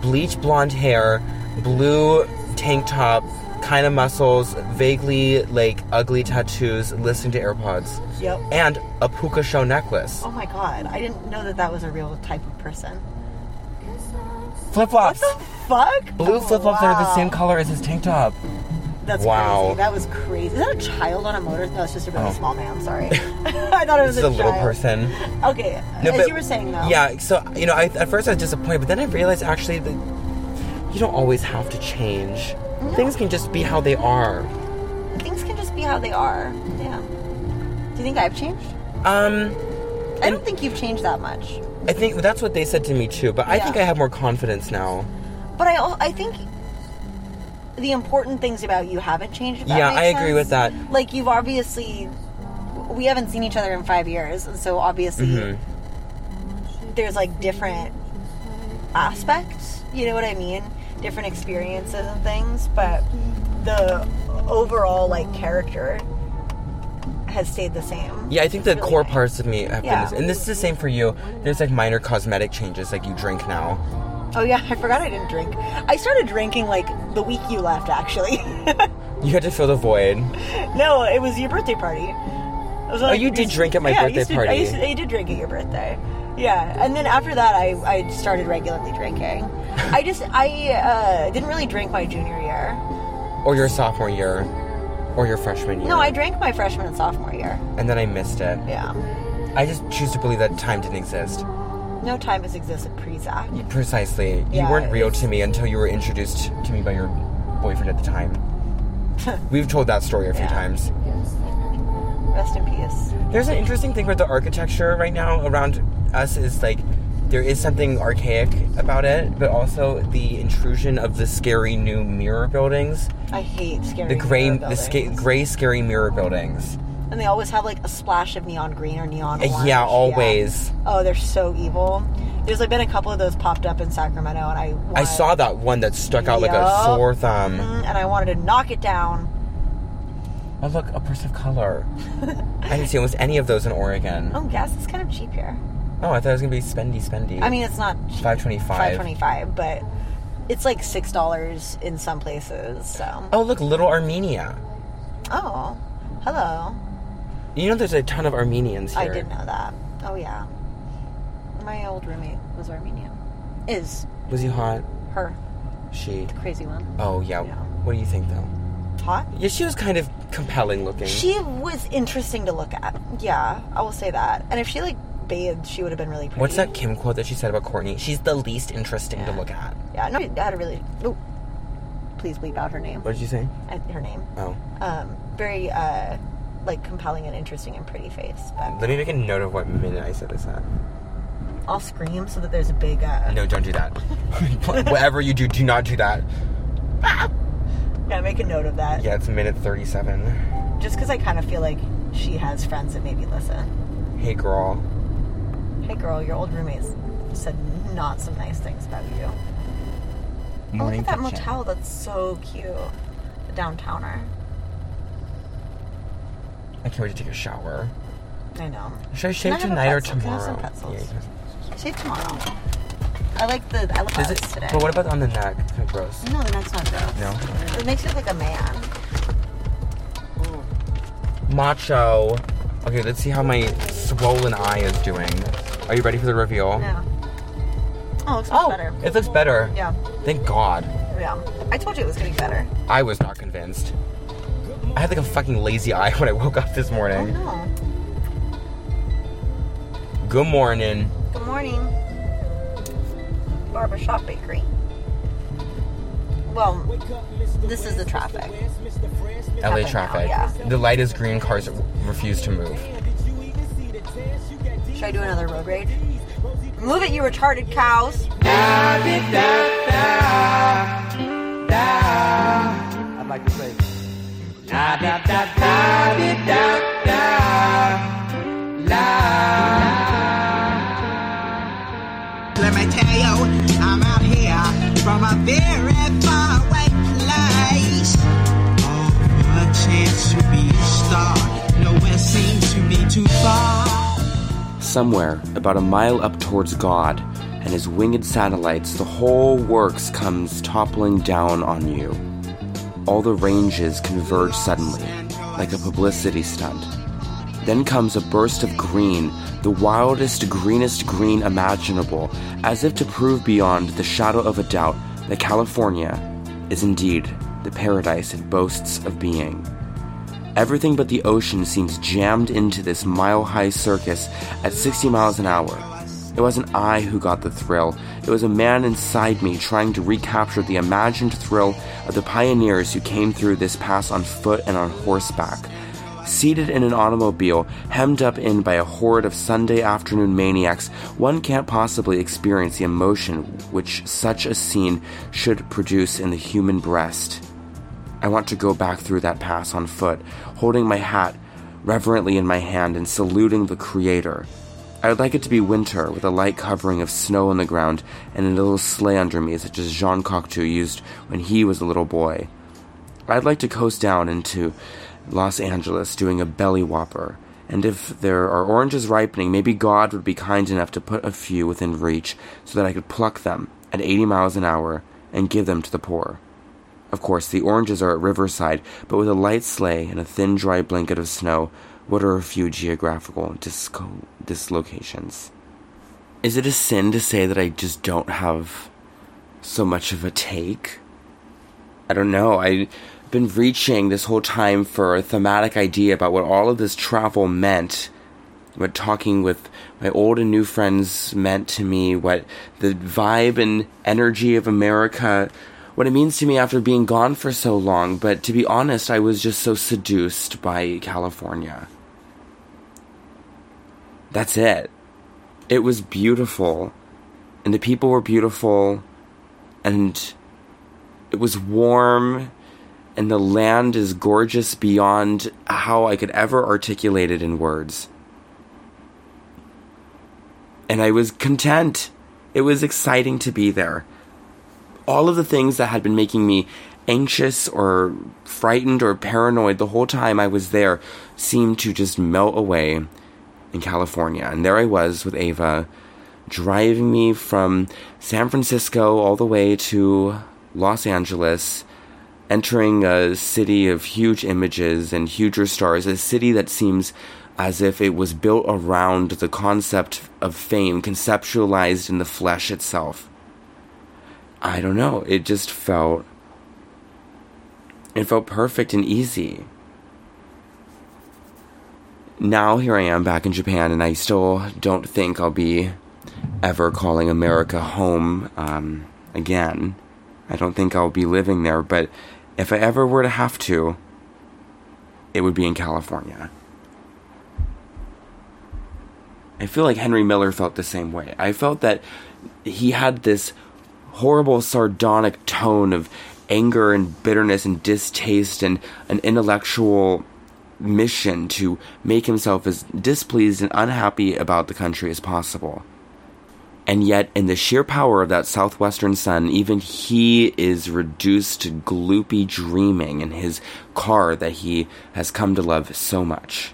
bleach blonde hair, blue tank top, kind of muscles, vaguely like ugly tattoos, listening to AirPods,
Yep.
and a puka shell necklace.
Oh my god, I didn't know that that was a real type of person.
Flip flops!
Fuck?
Blue
Oh,
flip flops that are the
wow.
same color as his tank top.
That's
Wow.
crazy. That was crazy. Is that a child on a motor? No, it's just a really
Oh.
small man. Sorry, I thought it was
This is a little
child.
person.
Okay,
No,
as
but-
you were saying though.
Yeah, so you know, I, at first I was disappointed, but then I realized actually that you don't always have to change. Things can just be how they are.
things can just be how they are. Yeah. Do you think I've changed?
Um,
I don't think you've changed that much.
I think that's what they said to me too, but I think
Yeah.
I have more confidence now.
But I, al- I think the important things about you haven't changed. if that
yeah,
makes
I agree with
sense.
that.
Like you've obviously, we haven't seen each other in five years, and so obviously
Mhm.
there's like different aspects. You know what I mean? Different experiences and things, but the overall like character has stayed the same.
Yeah, I think the
Really
core parts of me have
Yeah.
been, and this is the same for you. There's like minor cosmetic changes, like you drink now.
Oh yeah, I forgot I didn't drink. I started drinking like the week you left, actually.
You had to fill the void.
no, it was your birthday party. It was
Oh, you did drink at my
yeah, I
birthday
used to, I,
party.
used to, I did drink at your birthday. Yeah, and then after that, I, I started regularly drinking. I just I uh, didn't really drink my junior year.
Or your sophomore year. Or your freshman year.
No, I drank my freshman and sophomore year.
And then I missed it.
Yeah,
I just choose to believe that time didn't exist.
no time has existed pre-Zach.
Precisely. You
Yeah,
weren't real to me until you were introduced to me by your boyfriend at the time. We've told that story a few times.
Rest in peace.
There's an interesting thing with the architecture right now around us is like there is something archaic about it, but also the intrusion of the scary new mirror buildings.
I hate scary.
the gray,
mirror
the sca-
buildings.
gray, scary mirror buildings.
And they always have like a splash of neon green or neon
Uh,
orange.
yeah, always.
Oh, they're so evil. There's like been a couple of those popped up in Sacramento, and I wa-
I saw that one that stuck out like a
Yup.
sore thumb.
Mm, and I wanted to knock it down.
Oh look, a person of color. I didn't see almost any of those in Oregon.
Oh, gas is kind of cheap here.
Oh, I thought it was gonna be spendy, spendy.
I mean, it's not
five twenty-five.
five twenty-five, but it's like six dollars in some places. So,
Oh look, little Armenia.
oh, hello.
You know, there's a ton of Armenians here.
I did know that. Oh yeah, my old roommate was Armenian. Is
Was he hot?
her
She.
crazy one
Oh yeah. What do you think though?
hot?
Yeah, she was kind of compelling looking.
She was interesting to look at. Yeah, I will say that. And if she like bathed, she would have been really pretty.
What's that Kim quote that she said about Courtney? She's the least interesting to look at.
Yeah, no, I had a really. Oh, please bleep out her name.
What did you say?
I- her name.
Oh.
Um, very uh, like compelling and interesting and pretty face. But
Let me make a note of what minute I said this at.
I'll scream so that there's a big. Uh,
No, don't do that. Whatever you do, do not do that.
Yeah, make a note of that.
Yeah, it's minute 37.
Just because I kind of feel like she has friends that maybe listen.
Hey, girl.
Hey, girl, your old roommates said not some nice things about you. Oh, look
Morning
at that
kitchen.
motel. That's so cute. The downtowner.
I can't wait to take a shower.
I know.
Should
Can
I shave
have a
tonight or
pretzel? Can I have some
tomorrow?
pretzels?
Yeah,
Shave tomorrow. I like the I like
Does
it,
it,
today.
but what about on the neck? Kind of gross.
No, the neck's not gross.
No.
It makes you look like a man.
Macho. Okay, let's see how my swollen eye is doing. Are you ready for the reveal?
Yeah. Oh, it looks much better.
It looks better.
Yeah.
Thank God.
Yeah. I told you it was getting better.
I was not convinced. I had like a fucking lazy eye when I woke up this morning.
No. Oh,
Good morning.
Good morning. Barbershop Bakery. Well, this is the traffic.
LA traffic.
Yeah.
The light is green, cars refuse to move.
Should I do another road rage? Move it, you retarded cows.
I'd like to say. Da da da da di, da da la. Let me tell you, I'm out here from a very far away place. Oh, a chance to be a star. Nowhere seems to be too far.
Somewhere, about a mile up towards God and his winged satellites, the whole works comes toppling down on you. All the ranges converge suddenly, like a publicity stunt. Then comes a burst of green, the wildest, greenest green imaginable, as if to prove beyond the shadow of a doubt that California is indeed the paradise it boasts of being. Everything but the ocean seems jammed into this mile high circus at 60 miles an hour. It wasn't I who got the thrill, it was a man inside me trying to recapture the imagined thrill of the pioneers who came through this pass on foot and on horseback. Seated in an automobile, hemmed up in by a horde of Sunday afternoon maniacs, one can't possibly experience the emotion which such a scene should produce in the human breast. I want to go back through that pass on foot, holding my hat reverently in my hand and saluting the Creator. I would like it to be winter, with a light covering of snow on the ground and a little sleigh under me, such as Jean Cocteau used when he was a little boy. I'd like to coast down into Los Angeles doing a belly whopper, and if there are oranges ripening, maybe God would be kind enough to put a few within reach so that I could pluck them at 80 miles an hour and give them to the poor. Of course, the oranges are at Riverside, but with a light sleigh and a thin, dry blanket of snow, what are a few geographical disco- dislocations? Is it a sin to say that I just don't have so much of a take? I don't know. I've been reaching this whole time for a thematic idea about what all of this travel meant, what talking with my old and new friends meant to me, what the vibe and energy of America, what it means to me after being gone for so long. But to be honest, I was just so seduced by California. That's it. It was beautiful, and the people were beautiful, and it was warm and the land is gorgeous beyond how I could ever articulate it in words. And I was content. It was exciting to be there. All of the things that had been making me anxious or frightened or paranoid the whole time I was there seemed to just melt away in California. And there I was with Ava driving me from San Francisco all the way to Los Angeles, entering a city of huge images and huger stars, a city that seems as if it was built around the concept of fame, conceptualized in the flesh itself. I don't know, it just felt. It felt perfect and easy. Now here I am back in Japan, and I still don't think I'll be ever calling America home um, again. I don't think I'll be living there, but if I ever were to have to, it would be in California. I feel like Henry Miller felt the same way. I felt that he had this horrible sardonic tone of anger and bitterness and distaste and an intellectual mission to make himself as displeased and unhappy about the country as possible. And yet, in the sheer power of that southwestern sun, even he is reduced to gloopy dreaming in his car that he has come to love so much.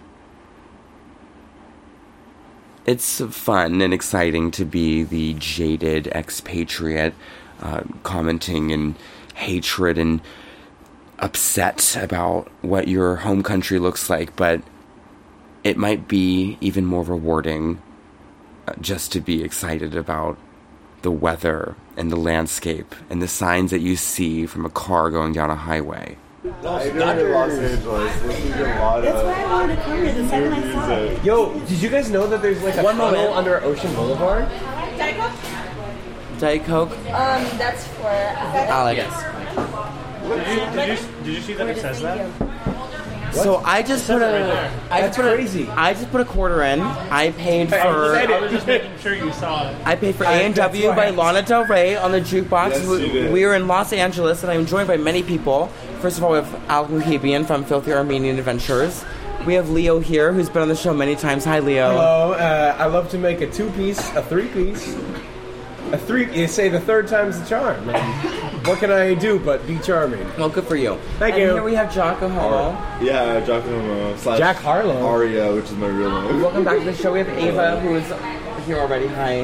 It's fun and exciting to be the jaded expatriate, uh, commenting in hatred and upset about what your home country looks like, but it might be even more rewarding uh, just to be excited about the weather and the landscape and the signs that you see from a car going down a highway.
I know in Los Angeles, listening to a lot
That's why I wanted to
of
come here the second I saw it.
music.
Yo, did you guys know that there's like a
One
tunnel
moment.
under Ocean Boulevard? Diet Coke.
Um, that's for
Alex.
Did you, did you, did you see that it says that?
So I just
It says
put
it right
a.
there.
I just put A, I just put a quarter in. I paid
I was
for.
just- I was just making sure you saw it.
I paid for A
Uh,
and W
that's
by
right.
Lana Del Rey on the jukebox.
Yes, you
we,
did.
we are in Los Angeles, and I'm joined by many people. First of all, we have Al Muhibian from Filthy Armenian Adventures. We have Leo here, who's been on the show many times. Hi, Leo.
Hello. Uh, I love to make a two-piece, a three-piece, a three. You say the third time's the charm. And what can I do but be charming?
Well, good for you.
Thank
and
you.
Here we have Jocko Hall.
Yeah, Jack Harlow. slash
Jack Harlow.
Aria, which is my real name.
Welcome back to the show. We have Ava, who is here already. Hi.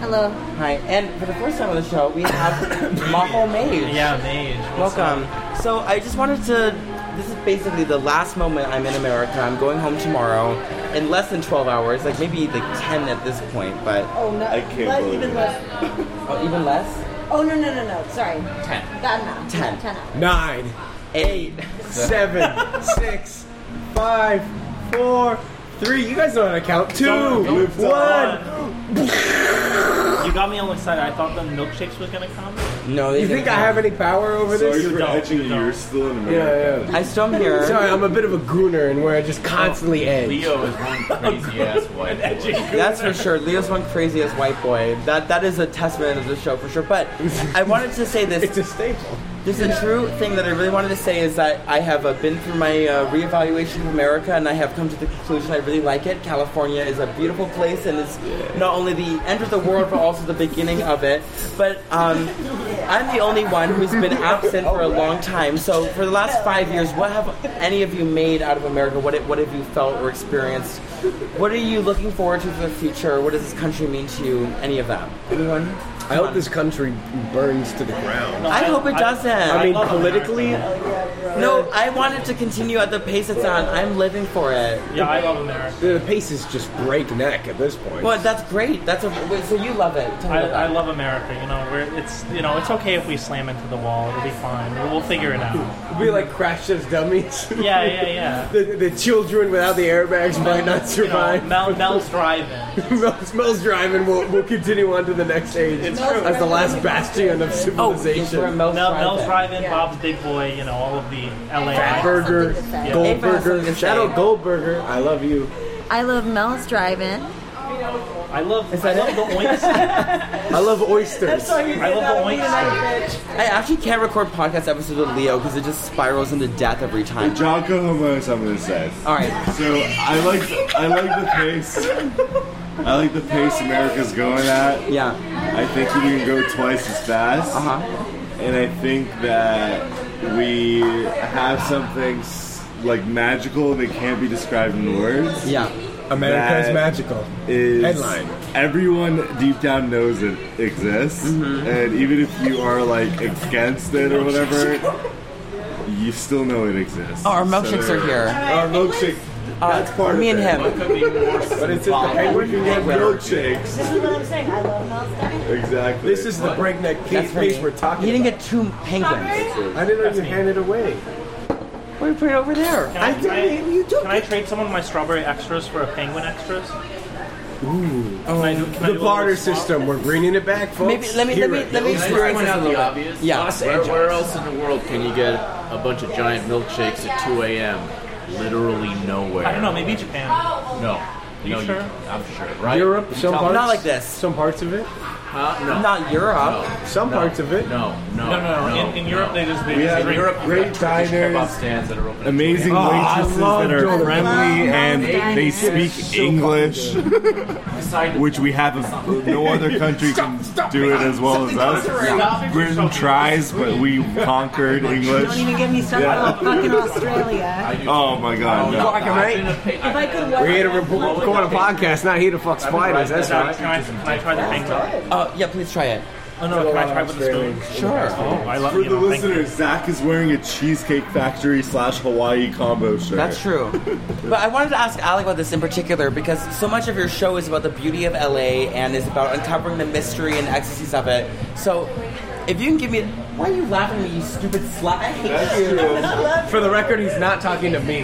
Hello.
Hi. And for the first time on the show, we have Mahal Mage.
Yeah, Mage. What's
Welcome. So I just wanted to. This is basically the last moment I'm in America. I'm going home tomorrow in less than 12 hours, like maybe like 10 at this point, but.
Oh no!
I can't
Not
believe
even
it.
less.
Oh, even less?
Oh no no no no! Sorry.
Ten.
That amount.
Ten.
Ten hours.
Nine, eight, seven, six, five, four, three. You guys know how to count. Two,
Don't- don't-
one.
You got me all excited. I thought the milkshakes was gonna come.
No, they
you
didn't
think I have any power over
Sorry
this?
for You don't, edging you you. don't. You're
still in
America.
Yeah, yeah.
I still am here.
Sorry, I'm a bit of a gooner, and where I just constantly
Oh,
edge.
Leo is
one crazy ass white
That's for sure. Leo's one craziest white boy. That that is a testament of the show for sure. But I wanted to say this. It's
a staple.
This is a true thing that I really wanted to say is that I have uh, been through my uh, reevaluation of America, and I have come to the conclusion I really like it. California is a beautiful place, and it's not only the end of the world but also the beginning of it. But um, I'm the only one who's been absent for a long time. So for the last five years, what have any of you made out of America? What what have you felt or experienced? What are you looking forward to for the future? What does this country mean to you? Any of that? Anyone?
I hope this country burns to the ground.
I hope it doesn't.
I, mean, politically,
No, I want it to continue at the pace it's on. I'm living for it.
Yeah, I love America.
the pace is just breakneck at this point.
Well, that's great. That's a wait, so you love it. Tell me about
I, I
that.
love America. You know, we're, it's you know it's okay if we slam into the wall. It'll be fine. We'll figure it out.
We'd be like crash test dummies.
Yeah, yeah, yeah.
the, the children without the airbags might not survive.
Mel, Mel's driving.
Mel's, Mel's driving. We'll, we'll continue on to the next age.
It's true.
As the last bastion
Oh,
of civilization.
Mel, Mel's driving. Bob's Big Boy. You know, all of the LA.
Fatburger,
Yeah.
Goldberger, Shadow Goldberger. I love you.
I love Mel's drive-in.
I love. I love the oinks.
I love oysters.
I love the oinks.
I actually can't record podcast episodes with Leo because it just spirals into death every time.
Jocko Homo is something to say.
All right.
So I like I like the pace. I like the pace America's going at.
Yeah.
I think we can go twice as fast. Uh-huh. And I think that we have something s- like magical that can't be described in words.
Yeah.
America is
That
magical.
Is
Headline.
Everyone deep down knows it exists,
Mm-hmm.
and even if you are like against it or whatever, you still know it exists.
Oh, our milkshakes are here.
Our milkshake.
Uh,
That's part
me
of
and
it.
him. What could be more
but it's just the
symbolic?
penguin can get
Penguin.
milkshakes.
This is what I'm saying. I love Mel's drive-in.
Exactly.
This is the breakneck pace,
That's for me.
pace we're talking
You didn't
about.
get two penguins.
I didn't even hand it away.
We put it over there.
Can I, can I- can I trade someone my strawberry extras for a penguin extras?
Ooh.
I do- can I do a
the
little
barter
swap?
system. We're bringing it back,
Maybe-
folks.
let me-
Hear
let
it.
me- let me
Let's
explore
bring
it
it
out
out
the
loud.
obvious.
Yeah.
Los where, where else in the world can you get a bunch of giant milkshakes at 2 a.m.? Literally nowhere.
I don't know. Maybe Japan.
No.
You
no,
sure?
I'm sure, right?
Europe,
You
some
tell me.
parts. Some parts of it.
Huh? No.
Not Europe.
Some
No.
parts of it.
No, no,
No, no, no. In- in Europe, they just- they
We
just
have
drink.
Europe, you've
Great
got Turkish
diners,
kebab stands that are open. at 2
Amazing
Oh,
Oh,
a.m.
waitresses that are friendly and they speak English, which we have a, no other country can do it as well as us. Britain tries, but we conquered
Don't
English.
even give me stuff
Yeah.
about fucking Australia.
Oh my god! no.
Fucking right.
If I could
We're here to report, record a podcast, not here to fuck spiders. That's
Can I-
right.
Can I, can I try the penguin?
Uh, yeah, please try it.
Oh no, can I try with the spoon?
Sure.
Oh, I love
For
you.
the
know, thank you.
listeners, Zach is wearing a Cheesecake Factory slash Hawaii combo shirt.
That's true. but I wanted to ask Alec about this in particular because so much of your show is about the beauty of LA and is about uncovering the mystery and ecstasies of it. So, if you can give me, why are you laughing at me, you stupid slut? I hate you.
For the record, he's not talking to me.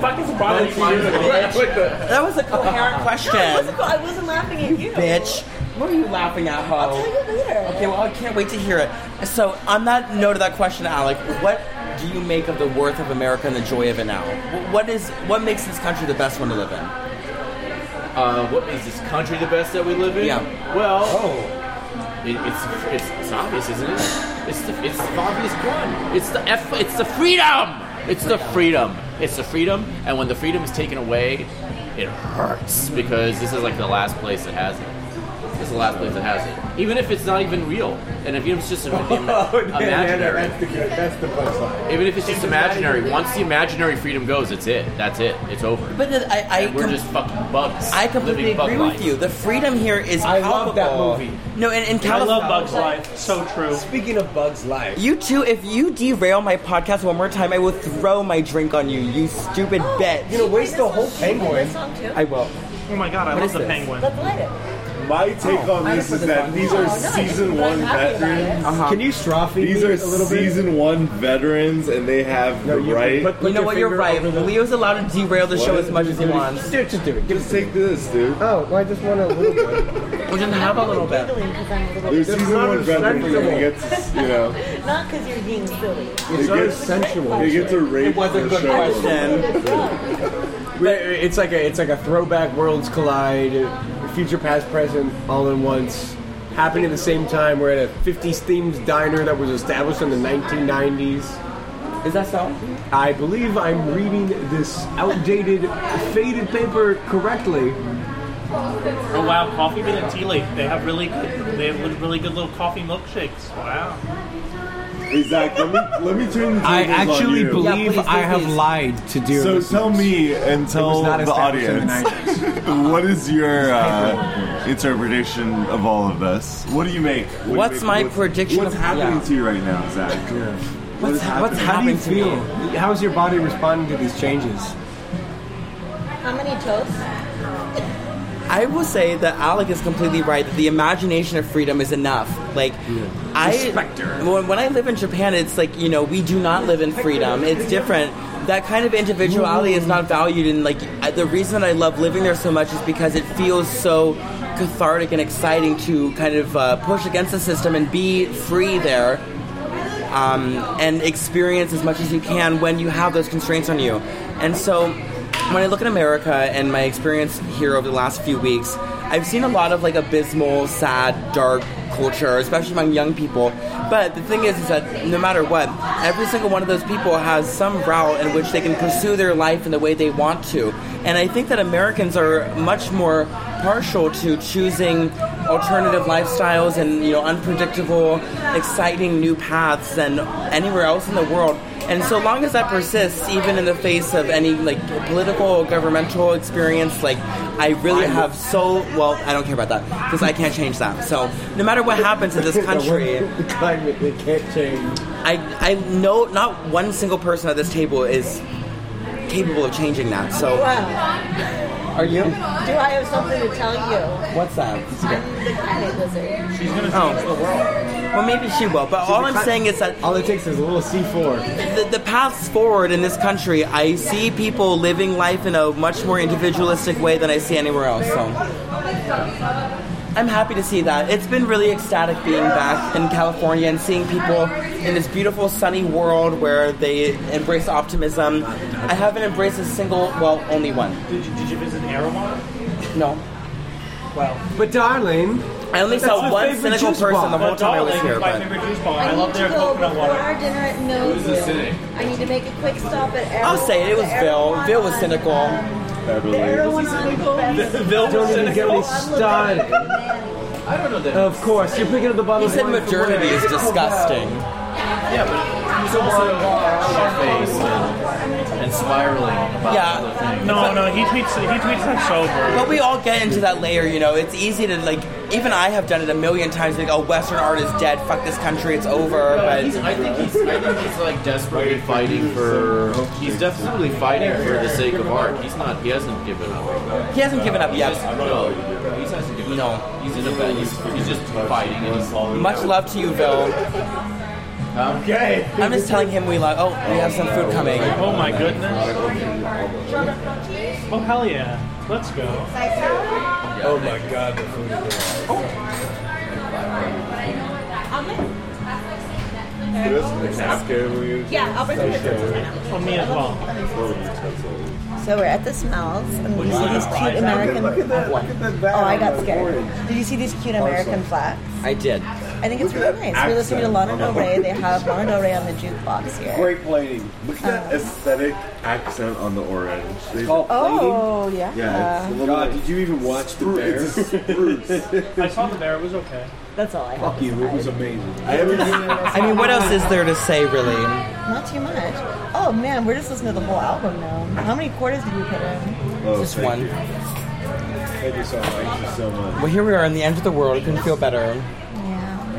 Fuck is probably
That was a coherent question,
I wasn't laughing at you.
bitch. What are you laughing at, ho?
I'll tell you later.
Okay, well, I can't wait to hear it. So, on that note of that question, Alec, what do you make of the worth of America and the joy of it now? Wh- What is what makes this country the best one to live in?
Uh, what is this country the best that we live in?
Yeah.
Well, it, it's, it's it's obvious, isn't it? It's the it's the obvious one. It's the F. It's the freedom. It's the freedom. It's the freedom. And when the freedom is taken away, it hurts because this is like the last place that has it. This is the last place that has it. Even if it's not even real, and if it's just an imaginary.
that's the good. That's the punchline.
Even if it's just imaginary, once the imaginary freedom goes, it's it. That's it. It's over.
But then I, I
And we're just fucking bugs.
I completely
living bug
agree with
lives.
you. The freedom here is
I
palpable.
love that movie.
No, and in
I
California,
love Bugs Life. So true.
Speaking of Bugs Life,
You too. If you derail my podcast one more time, I will throw my drink on you. You stupid bitch.
you know, waste the whole penguin.
Song too.
I will.
Oh my god, I
What
love
is
the
this?
penguin.
Let's light it.
my take on this is that these are season one veterans.
Uh-huh.
Can you straw feed
These
me
are
a little bit?
season one veterans, and they have the right.
you know what? You're right. Leo's allowed to derail the
What
show
is-
as much as he
dude,
wants.
Dude, just do it.
Just take this, dude.
Oh, well, I just want a little bit.
Well, then have a little bit.
There's season one veterans, and it gets you know.
Not because you're being silly.
It gets It gets a rape.
It was a
the
good
show a little
question.
bit.
It's like a it's like a throwback worlds collide, future, past, present, all in once. Happened at the same time. We're at a '50s themed diner that was established in the 1990s.
Is that so?
I believe I'm reading this outdated, faded paper correctly.
Oh wow, coffee with a tea leaf. They have really, good, they have really good little coffee milkshakes. Wow.
Zach, let me let me turn. The
I
tables on
actually
you.
believe Yeah, please, I have please.
lied to
dear
So
listeners.
tell me uh, and tell
not
the
established in
audience
the
what is your uh, interpretation of all of this? What do you make? What do you
What's my
make-
prediction
What's
of-
happening
yeah.
to you right now, Zach?
What's, what's How do you feel? How's your body responding to these changes?
How many toasts?
I will say that Alec is completely right. That the imagination of freedom is enough. Like, I when, when I live in Japan, it's like you know we do not live in freedom. It's different. That kind of individuality is not valued, and like I- the reason I love living there so much is because it feels so cathartic and exciting to kind of uh, push against the system and be free there um, and experience as much as you can when you have those constraints on you. And so, when I look at America and my experience here over the last few weeks, I've seen a lot of like abysmal, sad, dark culture, especially among young people. But the thing is, is that no matter what, every single one of those people has some route in which they can pursue their life in the way they want to. And I think that Americans are much more partial to choosing alternative lifestyles and you know unpredictable, exciting new paths than anywhere else in the world. And so long as that persists, even in the face of any like political, governmental experience, like I really have so well, I don't care about that because I can't change that. So no matter what happens in this country,
the climate they can't change.
I I know not one single person at this table is capable of changing that. So
Wow.
are you?
Do I have something to tell you?
What's that?
I'm the climate lizard.
She's gonna change the world. Oh. Well, maybe she will. But all I'm saying is that
all it takes is a little C4.
The, the paths forward in this country, I see people living life in a much more individualistic way than I see anywhere else. So I'm happy to see that. It's been really ecstatic being back in California and seeing people in this beautiful sunny world where they embrace optimism. I haven't embraced a single, well, only one.
Did you, did you visit Erewhon?
No.
Well,
But darling,
I only
That's my
saw one
favorite
cynical
juice
person
bar.
the whole
But
time I was
darling,
here.
my
But
favorite juice bar.
I,
I
need
love
to
their
go
coconut
before
water.
our dinner at Nobu. I need to make a quick stop at Erewhon.
I'll say it. It was Bill. Bill was cynical.
don't even get me started.
I don't know that.
Of course, you're picking up the bottle.
He said modernity is
Oh,
disgusting.
Yeah, but he's also shit-faced and, and spiraling about
Yeah.
other things.
No, no,
he tweets. He tweets that sober.
But we all get into that layer, you know. It's easy to like. Even I have done it a million times. Like, oh, Western art is dead. Fuck this country. It's over.
No,
But
he's, I think he's, I think he's like desperately fighting for. He's definitely fighting for the sake of art. He's not. He hasn't given up.
He hasn't given up
He
yet.
just- no, he hasn't given
No.
up. He's in a bed. He's, he's just fighting and he's
much love to you, Bill.
Okay.
I'm just telling him we love. Oh, we have some food coming.
Oh my goodness. Oh hell yeah! Let's go.
Oh my god, the food is
Yeah, I'll bring some utensils right now.
For me as well.
So we're at the smells, and we see these cute American.
Look at that! Look at that!
Oh, I got scared. Did you see these cute American flags?
I did.
I think it's really nice. We're listening to Lana Del Rey. They have Lana Del Rey on the jukebox here.
Great plating. Look at that aesthetic accent on the orange. They-
Oh yeah.
Yeah, it's a little
God, did you even watch the bear?
I saw the bear. It was okay.
That's all I
Fuck you! It was amazing.
I mean, what else is there to say, really?
Uh, Not too much. Oh man, we're just listening to the whole album now. How many quarters did you put in?
Just one.
Thank you so much. Thank you so much.
Well, here we are in the end of the world. It couldn't feel better.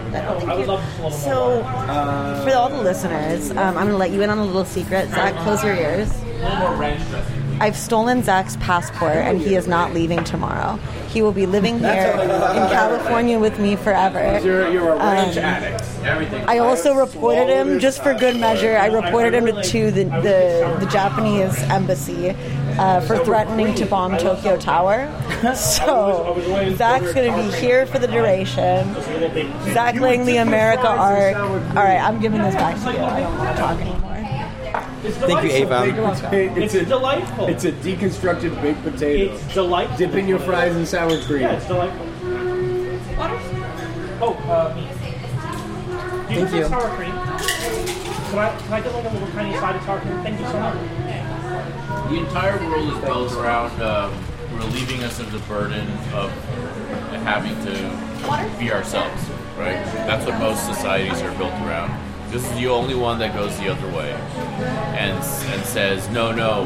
I don't think you. So, uh, for all the listeners, um, I'm going to let you in on a little secret. Zach, close your ears.
A little more ranch dressing.
I've stolen Zach's passport, and he is not leaving tomorrow. He he will be living here in California with me forever.
You're, you're a range
Um,
addict.
Everything.
I also reported him just for good measure. I reported him to the the, the Japanese embassy uh, for threatening to bomb Tokyo Tower. So Zach's going to be here for the duration. Zach Langley, America arc. All right, I'm giving this back to you. I don't want to talk anymore.
Thank you, Ava.
It's,
It's delightful.
It's a deconstructed baked potato.
It's delightful.
Dipping your fries in sour cream.
Yeah, it's delightful. Water? Oh, uh, do you guys
Thank
have
you.
sour cream? Can I, can I get like a little tiny side of sour cream? Thank you so much.
The entire world is built around um, relieving us of the burden of having to be ourselves, right? That's what most societies are built around. This is the only one that goes the other way and and says, no, no,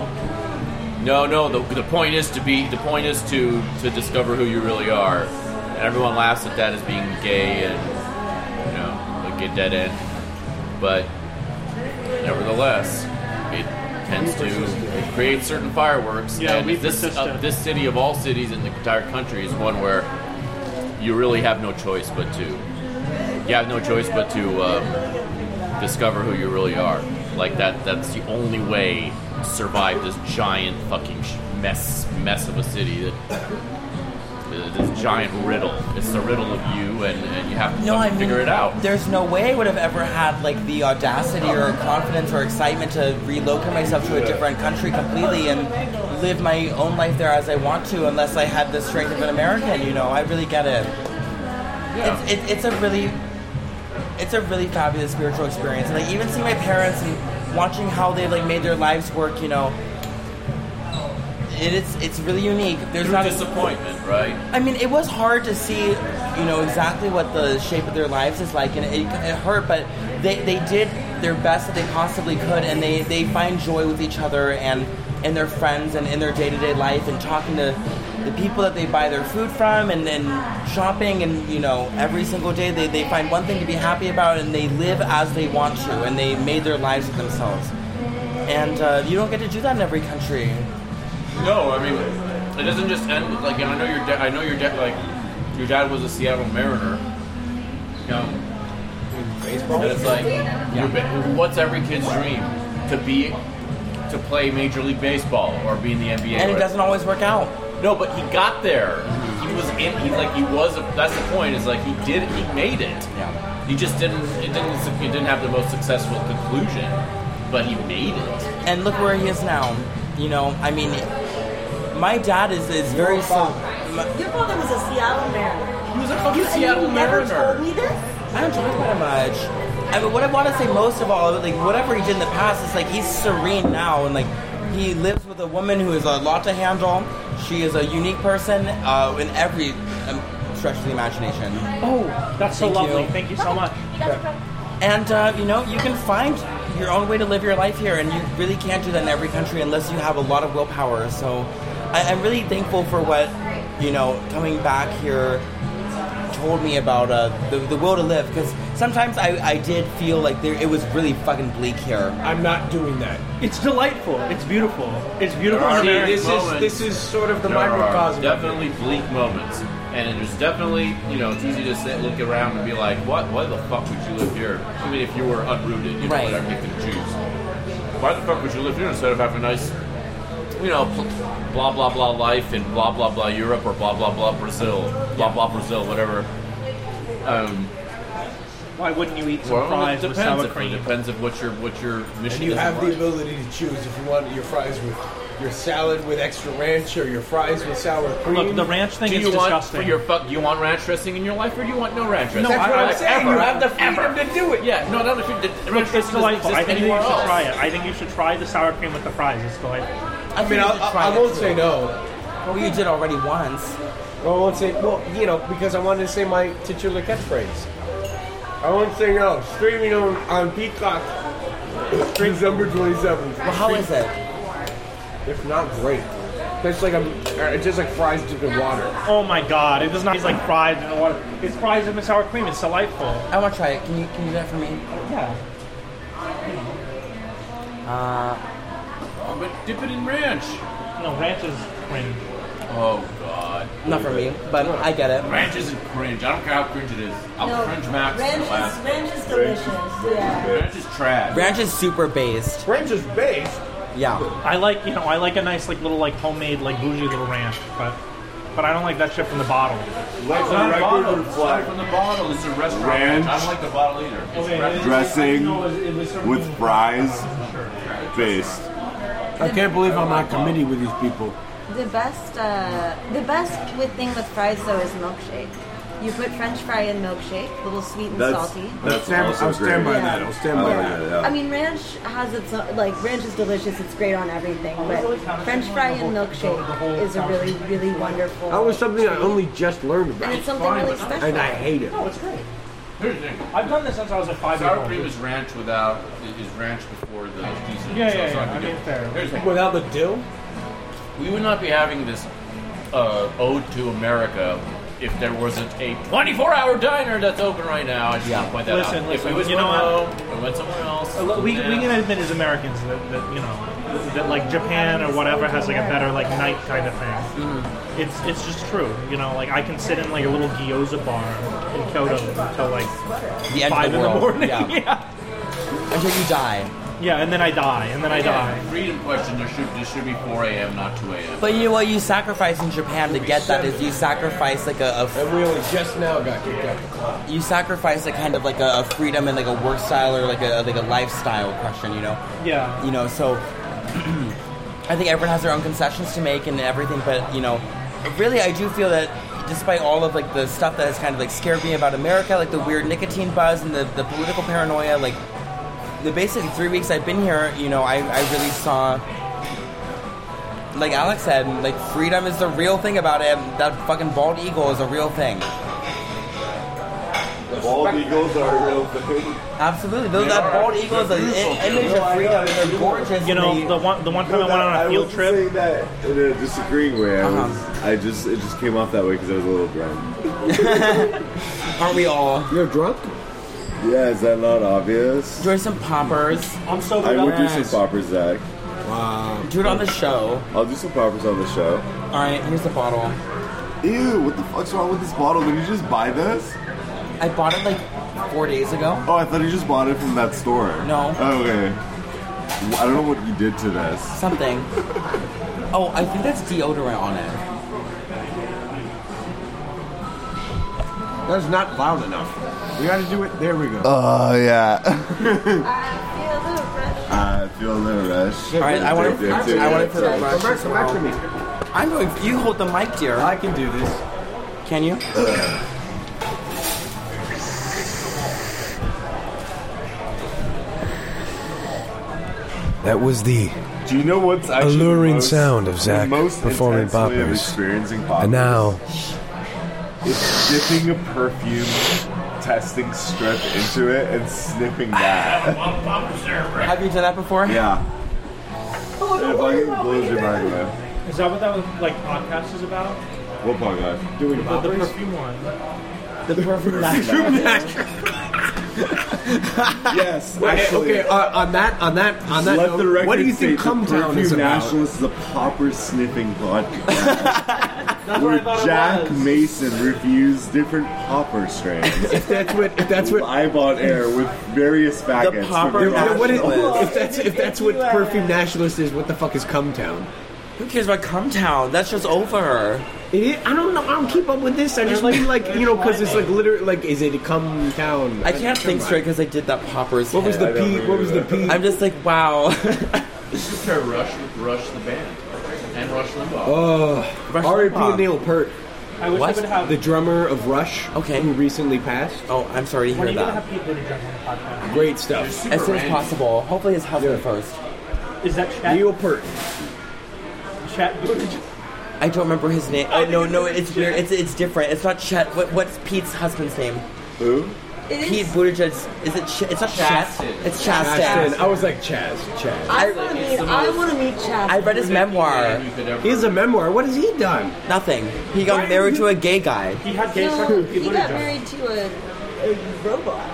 no, no. The, the point is to be. The point is to to discover who you really are. And everyone laughs at that as being gay and you know like a dead end. But nevertheless, it tends to create certain fireworks.
Yeah,
and
we
this uh,
persisted.
this city of all cities in the entire country is one where you really have no choice but to you have no choice but to um, discover who you really are. Like that. That's the only way to survive this giant fucking sh- mess mess of a city. That uh, this giant riddle. It's the riddle of you, and, and you have to
No, I
fucking
mean,
figure it out.
There's no way I would have ever had like the audacity or confidence or excitement to relocate myself to a different country completely and live my own life there as I want to, unless I had the strength of an American. You know, I really get it. It's, it, it's a really, it's a really fabulous spiritual experience. And like even seeing my parents and watching how they like made their lives work. You know, it is it's really unique. There's
Through
not
disappointment, right?
I mean, it was hard to see, you know, exactly what the shape of their lives is like, and it, it hurt. But they, they did their best that they possibly could, and they, they find joy with each other and and their friends and in their day to day life and talking to the people that they buy their food from and then shopping and you know every single day they, they find one thing to be happy about and they live as they want to and they made their lives for themselves and uh, you don't get to do that in every country
No, I mean, it doesn't just end with like. I know your dad. I know your dad. Like, your dad was a Seattle Mariner. You know, baseball. And it's like, your ba- what's every kid's dream? To be, to play Major League Baseball or be in the NBA.
and it
right?
doesn't always work out
No, but he got there. He was in. He like he was. A, that's the point. Is like he did. He made it. Yeah. He just didn't. It didn't. It didn't have the most successful conclusion, but he made it.
and look where he is now. You know, I mean, my dad is is very so.
Your father was a Seattle Mariner.
He was a
fucking Seattle Mariner. I don't talk about him much. I mean, what I want to say most of all, like whatever he did in the past, is like he's serene now, and like he lives with a woman who is a lot to handle. She is a unique person uh, in every um, stretch of the imagination.
Oh, that's so
Thank
lovely.
you.
Thank you so much.
And uh, you know, you can find your own way to live your life here, and you really can't do that in every country unless you have a lot of willpower. So, I, I'm really thankful for what you know coming back here told me about uh, the, the will to live. Because sometimes I, I did feel like there it was really fucking bleak here.
I'm not doing that.
It's delightful. It's beautiful. It's beautiful.
There are
and
bleak
American.
moments. There are
microcosm of it.
Definitely bleak moments, and there's definitely you know it's easy to sit, look around and be like, what? Why the fuck would you live here? Even if you were unrooted, you know,
Right.
whatever you can choose. Why the fuck would you live here instead of having a nice, you know, pl- blah blah blah life in blah blah blah Europe or blah blah blah Brazil, blah blah Brazil, whatever. Um,
Why wouldn't you eat some
well,
fries
it
with
depends.
sour
It
cream?
depends of what your what your mission
And you
is. in
have
life.
the ability to choose if you want your fries with your salad with extra ranch or your fries with sour cream.
do you Want for your fuck, do you want ranch dressing in your life, or do you want no ranch dressing?
No, That's I- what I'm
Like,
saying,
ever,
you have the freedom
ever.
to do it.
Yeah, no, not if you did. Ranch
It's
dressing doesn't
delightful.
exist
I think you should
anywhere else.
try it. I think you should try the sour cream with the fries. It's delightful.
I mean, I'll, I won't say no.
Well, you did already once.
Well, I won't say. Well, you know, because I wanted to say my titular catchphrase. I won't say no. Streaming on, on Peacock. December 27th. Well,
how is it?
It's not great. It's like I'm. uh, It's just like fries dipped in water.
Oh my god, it does not taste like fried in the water. It's fries and sour cream. It's delightful. I
want to try it. Can you can you do that for me? Yeah. Uh,
Uh,
Oh, but dip it in ranch.
No, ranch is cringe.
Oh god.
Not for me, but I get it.
Ranch isn't cringe. I don't care how cringe it is. I'll
No,
cringe max.
ranch
till
is-
last.
ranch is delicious, yeah.
Ranch is trash.
Ranch is super based.
Ranch is based.
Yeah.
I like you know I like a nice like little like homemade like bougie little ranch, but but I don't like that shit from the bottle.
Let the record reflect.
from the bottle. It's a restaurant.
Ranch.
I don't like the bottle either. It's restaurant.
Dressing with fries based.
I can't believe I'm on committee with these people.
The best, uh, the best with thing with fries though is milkshake. You put French fry in milkshake, a little sweet and salty.
That's
stand-
also
I'll stand by
great.
that, I'll
Oh,
stand by
Yeah.
that.
Yeah.
I mean, ranch has its own, like ranch is delicious. It's great on everything, but French fry and milkshake is a really, really wonderful.
That was something I only just learned about.
And it's something really special.
And I hate it.
No, it's great.
Here's the thing.
I've done this since I was a five year
Sour
old.
cream is ranch without is ranch before the season.
Yeah,
so
yeah,
it's not
yeah, I
good.
mean, fair.
Here's the thing.
Without the dill?
We would not be having this uh, ode to America if there wasn't a 24-hour diner that's open right now. I just want to point that
Listen,
out.
listen,
if we was
you know
home,
what?
we went somewhere else.
Uh, look, We, we
yeah.
can admit as Americans that, that you know that like Japan or whatever has like a better like night kind of thing.
Mm-hmm.
It's it's just true, you know. Like I can sit in like a little gyoza bar in Kyoto until like
The end of
five
the
in the
world,
morning.
yeah. Until you die.
Yeah, and then I die, and then I die.
Freedom question. There should this should be 4 a.m. not 2 a.m.
But you, what you sacrifice in Japan to get that is you sacrifice like a. a
and we only just now got kicked out the club.
you sacrifice a kind of like a, a freedom and like a work style or like a like a lifestyle question, you know.
Yeah.
You know, so I think everyone has their own concessions to make and everything, but you know, really, I do feel that despite all of like the stuff that has kind of like scared me about America, like the weird nicotine buzz and the, the political paranoia, like the basically three weeks I've been here, you know, I, I really saw. Like Alex said, like freedom is the real thing about it. That fucking bald eagle is a real thing.
Bald eagles are a real thing.
Absolutely, those that bald eagles are an image
Oh
of freedom. They're gorgeous.
You know, the one the one time I went on a field
wasn't
trip.
saying that in a disagreeing way. I,
Uh-huh.
was, I just it just came off that way because I was a little drunk.
Aren't we all?
You're drunk.
Yeah, is that not obvious?
Join some poppers.
I'm
Oh,
so
I would do some poppers, Zach.
Wow. Do it on the show.
I'll do some Oh, poppers on the show. All
right, here's the bottle.
Ew, what the fuck's wrong with this bottle? Did you just buy this?
I bought it like four days ago.
Oh, I thought you just bought it from that store.
No.
Oh, okay. Well, I don't know what you did to this.
Something. Oh, I think that's deodorant on it.
That's not loud enough. We gotta do it. There we go.
Oh yeah. I feel the rush.
All right, I want it.
Dip, dip,
I want it
dip,
for the
dip.
rush.
Come back to me.
I'm going. You hold the mic, dear. I
can do this.
Can you?
That was the
Do you know what's actually the
alluring
most-
sound of
the
Zach
most
performing
intense way of
boppers.
experiencing poppers.
And now,
It's dipping a perfume testing strip into it and sniffing that.
Have you done that before?
yeah. It fucking blows your mind, man.
Is that what that was, like podcast is about?
What podcast?
The, the perfume one.
The perfume
yes.
Okay,
actually.
okay, uh, on that, on that, on that.
Let the
note,
record
what do you think
state the
Come Town
Perfume
is about?
Nationalists is a popper sniffing podcast
what I
where
thought it
Jack
was.
Mason reviews different popper strands.
If that's what, if that's what,
live on air with various faggots. from
You know what it-
Nationalists.
if that's if that's what perfume nationalist is, what the fuck is Come Town?
Who cares about Cumtown? That's just over.
It, I don't know. I don't keep up with this. I just mean like you know because it's like literally like is it Come Town?
I can't think straight because I did that poppers.
What was the
head.
P? What was the P?
I'm just like, wow.
You compare Rush with Rush the band and Rush Limbaugh.
Oh, R.I.P. Neil Peart.
I wish I would have.
The drummer of Rush, okay, who recently passed.
Oh, I'm sorry
When are you gonna have Pete Buttigieg on the podcast?
Great stuff.
As soon as possible. Hopefully his husband first.
Is that Chet?
Neil Peart.
Chet Buttigieg.
I don't remember his name. Oh, no, no, it's weird. It's it's different. It's not Chet. What, what's Pete's husband's name?
Who?
It
Pete Buttigieg's. Is it? Ch- it's not Chet.
Chastain.
It's
Chastain.
Chastain.
I was like Chaz. Chaz.
I
wanna meet- I wanna meet Chaz.
I read his memoir.
He has a memoir. What has he done?
Nothing. He got married to a gay guy.
He had
No, he got married to a, a robot.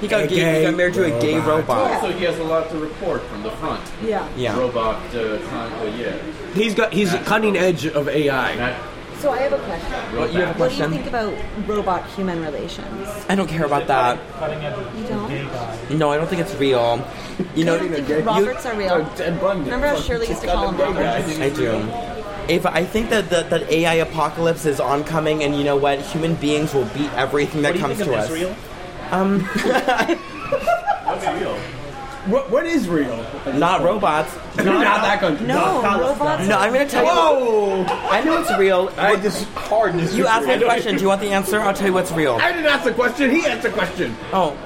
He got, gay, he got married to a gay robot.
Also, he has a lot to report from the front.
Yeah.
Yeah.
Robot, uh, con- uh, yeah.
He's got he's a cutting edge of AI.
So So I have a question.
What- you have a
What do you
question?
think about robot-human relations?
I don't care about that.
You don't?
No, I don't think it's real. You know,
think Roberts are real? Remember how Shirley
Oh,
used to call him Roberts?
I do.
If I think that, that that AI apocalypse is oncoming, and you know what, human beings will beat everything that
What do you
comes
think
to
of
us.
Israel?
Um,
What, what is real?
not robots.
Not that country.
No,
Not Palestine.
robots. No, I'm gonna tell you.
Whoa!
I know it's real. I just hard. You asked me a question. Do you want the answer? I'll tell you what's real.
I didn't ask the question. He asked the question.
Oh,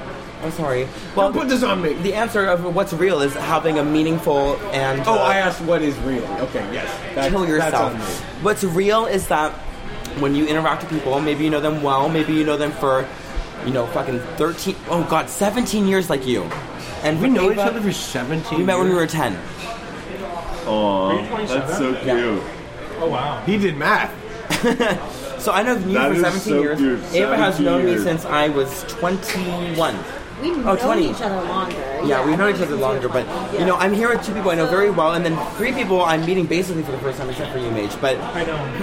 I'm sorry. Well,
put this on me.
The answer of what's real is having a meaningful and. uh,
Oh, I asked what is real. Okay, yes. That's-
kill
that's
yourself.
on me.
What's real is that when you interact with people, maybe you know them well, maybe you know them for, you know, fucking 13, oh god, 17 years like you. And we know each other
for 17
We met when we were 10.
Oh.
Aw, that's so cute.
Oh wow.
He did math.
so I know you
That
for
is
17
so
years.
cute.
Ava has
17
known
years.
me since I was 21.
We've
Oh,
known
20.
each other longer.
Yeah, we've known each other longer, but you know, I'm here with two people I know very well, and then three people I'm meeting basically for the first time, except for you, Mage. But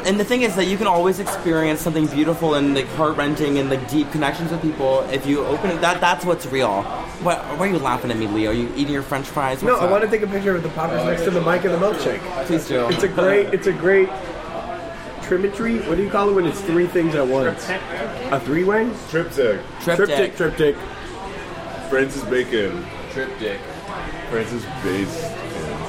and the thing is that you can always experience something beautiful and like heart wrenching and like deep connections with people if you open it. That that's what's real. What? Why are you laughing at me, Leo? Are you eating your French fries?
No,
What's
I
up?
want to take a picture of the poppers next to the mic and the milkshake.
Please do.
It's a great. It's a great. Trimetry? What do you call it when it's three things at once? A three-way?
Triptych.
Triptych. Triptych.
Francis Bacon.
Triptych.
Francis Bacon.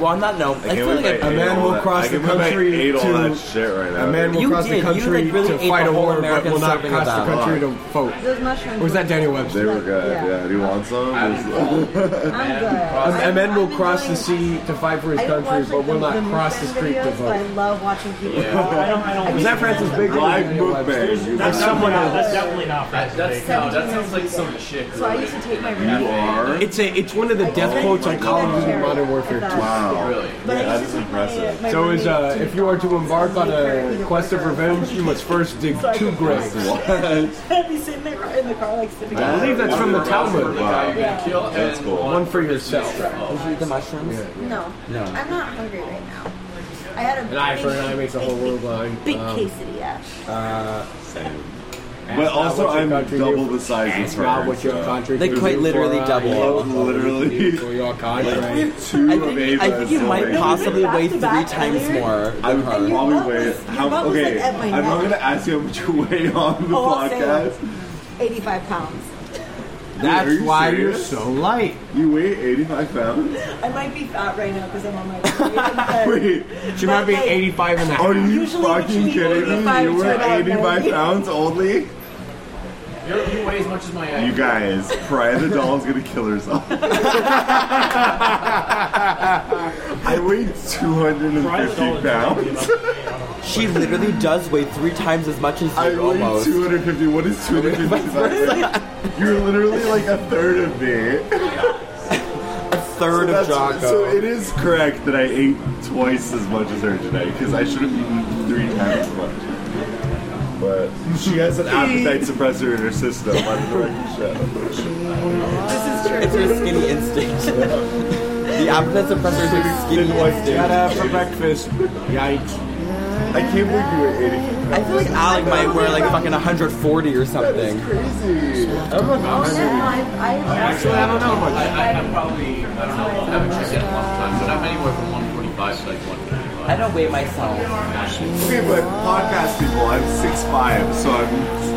Well, on that note,
I
I,
can't
feel
believe
like
I
I-
ate all that- I can't believe I ate all that shit right now.
A man will
You
cross
did.
the
You, like,
country
really ate
to fight
the
a
whole
war, but
American
will not
serving
cross
of
the
that.
country to vote.
Those mushrooms.
Or was that Daniel Webster?
They were good. Yeah. Do you want some?
I'm good.
A, a man will cross the sea to fight for his
I don't
country,
watch,
but
like,
will
the-
not
the
cross the
mukbang
street to
videos, But I
vote.
love watching people.
Yeah. I don't- I don't- Is that Francis Bacon or
Live
Daniel Webster?
mukbang.
That's someone
not-
else.
That's definitely not
That, that's no, that sounds like some chick.
So I used to take my
You are?
It's a. It's one of the death quotes on Call of Duty Modern Warfare 2.
Wow. Really? Yeah, that is impressive.
So is uh, if you are to embark on a quest of revenge, you must first dig two graves.
I'd be sitting there in the car like sitting.
I believe that's from the Talmud.
Yeah.
That's cool. Oh. One for yourself.
Did you eat the mushrooms?
No.
No.
I'm not hungry right now. I had a
An eye
big,
for an eye makes the whole world blind.
big
Um,
quesadilla.
Uh,
But also, I'm double the size of
It's
her.
not what your country.
They
can
quite
do
literally
for, uh,
double.
your-
Literally.
for your country.
Like, two
I
of
think,
Ava's.
I think you might
like-
possibly weigh three
back
times more.
I would
than her.
probably weigh how
butt was, like,
okay.
at my
I'm
neck.
not gonna ask you how much you weigh on the
Oh, I'll say
podcast.
85 pounds.
Wait,
That's
are you
why you're
serious?
so light.
You weigh 85 pounds.
I might be fat right now because I'm on my period.
Wait,
She might be
But, like,
85 and a half.
are you
Usually
fucking
between
kidding
85
me? You
to
were
about
85
90.
pounds only.
You're, you weigh as much as my
You
egg.
guys, Pariah the doll is gonna kill herself. I weigh 250 pounds.
She literally does weigh three times as much as you.
I weigh
almost.
250. What is 250 pounds? You're literally like a third of me.
third
so
of
that's-
Jocko.
So it is correct that I ate twice as much as her today because I should have eaten three times as much. But she has an appetite suppressor in her system. On the record show.
It's her skinny instinct. the appetite suppressor is her skinny
Got
instinct.
up for breakfast. Yikes.
I can't believe you were eating.
I feel like Alec might wear like fucking 140 or something.
Crazy.
Oh, no, I, I,
Actually, I don't know
I,
much.
I, I'm probably, I don't know, I haven't checked in a long time, but I'm anywhere from 145 to like 155.
I don't weigh myself.
Okay, but podcast people, I'm 6'5", so I'm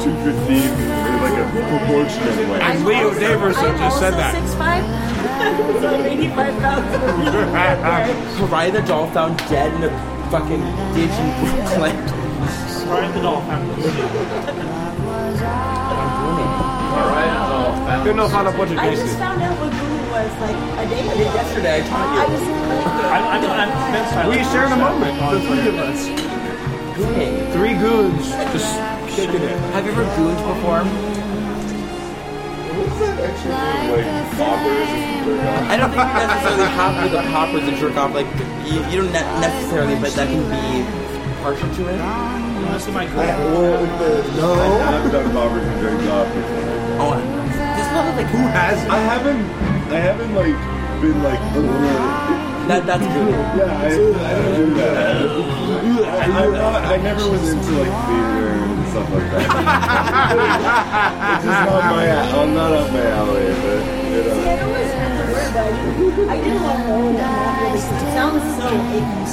215 in like a proportionate way.
And Leo Daverson just said that.
6'5", so I'm 85 pounds.
Pariah the doll found dead in a fucking ditch in Brooklyn.
Brian the doll found
Good enough on a bunch of
I just
cases.
found out what Google was like a day ago. Yesterday,
I taught
I was
I'm, I'm, I'm convinced I
We
like
shared a
that.
moment, the three of us. Three goons just shaking it.
Have you ever gooned before?
Like, poppers and jerk off.
I don't think you necessarily have to the popper to jerk off. Like you, you don't ne- necessarily, but that can be partial to it.
Well, if the- I have done poppers and jerk off before.
Oh, just love like
I haven't, I haven't like been like, "Ugh."
That, that's cool.
Yeah, I, I don't do that. I'm not, I never was into like theater and stuff like that. it's just not my, I'm not up my alley, but you know.
I didn't want to It sounds so ignorant.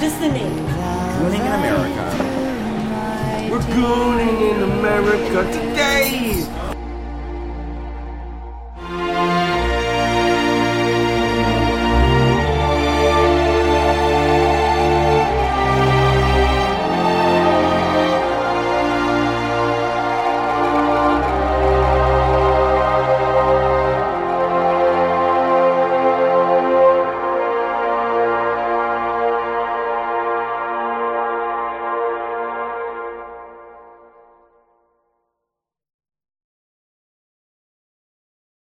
Just the name.
Winning in America. We're going in America today.